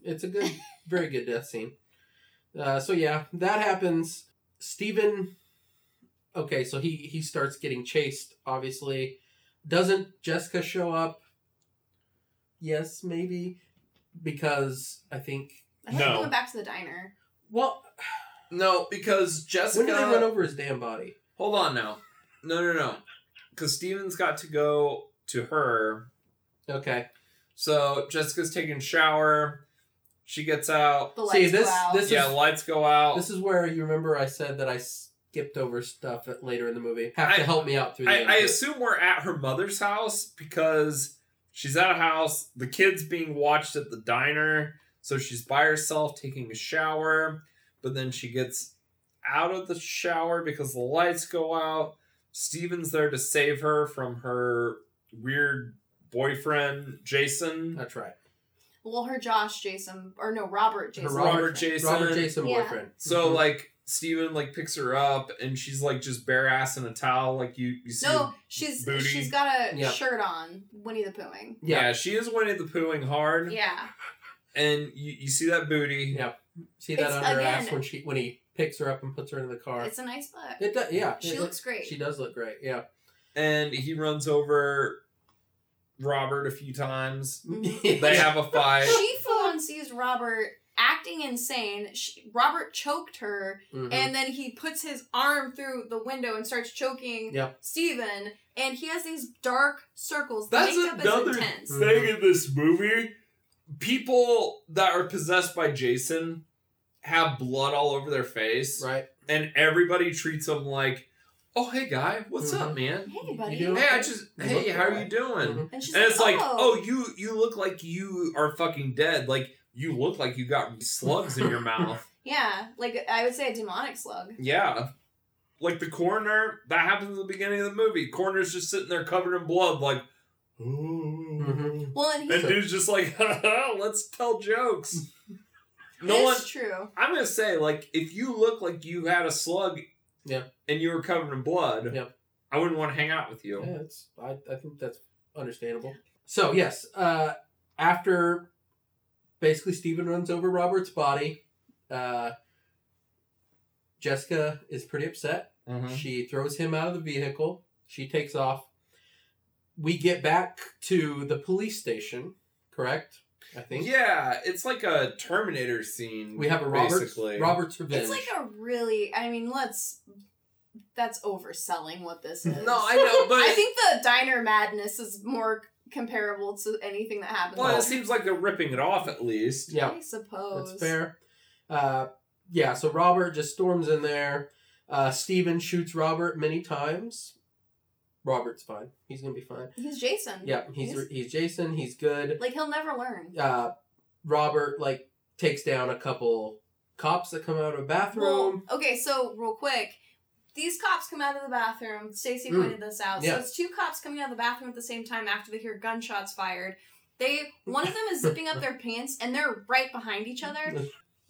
[SPEAKER 1] it's a good, very good death scene. Uh, so yeah, that happens. Steven, okay, so he he starts getting chased. Obviously, doesn't Jessica show up? Yes, maybe because I think
[SPEAKER 3] I think
[SPEAKER 2] No.
[SPEAKER 3] they went back to the diner.
[SPEAKER 1] well,
[SPEAKER 2] No, because
[SPEAKER 1] Mm-hmm. when did they run
[SPEAKER 2] Jessica.
[SPEAKER 1] over his damn body?
[SPEAKER 2] Hold on now. No, no, no. Because Steven's got to go to her
[SPEAKER 1] Okay.
[SPEAKER 2] So Jessica's taking a shower. She gets out.
[SPEAKER 3] The lights
[SPEAKER 1] See,
[SPEAKER 3] go
[SPEAKER 1] this-
[SPEAKER 3] out.
[SPEAKER 1] this-
[SPEAKER 2] yeah,
[SPEAKER 1] is-
[SPEAKER 2] lights go out.
[SPEAKER 1] This is where you remember I said that I skipped over stuff at- later in the movie. Have
[SPEAKER 2] I-
[SPEAKER 1] to help me out through the
[SPEAKER 2] I,
[SPEAKER 1] end.
[SPEAKER 2] I assume we're at her mother's house because she's at a house. The kid's being watched at the diner. So she's by herself taking a shower. But then she gets out of the shower because the lights go out. Steven's there to save her from her weird boyfriend, Jason.
[SPEAKER 1] That's right.
[SPEAKER 3] well, her Josh Jason or no Robert
[SPEAKER 1] Her
[SPEAKER 3] Jason.
[SPEAKER 2] Robert Jason.
[SPEAKER 1] Robert Jason
[SPEAKER 3] Yeah.
[SPEAKER 1] boyfriend.
[SPEAKER 2] So
[SPEAKER 1] Mhm.
[SPEAKER 2] like Steven like picks her up and she's like just bare ass in a towel like you you see
[SPEAKER 3] No, she's
[SPEAKER 2] Booty.
[SPEAKER 3] she's got a
[SPEAKER 1] Yeah.
[SPEAKER 3] shirt on. Winnie the Poohing.
[SPEAKER 2] yeah.
[SPEAKER 1] yeah.
[SPEAKER 2] she is Winnie the Poohing hard
[SPEAKER 3] Yeah,
[SPEAKER 2] and you, you see that booty
[SPEAKER 1] Yeah. See that
[SPEAKER 3] It's-
[SPEAKER 1] on her
[SPEAKER 3] again-
[SPEAKER 1] ass when she when he picks her up and puts her in the car.
[SPEAKER 3] it's a nice butt.
[SPEAKER 1] it does. Yeah.
[SPEAKER 3] she
[SPEAKER 1] it-
[SPEAKER 3] looks great.
[SPEAKER 1] She does look great. Yeah.
[SPEAKER 2] and he runs over Robert a few times.
[SPEAKER 3] Mhm.
[SPEAKER 2] They have a fight.
[SPEAKER 3] she full on sees Robert acting insane. She, Robert choked her,
[SPEAKER 1] Mhm.
[SPEAKER 3] and then he puts his arm through the window and starts choking
[SPEAKER 1] Yeah.
[SPEAKER 3] Steven. And he has these dark circles. The
[SPEAKER 2] That's
[SPEAKER 3] makeup
[SPEAKER 2] another
[SPEAKER 3] is intense.
[SPEAKER 1] Mhm.
[SPEAKER 2] thing in this movie. People that are possessed by Jason have blood all over their face,
[SPEAKER 1] right.
[SPEAKER 2] and everybody treats them like, "Oh, hey guy, what's up, man?
[SPEAKER 3] Hey, buddy.
[SPEAKER 1] Mm-hmm. You do?
[SPEAKER 2] Hey, I just
[SPEAKER 1] You
[SPEAKER 2] hey,
[SPEAKER 1] look
[SPEAKER 2] how are you
[SPEAKER 1] alright.
[SPEAKER 2] doing?
[SPEAKER 1] Mhm.
[SPEAKER 3] And she's
[SPEAKER 2] And it's like,
[SPEAKER 3] oh,
[SPEAKER 2] oh, you you look like you are fucking dead. Like you look like you got slugs in your mouth.
[SPEAKER 3] yeah, like I would say a demonic slug.
[SPEAKER 2] Yeah. Uh, Like the coroner, that happens at the beginning of the movie. Coroner's just sitting there covered in blood, like, "Ooh."
[SPEAKER 1] Mhm.
[SPEAKER 3] Well, and he
[SPEAKER 2] and dude's just like, let's tell jokes. No
[SPEAKER 3] it
[SPEAKER 2] one,
[SPEAKER 3] is true.
[SPEAKER 2] I'm gonna say, like, if you look like you had a slug,
[SPEAKER 1] Yeah.
[SPEAKER 2] and you were covered in blood,
[SPEAKER 1] Yeah.
[SPEAKER 2] I wouldn't want to hang out with you.
[SPEAKER 1] Yeah, it's, I, I think that's understandable. So, yes, uh, after basically Steven runs over Robert's body, uh, Jessica is pretty upset.
[SPEAKER 2] Mhm.
[SPEAKER 1] She throws him out of the vehicle. She takes off. We get back to the police station, correct? I think.
[SPEAKER 2] Yeah, it's like a Terminator scene.
[SPEAKER 1] We have a Robert's,
[SPEAKER 2] basically.
[SPEAKER 1] Robert's revenge.
[SPEAKER 3] It's like a really. I mean, let's. That's overselling what this is.
[SPEAKER 2] No, I know, but
[SPEAKER 3] I think the diner madness is more comparable to anything that happens.
[SPEAKER 2] well, it seems like they're ripping it off at least.
[SPEAKER 1] yeah.
[SPEAKER 3] I suppose.
[SPEAKER 1] That's fair. Uh, yeah, so Robert just storms in there. Uh, Steven shoots Robert many times. Robert's fine. He's going to be fine.
[SPEAKER 3] He's Jason.
[SPEAKER 1] Yeah, he's,
[SPEAKER 3] He's-
[SPEAKER 1] he's Jason. He's good.
[SPEAKER 3] Like he'll never learn.
[SPEAKER 1] Uh, Robert, like, takes down a couple cops that come out of a
[SPEAKER 3] Well,
[SPEAKER 1] bathroom.
[SPEAKER 3] okay, so real quick, these cops come out of the bathroom. Stacy
[SPEAKER 1] Mm.
[SPEAKER 3] pointed this out.
[SPEAKER 1] Yeah.
[SPEAKER 3] So it's two cops coming out of the bathroom at the same time after they hear gunshots fired. They one of them is zipping up their pants and they're right behind each other.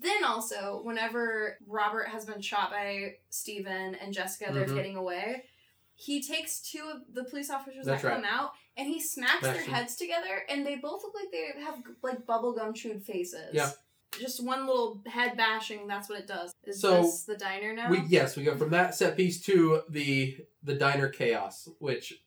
[SPEAKER 3] Then also, whenever Robert has been shot by Steven and Jessica, they're
[SPEAKER 1] Mhm.
[SPEAKER 3] getting away. He takes two of the police officers
[SPEAKER 1] That's
[SPEAKER 3] that
[SPEAKER 1] right.
[SPEAKER 3] come out and he smacks
[SPEAKER 1] Smash
[SPEAKER 3] their
[SPEAKER 1] them.
[SPEAKER 3] heads together, and they both look like they have like bubblegum chewed faces.
[SPEAKER 1] Yeah.
[SPEAKER 3] Just one little head bashing, that's what it does. Is
[SPEAKER 1] So,
[SPEAKER 3] this the diner now?
[SPEAKER 1] we yes, we go from that set piece to the the diner chaos, which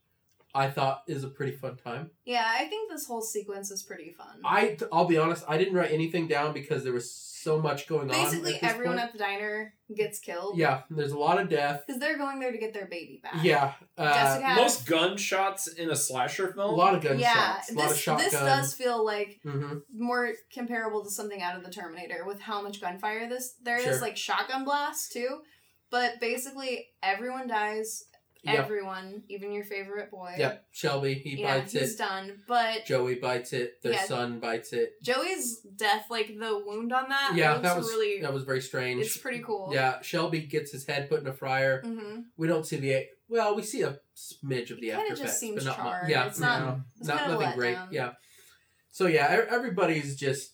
[SPEAKER 1] I thought is a pretty fun time.
[SPEAKER 3] yeah, I think this whole sequence is pretty fun.
[SPEAKER 1] I I'll be honest, I didn't write anything down because there was so much going on.
[SPEAKER 3] Basically,
[SPEAKER 1] at this
[SPEAKER 3] everyone
[SPEAKER 1] point.
[SPEAKER 3] at the diner gets killed.
[SPEAKER 1] Yeah, there's a lot of death.
[SPEAKER 3] Because they're going there to get their baby back.
[SPEAKER 1] Yeah, uh,
[SPEAKER 3] Jessica.
[SPEAKER 2] Most gunshots in a slasher
[SPEAKER 1] a
[SPEAKER 2] film.
[SPEAKER 1] lot of gunshots,
[SPEAKER 3] yeah,
[SPEAKER 1] a lot of
[SPEAKER 3] this,
[SPEAKER 1] shotguns.
[SPEAKER 3] this does feel like
[SPEAKER 1] hmm
[SPEAKER 3] more comparable to something out of the Terminator with how much gunfire this there is
[SPEAKER 1] Sure.
[SPEAKER 3] like shotgun blasts too, but basically everyone dies.
[SPEAKER 1] Yeah,
[SPEAKER 3] Everyone, even your favorite boy.
[SPEAKER 1] yeah. Shelby he
[SPEAKER 3] yeah,
[SPEAKER 1] bites
[SPEAKER 3] he's
[SPEAKER 1] it.
[SPEAKER 3] done. But
[SPEAKER 1] Joey bites it. Their
[SPEAKER 3] Yeah.
[SPEAKER 1] son bites it.
[SPEAKER 3] Joey's death, like the wound on that,
[SPEAKER 1] yeah,
[SPEAKER 3] looks
[SPEAKER 1] that was
[SPEAKER 3] really.
[SPEAKER 1] that was very strange.
[SPEAKER 3] it's pretty cool.
[SPEAKER 1] Yeah, Shelby gets his head put in a fryer.
[SPEAKER 3] hmm
[SPEAKER 1] We don't see the well, we see a smidge of the
[SPEAKER 3] It kinda
[SPEAKER 1] after
[SPEAKER 3] just
[SPEAKER 1] effects,
[SPEAKER 3] seems
[SPEAKER 1] but not much.
[SPEAKER 3] charred.
[SPEAKER 1] Yeah,
[SPEAKER 3] It's not-
[SPEAKER 1] no,
[SPEAKER 3] it's
[SPEAKER 1] not
[SPEAKER 3] kinda
[SPEAKER 1] nothing
[SPEAKER 3] let
[SPEAKER 1] great.
[SPEAKER 3] down.
[SPEAKER 1] Yeah. So yeah, e- everybody's just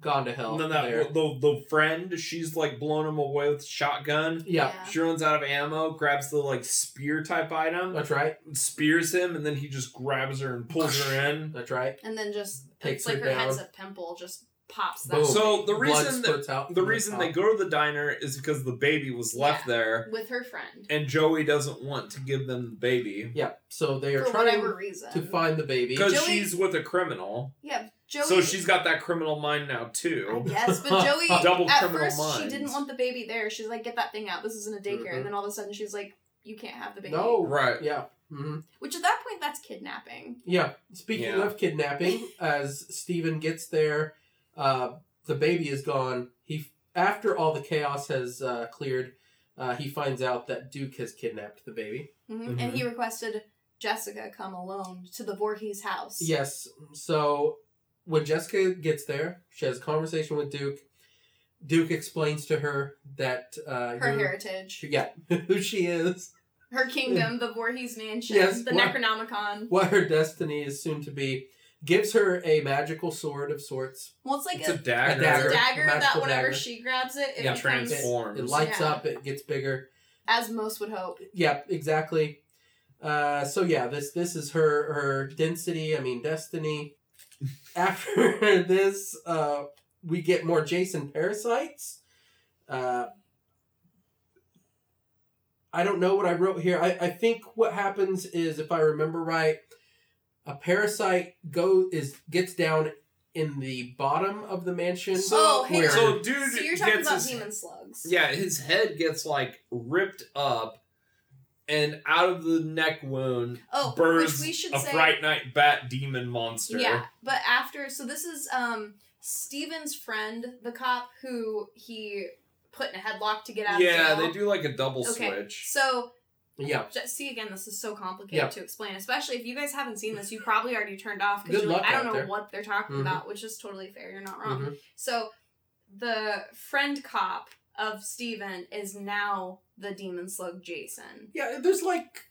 [SPEAKER 1] gone to hell
[SPEAKER 2] And then that
[SPEAKER 1] there.
[SPEAKER 2] the, the friend, she's like blowing him away with shotgun.
[SPEAKER 1] yeah,
[SPEAKER 2] She runs out of ammo, grabs the like spear type item,
[SPEAKER 1] that's right.
[SPEAKER 2] spears him, and then he just grabs her and pulls her in.
[SPEAKER 1] That's right.
[SPEAKER 3] And then just
[SPEAKER 1] Takes
[SPEAKER 3] it's like
[SPEAKER 1] her
[SPEAKER 3] her, head's
[SPEAKER 1] down.
[SPEAKER 3] a pimple, just pops that
[SPEAKER 1] Boom.
[SPEAKER 2] So the
[SPEAKER 1] Blood
[SPEAKER 2] reason that
[SPEAKER 1] spurts out
[SPEAKER 2] the
[SPEAKER 1] from
[SPEAKER 2] reason
[SPEAKER 1] top.
[SPEAKER 2] they go to the diner is because the baby was left
[SPEAKER 3] Yeah.
[SPEAKER 2] there,
[SPEAKER 3] with her friend
[SPEAKER 2] and Joey doesn't want to give them the baby
[SPEAKER 1] Yeah, so they are
[SPEAKER 3] for
[SPEAKER 1] trying
[SPEAKER 3] whatever reason.
[SPEAKER 1] to find the baby.
[SPEAKER 2] because
[SPEAKER 3] Joey-
[SPEAKER 2] she's with a criminal.
[SPEAKER 3] yeah, Joey.
[SPEAKER 2] So she's got that criminal mind now too.
[SPEAKER 3] Yes, but Joey.
[SPEAKER 2] Double
[SPEAKER 3] at
[SPEAKER 2] criminal
[SPEAKER 3] first, she
[SPEAKER 2] minds.
[SPEAKER 3] didn't want the baby there. She's like, "Get that thing out. This isn't a daycare."
[SPEAKER 1] Mhm.
[SPEAKER 3] And then all of a sudden, she's like, you can't have the baby.
[SPEAKER 1] No.
[SPEAKER 2] Right.
[SPEAKER 1] Yeah. hmm
[SPEAKER 3] Which at that point, that's kidnapping.
[SPEAKER 1] Yeah. Speaking
[SPEAKER 2] Yeah.
[SPEAKER 1] of kidnapping, as Steven gets there, uh, the baby is gone. He after all the chaos has uh, cleared, uh, he finds out that Duke has kidnapped the baby.
[SPEAKER 3] hmm
[SPEAKER 1] Mm-hmm.
[SPEAKER 3] And he requested Jessica come alone to the Voorhees house.
[SPEAKER 1] Yes. So when Jessica gets there, she has a conversation with Duke. Duke explains to her that uh,
[SPEAKER 3] Her
[SPEAKER 1] you're-
[SPEAKER 3] heritage,
[SPEAKER 1] yeah, who she is,
[SPEAKER 3] her kingdom, the Voorhees mansion,
[SPEAKER 1] Yes,
[SPEAKER 3] the
[SPEAKER 1] what-
[SPEAKER 3] Necronomicon.
[SPEAKER 1] what her destiny is soon to be. Gives her a magical sword of sorts.
[SPEAKER 3] Well, it's like
[SPEAKER 2] It's
[SPEAKER 3] a,
[SPEAKER 2] a dagger.
[SPEAKER 3] it's a
[SPEAKER 1] dagger.
[SPEAKER 3] dagger that
[SPEAKER 1] Magical
[SPEAKER 3] whenever
[SPEAKER 1] dagger.
[SPEAKER 3] she grabs it, it
[SPEAKER 2] Yeah,
[SPEAKER 3] becomes,
[SPEAKER 1] It,
[SPEAKER 2] Forms.
[SPEAKER 1] it lights
[SPEAKER 3] Yeah.
[SPEAKER 1] up. It gets bigger.
[SPEAKER 3] as most would hope,
[SPEAKER 1] Yep, exactly. Uh, so yeah, this this is her her density. I mean destiny. After this, uh, we get more Jason parasites. Uh, I don't know what I wrote here. I, I think what happens is, if I remember right, a parasite go is gets down in the bottom of the mansion.
[SPEAKER 2] So,
[SPEAKER 3] Oh, hang
[SPEAKER 1] where-
[SPEAKER 3] on.
[SPEAKER 2] so dude
[SPEAKER 3] so you're talking
[SPEAKER 2] gets
[SPEAKER 3] about
[SPEAKER 2] his,
[SPEAKER 3] demon slugs.
[SPEAKER 2] yeah, his head gets like ripped up, and out of the neck wound
[SPEAKER 3] Oh,
[SPEAKER 2] bursts
[SPEAKER 3] which we should
[SPEAKER 2] a
[SPEAKER 3] say.
[SPEAKER 2] Fright Night Bat demon monster.
[SPEAKER 3] Yeah, but after so this is um Steven's friend, the cop who he put in a headlock to get out
[SPEAKER 2] Yeah,
[SPEAKER 3] of jail.
[SPEAKER 2] they do like a double
[SPEAKER 3] Okay.
[SPEAKER 2] switch.
[SPEAKER 3] So
[SPEAKER 1] yeah.
[SPEAKER 3] ju- see again, this is so complicated
[SPEAKER 1] Yeah.
[SPEAKER 3] to explain, especially if you guys haven't seen this. You probably already turned off
[SPEAKER 1] Good
[SPEAKER 3] because you're like,
[SPEAKER 1] luck
[SPEAKER 3] I don't
[SPEAKER 1] out
[SPEAKER 3] know
[SPEAKER 1] there.
[SPEAKER 3] what they're talking
[SPEAKER 2] Mm-hmm.
[SPEAKER 1] Mhm.
[SPEAKER 3] about, which is totally fair. You're not wrong.
[SPEAKER 1] mhm.
[SPEAKER 3] So the friend cop of Steven is now the demon slug Jason.
[SPEAKER 1] Yeah, there's like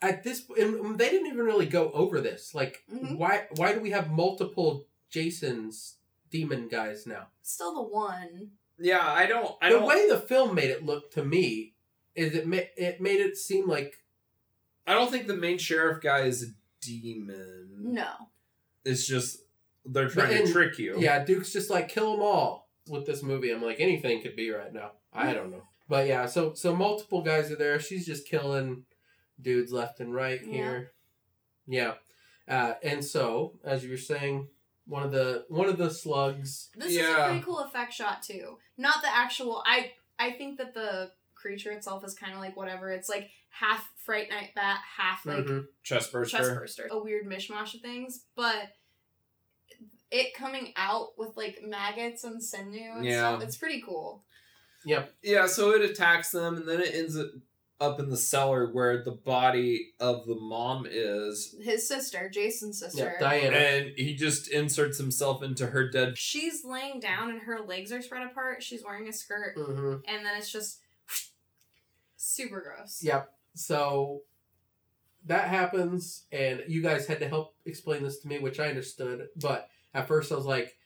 [SPEAKER 1] at this and they didn't even really go over this. Like
[SPEAKER 3] Mhm.
[SPEAKER 1] why why do we have multiple Jasons demon guys now?
[SPEAKER 3] Still the one.
[SPEAKER 2] Yeah, I don't. I
[SPEAKER 1] the
[SPEAKER 2] don't.
[SPEAKER 1] way the film made it look to me is it ma- it made it seem like
[SPEAKER 2] I don't think the main sheriff guy is a demon.
[SPEAKER 3] No.
[SPEAKER 2] It's just they're trying
[SPEAKER 1] And-
[SPEAKER 2] to trick you.
[SPEAKER 1] yeah, Duke's just like kill them all with this movie. I'm like anything could be right now. I don't know. But yeah, so so multiple guys are there. She's just killing dudes left and right
[SPEAKER 3] Yeah.
[SPEAKER 1] here. Yeah. Uh, and so, as you were saying, one of the one of the slugs
[SPEAKER 3] This is a
[SPEAKER 2] Yeah.
[SPEAKER 3] pretty cool effect shot too. Not the actual. I I think that the creature itself is kind of like whatever. It's like half Fright Night Bat, half like
[SPEAKER 2] Mm-hmm.
[SPEAKER 1] Mhm.
[SPEAKER 2] Chestburster.
[SPEAKER 3] chest burster, a weird mishmash of things. But it coming out with like maggots and sinew and
[SPEAKER 2] Yeah.
[SPEAKER 3] stuff. It's pretty cool.
[SPEAKER 2] Yeah, so it attacks them, and then it ends up up in the cellar where the body of the mom is,
[SPEAKER 3] His sister, Jason's sister.
[SPEAKER 1] Yeah, Diana.
[SPEAKER 2] and he just inserts himself into her dead.
[SPEAKER 3] She's laying down and her legs are spread apart. She's wearing a skirt,
[SPEAKER 1] hmm
[SPEAKER 2] Mm.
[SPEAKER 3] and then it's just super gross.
[SPEAKER 1] Yep. So that happens, and you guys had to help explain this to me, which I understood. But at first, I was like,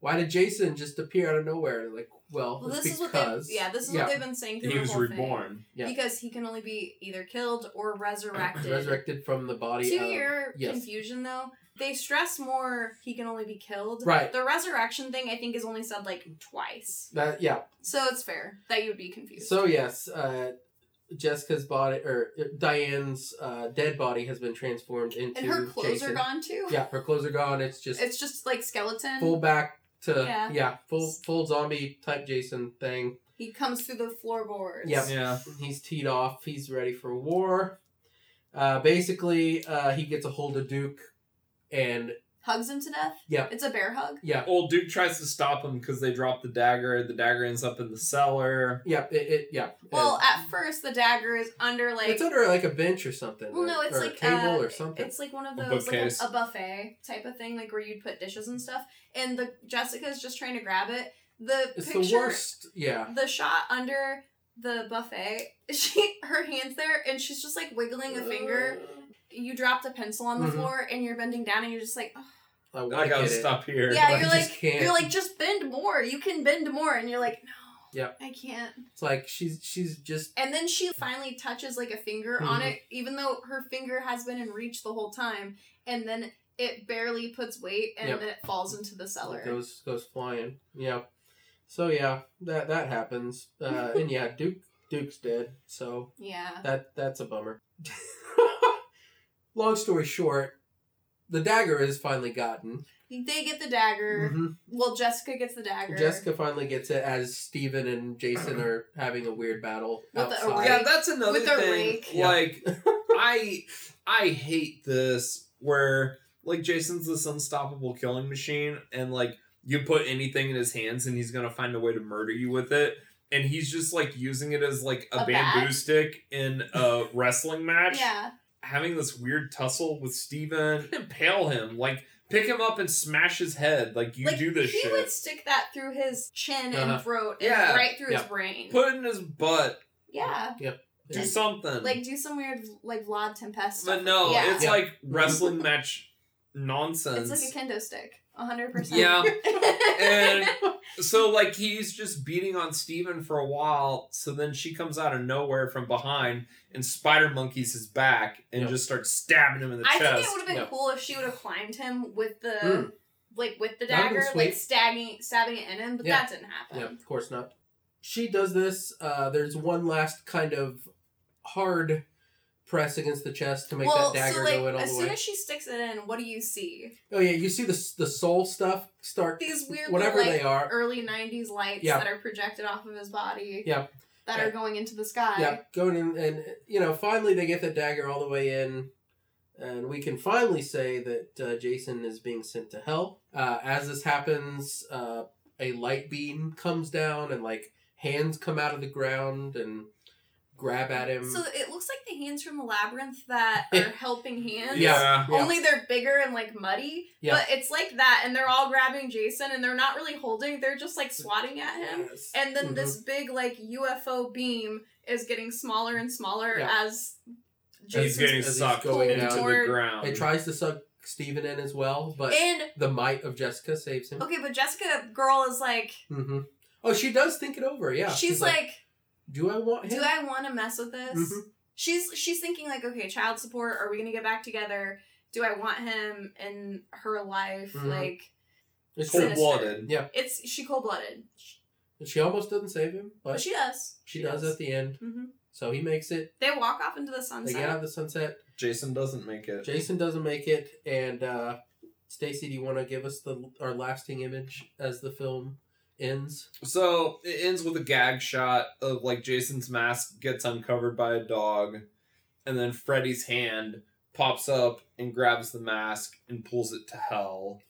[SPEAKER 1] "Why did Jason just appear out of nowhere?" And like, well,
[SPEAKER 3] Well,
[SPEAKER 1] it's
[SPEAKER 3] this is what
[SPEAKER 1] because
[SPEAKER 3] they yeah, this is what they've been saying through
[SPEAKER 2] He
[SPEAKER 3] the
[SPEAKER 2] was
[SPEAKER 3] whole thing.
[SPEAKER 2] reborn.
[SPEAKER 1] Yeah.
[SPEAKER 3] because he can only be either killed or resurrected.
[SPEAKER 1] resurrected from the body.
[SPEAKER 3] to
[SPEAKER 1] of,
[SPEAKER 3] your
[SPEAKER 1] yes.
[SPEAKER 3] confusion, though, they stress more he can only be killed.
[SPEAKER 1] Right.
[SPEAKER 3] The resurrection thing, I think, is only said like twice,
[SPEAKER 1] That yeah.
[SPEAKER 3] so it's fair that you would be confused.
[SPEAKER 1] So yes, uh, Jessica's body or uh, Diane's uh, dead body has been transformed into
[SPEAKER 3] and her clothes
[SPEAKER 1] Jason.
[SPEAKER 3] are gone too.
[SPEAKER 1] Yeah, her clothes are gone. It's just
[SPEAKER 3] It's just like skeleton.
[SPEAKER 1] full back to
[SPEAKER 3] Yeah.
[SPEAKER 1] yeah, full full zombie type Jason thing.
[SPEAKER 3] He comes through the floorboards.
[SPEAKER 1] Yep.
[SPEAKER 2] Yeah.
[SPEAKER 1] He's teed off. He's ready for war. Uh, basically, uh, he gets a hold of Duke, and
[SPEAKER 3] Hugs him to death.
[SPEAKER 1] Yep.
[SPEAKER 3] It's a bear hug.
[SPEAKER 1] yeah,
[SPEAKER 2] Old Duke tries to stop him because they drop the dagger. The dagger ends up in the cellar.
[SPEAKER 1] yeah, it, it yeah.
[SPEAKER 3] Well,
[SPEAKER 1] And
[SPEAKER 3] at first the dagger is under like
[SPEAKER 1] it's under like a bench or something.
[SPEAKER 3] Well,
[SPEAKER 1] or-
[SPEAKER 3] no, it's
[SPEAKER 1] or
[SPEAKER 3] like
[SPEAKER 1] a table
[SPEAKER 3] uh,
[SPEAKER 1] or something.
[SPEAKER 3] It's like one of
[SPEAKER 2] A
[SPEAKER 3] those, like
[SPEAKER 2] bookcase.
[SPEAKER 3] a, a buffet type of thing, like where you'd put dishes and stuff. And the Jessica's just trying to grab it. The
[SPEAKER 1] It's
[SPEAKER 3] picture,
[SPEAKER 1] the worst. Yeah,
[SPEAKER 3] the shot under the buffet, she her hands there, and she's just like wiggling a finger. You dropped a pencil on the
[SPEAKER 1] Mhm.
[SPEAKER 3] floor, and you're bending down, and you're just like, "Oh."
[SPEAKER 1] I,
[SPEAKER 2] I gotta
[SPEAKER 1] get it.
[SPEAKER 2] stop here.
[SPEAKER 3] yeah,
[SPEAKER 1] but
[SPEAKER 3] you're
[SPEAKER 1] I just
[SPEAKER 3] like,
[SPEAKER 1] can't.
[SPEAKER 3] you're like, just bend more. You can bend more, and you're like, no,
[SPEAKER 1] Yep.
[SPEAKER 3] I can't.
[SPEAKER 1] It's like she's she's just
[SPEAKER 3] And then she finally touches like a finger on
[SPEAKER 2] Mm-hmm.
[SPEAKER 1] Mhm.
[SPEAKER 3] it, even though her finger has been in reach the whole time. And then it barely puts weight, and
[SPEAKER 1] Yep.
[SPEAKER 3] then it falls into the cellar.
[SPEAKER 1] goes goes flying. Yeah. So yeah, that that happens, uh, and yeah, Duke Duke's dead. So
[SPEAKER 3] yeah.
[SPEAKER 1] That that's a bummer. Long story short, the dagger is finally gotten.
[SPEAKER 3] They get the dagger.
[SPEAKER 2] Mm-hmm.
[SPEAKER 1] Mhm.
[SPEAKER 3] Well, Jessica gets the dagger.
[SPEAKER 1] Jessica finally gets it as Steven and Jason are having a weird battle
[SPEAKER 3] With the oh,
[SPEAKER 1] outside.
[SPEAKER 2] Yeah, that's another
[SPEAKER 3] With a
[SPEAKER 2] thing.
[SPEAKER 3] rake.
[SPEAKER 1] Yeah.
[SPEAKER 2] Like I I hate this where like Jason's this unstoppable killing machine and like you put anything in his hands and he's gonna find a way to murder you with it. And he's just like using it as like a,
[SPEAKER 3] A bat?
[SPEAKER 2] bamboo stick in a wrestling match.
[SPEAKER 3] Yeah.
[SPEAKER 2] Having this weird tussle with Steven. Impale him. Like pick him up and smash his head. Like you
[SPEAKER 3] like,
[SPEAKER 2] do this
[SPEAKER 3] he
[SPEAKER 2] shit.
[SPEAKER 3] would stick that through his chin
[SPEAKER 1] Uh-huh.
[SPEAKER 3] and throat and
[SPEAKER 2] Yeah.
[SPEAKER 3] right through
[SPEAKER 1] Yeah.
[SPEAKER 3] his brain.
[SPEAKER 2] Put it in his butt.
[SPEAKER 3] yeah.
[SPEAKER 2] Do
[SPEAKER 1] Yeah.
[SPEAKER 2] something.
[SPEAKER 3] Like do some weird like Vlad Tempest.
[SPEAKER 2] But
[SPEAKER 3] stuff.
[SPEAKER 2] no,
[SPEAKER 3] yeah.
[SPEAKER 2] it's like wrestling match nonsense.
[SPEAKER 3] It's like a kendo stick. 100%.
[SPEAKER 2] Yeah. and so like he's just beating on Steven for a while, so then she comes out of nowhere from behind and spider monkeys his back and
[SPEAKER 1] Yeah.
[SPEAKER 2] just starts stabbing him in the
[SPEAKER 3] I think
[SPEAKER 2] chest.
[SPEAKER 3] it would have been
[SPEAKER 1] Yeah.
[SPEAKER 3] cool if she would have climbed him with the
[SPEAKER 1] Mm.
[SPEAKER 3] like with the
[SPEAKER 1] That would've been
[SPEAKER 3] dagger, like
[SPEAKER 1] sweet.
[SPEAKER 3] stabbing stabbing it in him, but
[SPEAKER 1] Yeah.
[SPEAKER 3] that didn't happen.
[SPEAKER 1] Yeah, of course not. She does this. Uh, there's one last kind of hard press against the chest to make
[SPEAKER 3] well,
[SPEAKER 1] that dagger
[SPEAKER 3] so like
[SPEAKER 1] go in all
[SPEAKER 3] as
[SPEAKER 1] the
[SPEAKER 3] soon
[SPEAKER 1] way.
[SPEAKER 3] as she sticks it in, what do you see?
[SPEAKER 1] oh yeah, you see the s- the soul stuff start.
[SPEAKER 3] These weird
[SPEAKER 1] whatever
[SPEAKER 3] little,
[SPEAKER 1] they
[SPEAKER 3] like,
[SPEAKER 1] are.
[SPEAKER 3] early '90s lights
[SPEAKER 1] Yeah.
[SPEAKER 3] that are projected off of his body.
[SPEAKER 1] Yeah.
[SPEAKER 3] That
[SPEAKER 1] Yeah.
[SPEAKER 3] are going into the sky.
[SPEAKER 1] Yeah, going in and you know finally they get the dagger all the way in, and we can finally say that uh, Jason is being sent to hell. Uh, as this happens, uh, a light beam comes down and like hands come out of the ground and grab at him.
[SPEAKER 3] So it looks like the hands from the labyrinth that are helping hands.
[SPEAKER 1] Yeah. Yeah.
[SPEAKER 3] Only they're bigger and like muddy.
[SPEAKER 1] Yeah.
[SPEAKER 3] But it's like that, and they're all grabbing Jason, and they're not really holding. They're just like swatting at him.
[SPEAKER 1] Yes.
[SPEAKER 3] And then this
[SPEAKER 1] Mm-hmm.
[SPEAKER 3] big like UFO beam is getting smaller and smaller
[SPEAKER 1] Yeah.
[SPEAKER 3] as
[SPEAKER 2] He's
[SPEAKER 3] Jason's
[SPEAKER 2] getting
[SPEAKER 1] As he's
[SPEAKER 2] sucked
[SPEAKER 1] going
[SPEAKER 2] into
[SPEAKER 1] down.
[SPEAKER 2] the ground.
[SPEAKER 1] Mm-hmm. It tries to suck Steven in as well, but
[SPEAKER 3] and
[SPEAKER 1] the might of Jessica saves him.
[SPEAKER 3] okay, but Jessica girl is like
[SPEAKER 1] hmm Oh, she does think it over. Yeah, "Oh,
[SPEAKER 3] she's, like,
[SPEAKER 1] "Do I want him?"
[SPEAKER 3] do I want to mess with this?
[SPEAKER 1] Mhm.
[SPEAKER 3] She's she's thinking like, okay, child support. Are we gonna get back together? Do I want him in her life?
[SPEAKER 1] Mhm.
[SPEAKER 3] Like
[SPEAKER 1] It's
[SPEAKER 2] cold
[SPEAKER 1] true.
[SPEAKER 3] Sinister.
[SPEAKER 2] blooded.
[SPEAKER 3] it's she cold blooded,
[SPEAKER 1] She almost doesn't save him, but,
[SPEAKER 3] but
[SPEAKER 1] she,
[SPEAKER 3] she does.
[SPEAKER 1] does, at the end.
[SPEAKER 3] hmm
[SPEAKER 1] So he makes it.
[SPEAKER 3] They walk off into the
[SPEAKER 1] They get out
[SPEAKER 3] sunset.
[SPEAKER 1] of the sunset.
[SPEAKER 2] Jason doesn't make it.
[SPEAKER 1] Jason doesn't make it, and uh, Stacy, do you want to give us the our lasting image as the film ends?
[SPEAKER 2] So it ends with a gag shot of like Jason's mask gets uncovered by a dog, and then Freddy's hand pops up and grabs the mask and pulls it to hell.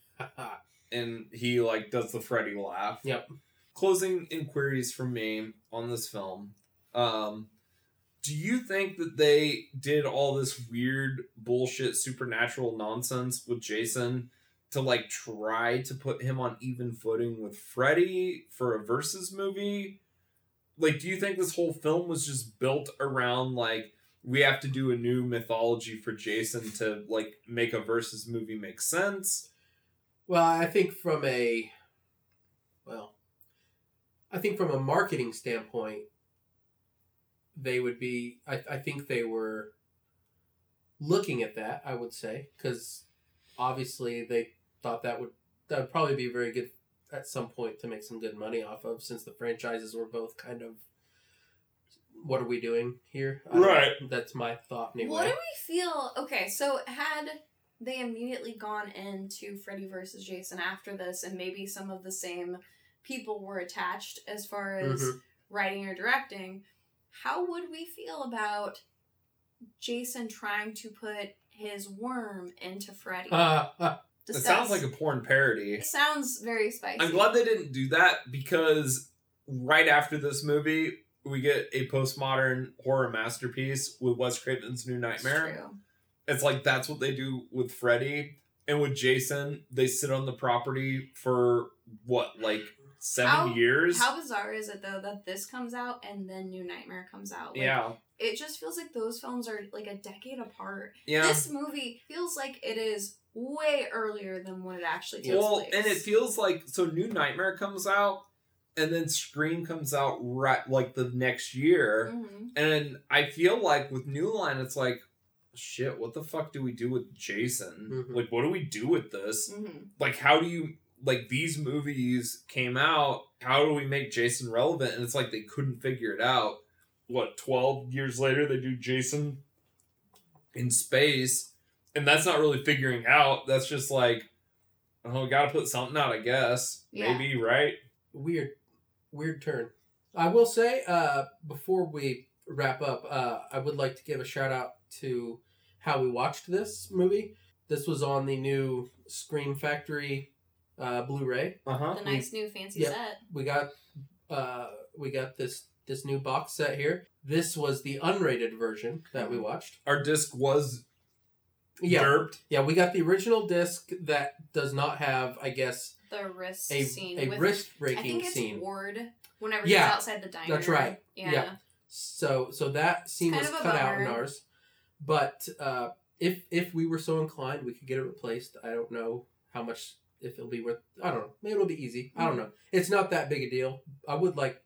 [SPEAKER 2] and he like does the Freddy laugh.
[SPEAKER 1] Yep.
[SPEAKER 2] Closing inquiries from me on this film. Um, do you think that they did all this weird bullshit supernatural nonsense with Jason to like try to put him on even footing with Freddy for a versus movie? Like, do you think this whole film was just built around like we have to do a new mythology for Jason to like make a versus movie make sense?
[SPEAKER 1] Well, I think from a well, I think from a marketing standpoint, they would be. I, I think they were looking at that. I would say because obviously they thought that would that would probably be very good at some point to make some good money off of since the franchises were both kind of what are we doing here I don't know.
[SPEAKER 2] Right.
[SPEAKER 1] that's my thought anyway
[SPEAKER 3] What do we feel? Okay, so had they immediately gone into Freddy versus Jason after this, and maybe some of the same people were attached as far as
[SPEAKER 2] Mm-hmm.
[SPEAKER 1] Mhm.
[SPEAKER 3] writing or directing, how would we feel about Jason trying to put his worm into Freddy?
[SPEAKER 1] Uh, uh,
[SPEAKER 2] It
[SPEAKER 3] Discuss.
[SPEAKER 2] sounds like a porn parody.
[SPEAKER 3] It sounds very spicy.
[SPEAKER 2] I'm glad they didn't do that because right after this movie, we get a postmodern horror masterpiece with Wes Craven's New
[SPEAKER 3] It's
[SPEAKER 2] Nightmare.
[SPEAKER 3] true.
[SPEAKER 2] It's, like that's what they do with Freddy and with Jason. They sit on the property for what, like seven
[SPEAKER 3] How-
[SPEAKER 2] years?
[SPEAKER 3] How bizarre is it though that this comes out and then New Nightmare comes out? Like,
[SPEAKER 2] yeah,
[SPEAKER 3] It just feels like those films are like a decade apart.
[SPEAKER 2] yeah.
[SPEAKER 3] This movie feels like it is way earlier than when it actually takes
[SPEAKER 2] well,
[SPEAKER 3] place.
[SPEAKER 2] and it feels like so New Nightmare comes out, and then Scream comes out right like the next year.
[SPEAKER 3] Mhm.
[SPEAKER 2] And I feel like with New Line, it's like, shit, what the fuck do we do with Jason?
[SPEAKER 1] Mhm.
[SPEAKER 2] Like, what do we do with this?
[SPEAKER 3] Mhm.
[SPEAKER 2] Like, how do you, like, these movies came out, how do we make Jason relevant? And it's like they couldn't figure it out. What, 12 years later, they do Jason in space. And that's not really figuring out. That's just like, Oh, gotta put something out, I guess.
[SPEAKER 3] Yeah.
[SPEAKER 2] Maybe, right?
[SPEAKER 1] weird weird turn i will say uh before we wrap up uh i would like to give a shout out to how we watched this movie this was on the new scream factory uh blu-ray
[SPEAKER 2] Uh huh.
[SPEAKER 3] The nice new fancy
[SPEAKER 1] Yep.
[SPEAKER 3] set.
[SPEAKER 1] we got uh we got this this new box set here this was the unrated version that we watched
[SPEAKER 2] Our disc was
[SPEAKER 1] yeah
[SPEAKER 2] derped.
[SPEAKER 1] yeah we got the original disc that does not have i guess
[SPEAKER 3] The wrist
[SPEAKER 1] a,
[SPEAKER 3] scene.
[SPEAKER 1] a
[SPEAKER 3] with,
[SPEAKER 1] wrist
[SPEAKER 3] I think
[SPEAKER 1] breaking
[SPEAKER 3] it's
[SPEAKER 1] scene
[SPEAKER 3] Ward. Whenever
[SPEAKER 1] Yeah,
[SPEAKER 3] he's outside the diner.
[SPEAKER 1] that's right.
[SPEAKER 3] Yeah.
[SPEAKER 1] Yeah. So so that scene
[SPEAKER 3] kind
[SPEAKER 1] was
[SPEAKER 3] of a
[SPEAKER 1] cut out in
[SPEAKER 3] bummer.
[SPEAKER 1] ours. But uh, if if we were so inclined, we could get it replaced. I don't know how much if it'll be worth. I don't know. Maybe it'll be easy. I don't
[SPEAKER 3] Mm-hmm.
[SPEAKER 1] know. It's not that big a deal. I would like.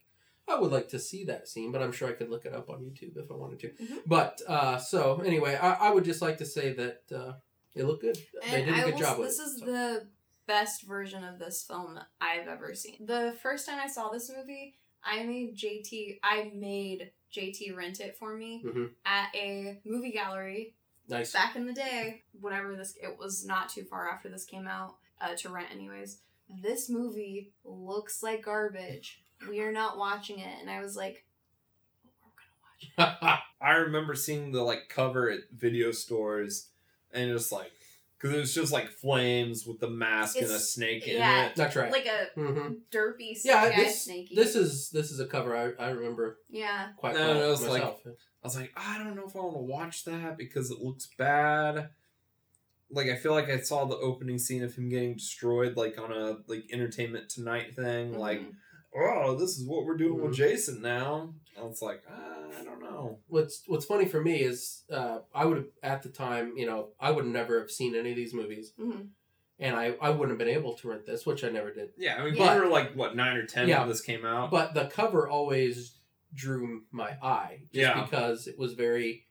[SPEAKER 1] I would like to see that scene, but I'm sure I could look it up on YouTube if I wanted to.
[SPEAKER 3] Mhm.
[SPEAKER 1] But uh, so anyway, I, I would just like to say that uh, it looked good. they
[SPEAKER 3] And
[SPEAKER 1] did a
[SPEAKER 3] I
[SPEAKER 1] good
[SPEAKER 3] will,
[SPEAKER 1] job with
[SPEAKER 3] this
[SPEAKER 1] it.
[SPEAKER 3] is
[SPEAKER 1] so.
[SPEAKER 3] the best version of this film I've ever seen. The first time I saw this movie, I made JT I made JT rent it for me
[SPEAKER 1] Mhm.
[SPEAKER 3] at a movie gallery
[SPEAKER 1] nice.
[SPEAKER 3] back in the day. Whenever this it was not too far after this came out uh, to rent anyways. This movie looks like garbage. We are not watching it, and I was like,
[SPEAKER 2] I remember seeing the like cover at video stores, and it's like because it was just like flames with the mask and a
[SPEAKER 3] It's-
[SPEAKER 2] snake in
[SPEAKER 3] yeah.
[SPEAKER 2] it.
[SPEAKER 1] That's right.
[SPEAKER 3] like a
[SPEAKER 1] hmm
[SPEAKER 3] derpy,
[SPEAKER 1] Yeah,
[SPEAKER 3] CGI
[SPEAKER 1] this,
[SPEAKER 3] snakey.
[SPEAKER 1] this is this is a cover I, I remember
[SPEAKER 3] yeah.
[SPEAKER 1] quite
[SPEAKER 2] No,
[SPEAKER 1] well
[SPEAKER 2] no, it's like-
[SPEAKER 1] myself.
[SPEAKER 2] I was like, I don't know if I want to watch that because it looks bad. Like I feel like I saw the opening scene of him getting destroyed, like on a like Entertainment Tonight thing.
[SPEAKER 1] Mm,
[SPEAKER 2] Like,
[SPEAKER 3] Mhm.
[SPEAKER 2] oh, this is what we're doing
[SPEAKER 1] Mhm.
[SPEAKER 2] with Jason now. I was like, "Ah, I don't know.
[SPEAKER 1] what's what's funny for me is uh, I would have at the time, you know, I would never have seen any of these movies,
[SPEAKER 3] Mhm.
[SPEAKER 1] and I I wouldn't have been able to rent this, which I never did.
[SPEAKER 2] Yeah, I mean,
[SPEAKER 1] Yeah.
[SPEAKER 2] we were like what nine or ten
[SPEAKER 1] Yeah.
[SPEAKER 2] when this came out.
[SPEAKER 1] But the cover always drew my eye, just
[SPEAKER 2] Yeah.
[SPEAKER 1] because it was very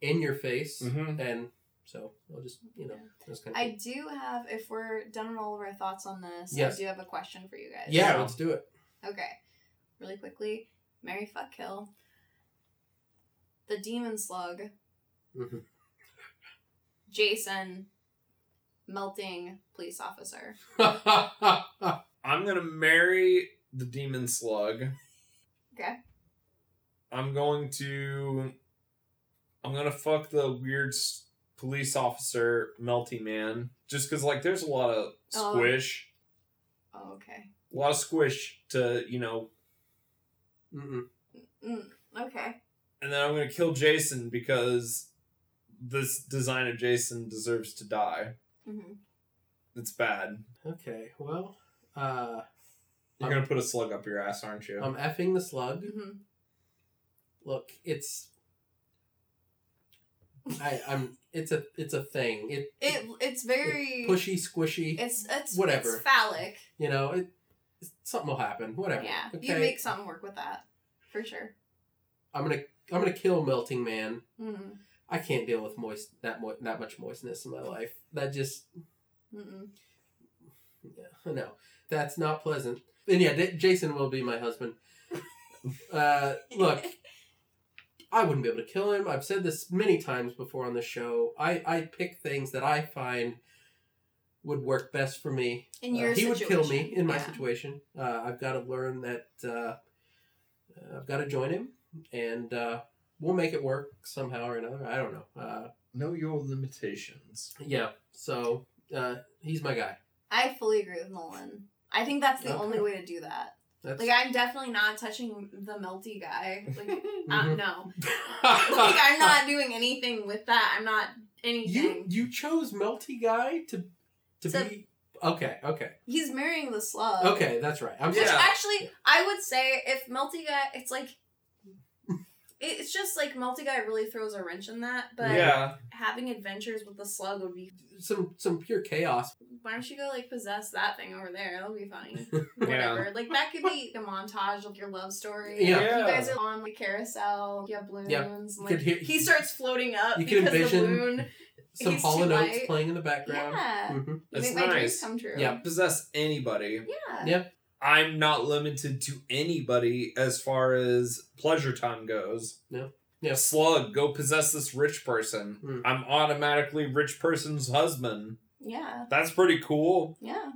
[SPEAKER 1] in your face,
[SPEAKER 2] Mhm.
[SPEAKER 1] and so I'll just you know, that's kind of
[SPEAKER 3] I do have, if we're done with all of our thoughts on this,
[SPEAKER 1] Yes.
[SPEAKER 3] I do have a question for you guys.
[SPEAKER 1] yeah,
[SPEAKER 2] Yeah.
[SPEAKER 1] let's do it.
[SPEAKER 3] Okay. Really quickly, Mary fuck kill. The demon slug,
[SPEAKER 1] Mhm.
[SPEAKER 3] Jason, melting police officer.
[SPEAKER 2] I'm gonna marry the demon slug.
[SPEAKER 3] Okay.
[SPEAKER 2] I'm going to. I'm gonna fuck the weird s- police officer, Melty Man, just because like there's a lot of
[SPEAKER 3] Oh.
[SPEAKER 2] squish,
[SPEAKER 3] Oh, okay.
[SPEAKER 2] a lot of squish to you know,
[SPEAKER 1] Mm-mm.
[SPEAKER 3] Mm, okay.
[SPEAKER 2] and then I'm gonna kill Jason because this design of Jason deserves to die.
[SPEAKER 3] hmm
[SPEAKER 2] It's bad.
[SPEAKER 1] Okay, well, uh,
[SPEAKER 2] You're
[SPEAKER 1] I'm-
[SPEAKER 2] gonna put a slug up your ass, aren't you?
[SPEAKER 1] I'm effing the slug.
[SPEAKER 3] hmm
[SPEAKER 1] Look, it's. I, I'm. It's a. It's a thing. It.
[SPEAKER 3] It it's very
[SPEAKER 1] pushy, squishy.
[SPEAKER 3] It's it's
[SPEAKER 1] Whatever.
[SPEAKER 3] It's phallic.
[SPEAKER 1] you know, it, it's- something will happen. Whatever.
[SPEAKER 3] Yeah,
[SPEAKER 1] Okay.
[SPEAKER 3] you make something work with that for sure.
[SPEAKER 1] I'm gonna I'm gonna kill melting man.
[SPEAKER 3] Mm-mm.
[SPEAKER 1] I can't deal with moist that mo- that much moistness in my life. That just
[SPEAKER 3] Mm-mm.
[SPEAKER 1] yeah, no, that's not pleasant. And yeah, D- Jason will be my husband. Uh, look, I wouldn't be able to kill him. I've said this many times before on the show. I I pick things that I find would work best for me
[SPEAKER 3] In
[SPEAKER 1] Uh,
[SPEAKER 3] your
[SPEAKER 1] he
[SPEAKER 3] situation.
[SPEAKER 1] would kill me in my
[SPEAKER 3] Yeah.
[SPEAKER 1] situation. Uh, I've got to learn that uh, I've got to join him, and uh, we'll make it work somehow or another. I don't know. Uh,
[SPEAKER 2] know your limitations.
[SPEAKER 1] yeah, so uh, he's my guy.
[SPEAKER 3] I fully agree with Nolan. I think that's the
[SPEAKER 1] Okay.
[SPEAKER 3] only way to do that.
[SPEAKER 1] That's
[SPEAKER 3] Like, I'm definitely not touching the melty guy. Like, uh,
[SPEAKER 1] Mhm.
[SPEAKER 3] no. Like, I'm not doing anything with that. I'm not
[SPEAKER 1] You
[SPEAKER 3] anything.
[SPEAKER 1] you chose melty guy to to
[SPEAKER 3] To-
[SPEAKER 1] be okay okay
[SPEAKER 3] He's marrying the slug.
[SPEAKER 1] okay. That's right. I'm
[SPEAKER 3] Which
[SPEAKER 1] sorry.
[SPEAKER 2] Yeah.
[SPEAKER 3] actually, I would say if melty guy, it's like. it- It's just like melty guy really throws a wrench in that, but
[SPEAKER 2] Yeah,
[SPEAKER 3] having adventures with the slug would be.
[SPEAKER 1] Some some pure chaos.
[SPEAKER 3] Why don't you go like possess that thing over there? That'll be funny. Whatever. Like that could be the montage of your love story.
[SPEAKER 1] Yeah.
[SPEAKER 3] You guys are on the carousel. You have balloons.
[SPEAKER 1] Yeah.
[SPEAKER 3] And,
[SPEAKER 1] You
[SPEAKER 3] like,
[SPEAKER 1] could hear-
[SPEAKER 3] he starts floating up
[SPEAKER 1] you could
[SPEAKER 3] because
[SPEAKER 1] envision-
[SPEAKER 3] the balloon.
[SPEAKER 1] Some
[SPEAKER 3] He's
[SPEAKER 1] Hall
[SPEAKER 3] too
[SPEAKER 1] and Oates
[SPEAKER 3] light.
[SPEAKER 1] playing in the background.
[SPEAKER 3] Yeah.
[SPEAKER 1] Mhm.
[SPEAKER 3] You
[SPEAKER 2] That's
[SPEAKER 3] make my dreams
[SPEAKER 2] nice.
[SPEAKER 3] come true.
[SPEAKER 1] Yeah.
[SPEAKER 2] possess anybody.
[SPEAKER 3] Yeah.
[SPEAKER 1] Yeah.
[SPEAKER 2] I'm not limited to anybody as far as pleasure time goes.
[SPEAKER 1] Yeah. Yeah.
[SPEAKER 2] Slug, go possess this rich person.
[SPEAKER 1] Mm.
[SPEAKER 2] I'm automatically rich person's husband.
[SPEAKER 3] Yeah.
[SPEAKER 2] That's pretty cool.
[SPEAKER 3] Yeah.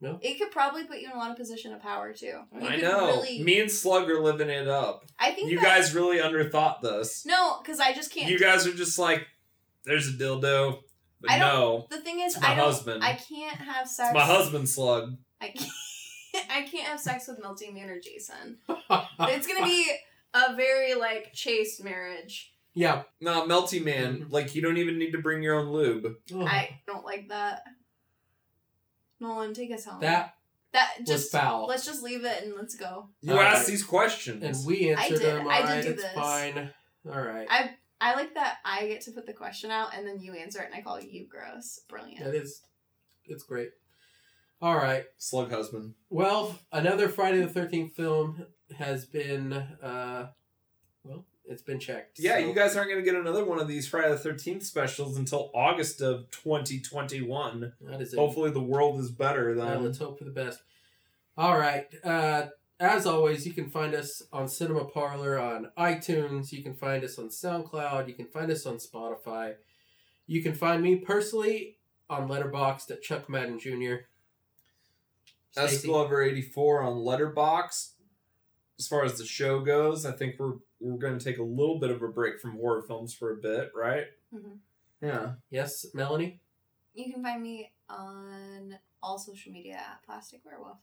[SPEAKER 1] No.
[SPEAKER 3] It could probably put you in a lot of position of power too. You
[SPEAKER 2] I
[SPEAKER 3] could
[SPEAKER 2] know.
[SPEAKER 3] Really,
[SPEAKER 2] Me and Slug are living it up.
[SPEAKER 3] I think
[SPEAKER 2] You
[SPEAKER 3] that-
[SPEAKER 2] guys really underthought this.
[SPEAKER 3] No, because I just can't.
[SPEAKER 2] You guys are just like, there's a dildo, but
[SPEAKER 3] I don't-
[SPEAKER 2] no,
[SPEAKER 3] The thing is,
[SPEAKER 2] It's my
[SPEAKER 3] I don't.
[SPEAKER 2] husband.
[SPEAKER 3] I can't have sex.
[SPEAKER 2] it's my husband Slug.
[SPEAKER 3] I can't, I can't have sex with melting man or Jason.
[SPEAKER 1] Mm-hmm.
[SPEAKER 2] Uh,
[SPEAKER 3] It's gonna be a very like chaste marriage.
[SPEAKER 1] yeah.
[SPEAKER 2] No, Melty Man.
[SPEAKER 1] Mm-hmm.
[SPEAKER 2] Like you don't even need to bring your own lube.
[SPEAKER 1] Ugh.
[SPEAKER 3] I don't like that. Nolan, take us home.
[SPEAKER 1] that
[SPEAKER 3] that
[SPEAKER 1] was
[SPEAKER 3] just
[SPEAKER 1] foul.
[SPEAKER 3] let's just leave it and let's go.
[SPEAKER 2] You
[SPEAKER 1] Alright.
[SPEAKER 2] asked these questions.
[SPEAKER 1] Uh, and we answered
[SPEAKER 3] did.
[SPEAKER 1] them.
[SPEAKER 3] I
[SPEAKER 1] All
[SPEAKER 3] did
[SPEAKER 1] right,
[SPEAKER 3] do
[SPEAKER 1] it's
[SPEAKER 3] this.
[SPEAKER 1] fine. All right.
[SPEAKER 3] I- I like that I get to put the question out and then you answer it and I call you gross. Brilliant.
[SPEAKER 1] That is, it's great. All right.
[SPEAKER 2] Slug husband.
[SPEAKER 1] Well, another Friday the Thirteenth film has been, uh, well, it's been checked.
[SPEAKER 2] Yeah,
[SPEAKER 1] so-
[SPEAKER 2] you guys aren't gonna get another one of these Friday the Thirteenth specials until August of 2021.
[SPEAKER 1] That is it.
[SPEAKER 2] Hopefully, the world is better
[SPEAKER 1] Uh,
[SPEAKER 2] then.
[SPEAKER 1] let's hope for the best. All right. Uh, as always, you can find us on Cinema Parlor on iTunes. You can find us on SoundCloud. You can find us on Spotify. You can find me personally on Letterboxd at Chuck Madden Jr.
[SPEAKER 2] S
[SPEAKER 1] Stacey?
[SPEAKER 2] Glover 84 on Letterbox. As far as the show goes, I think we're we're going to take a little bit of a break from horror films for a bit, right?
[SPEAKER 3] Mhm.
[SPEAKER 2] Yeah.
[SPEAKER 1] Yes, Melanie.
[SPEAKER 3] You can find me on all social media at Plastic Werewolf.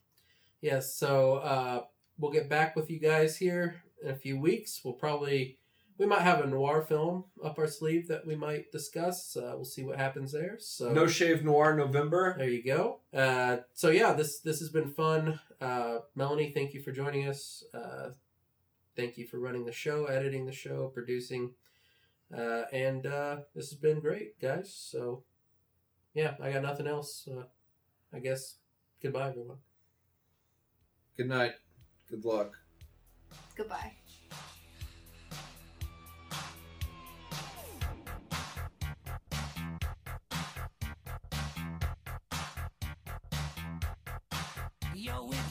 [SPEAKER 1] Yes, so uh, we'll get back with you guys here in a few weeks. We'll probably we might have a noir film up our sleeve that we might discuss. Uh, we'll see what happens there. So
[SPEAKER 2] No Shave Noir November.
[SPEAKER 1] there you go. Uh, so yeah, this this has been fun. Uh, Melanie, thank you for joining us. Uh, thank you for running the show, editing the show, producing, uh, and uh, this has been great, guys. So yeah, I got nothing else. Uh, I guess goodbye, everyone.
[SPEAKER 2] Good night. Good luck.
[SPEAKER 3] Goodbye.
[SPEAKER 7] Yo, it's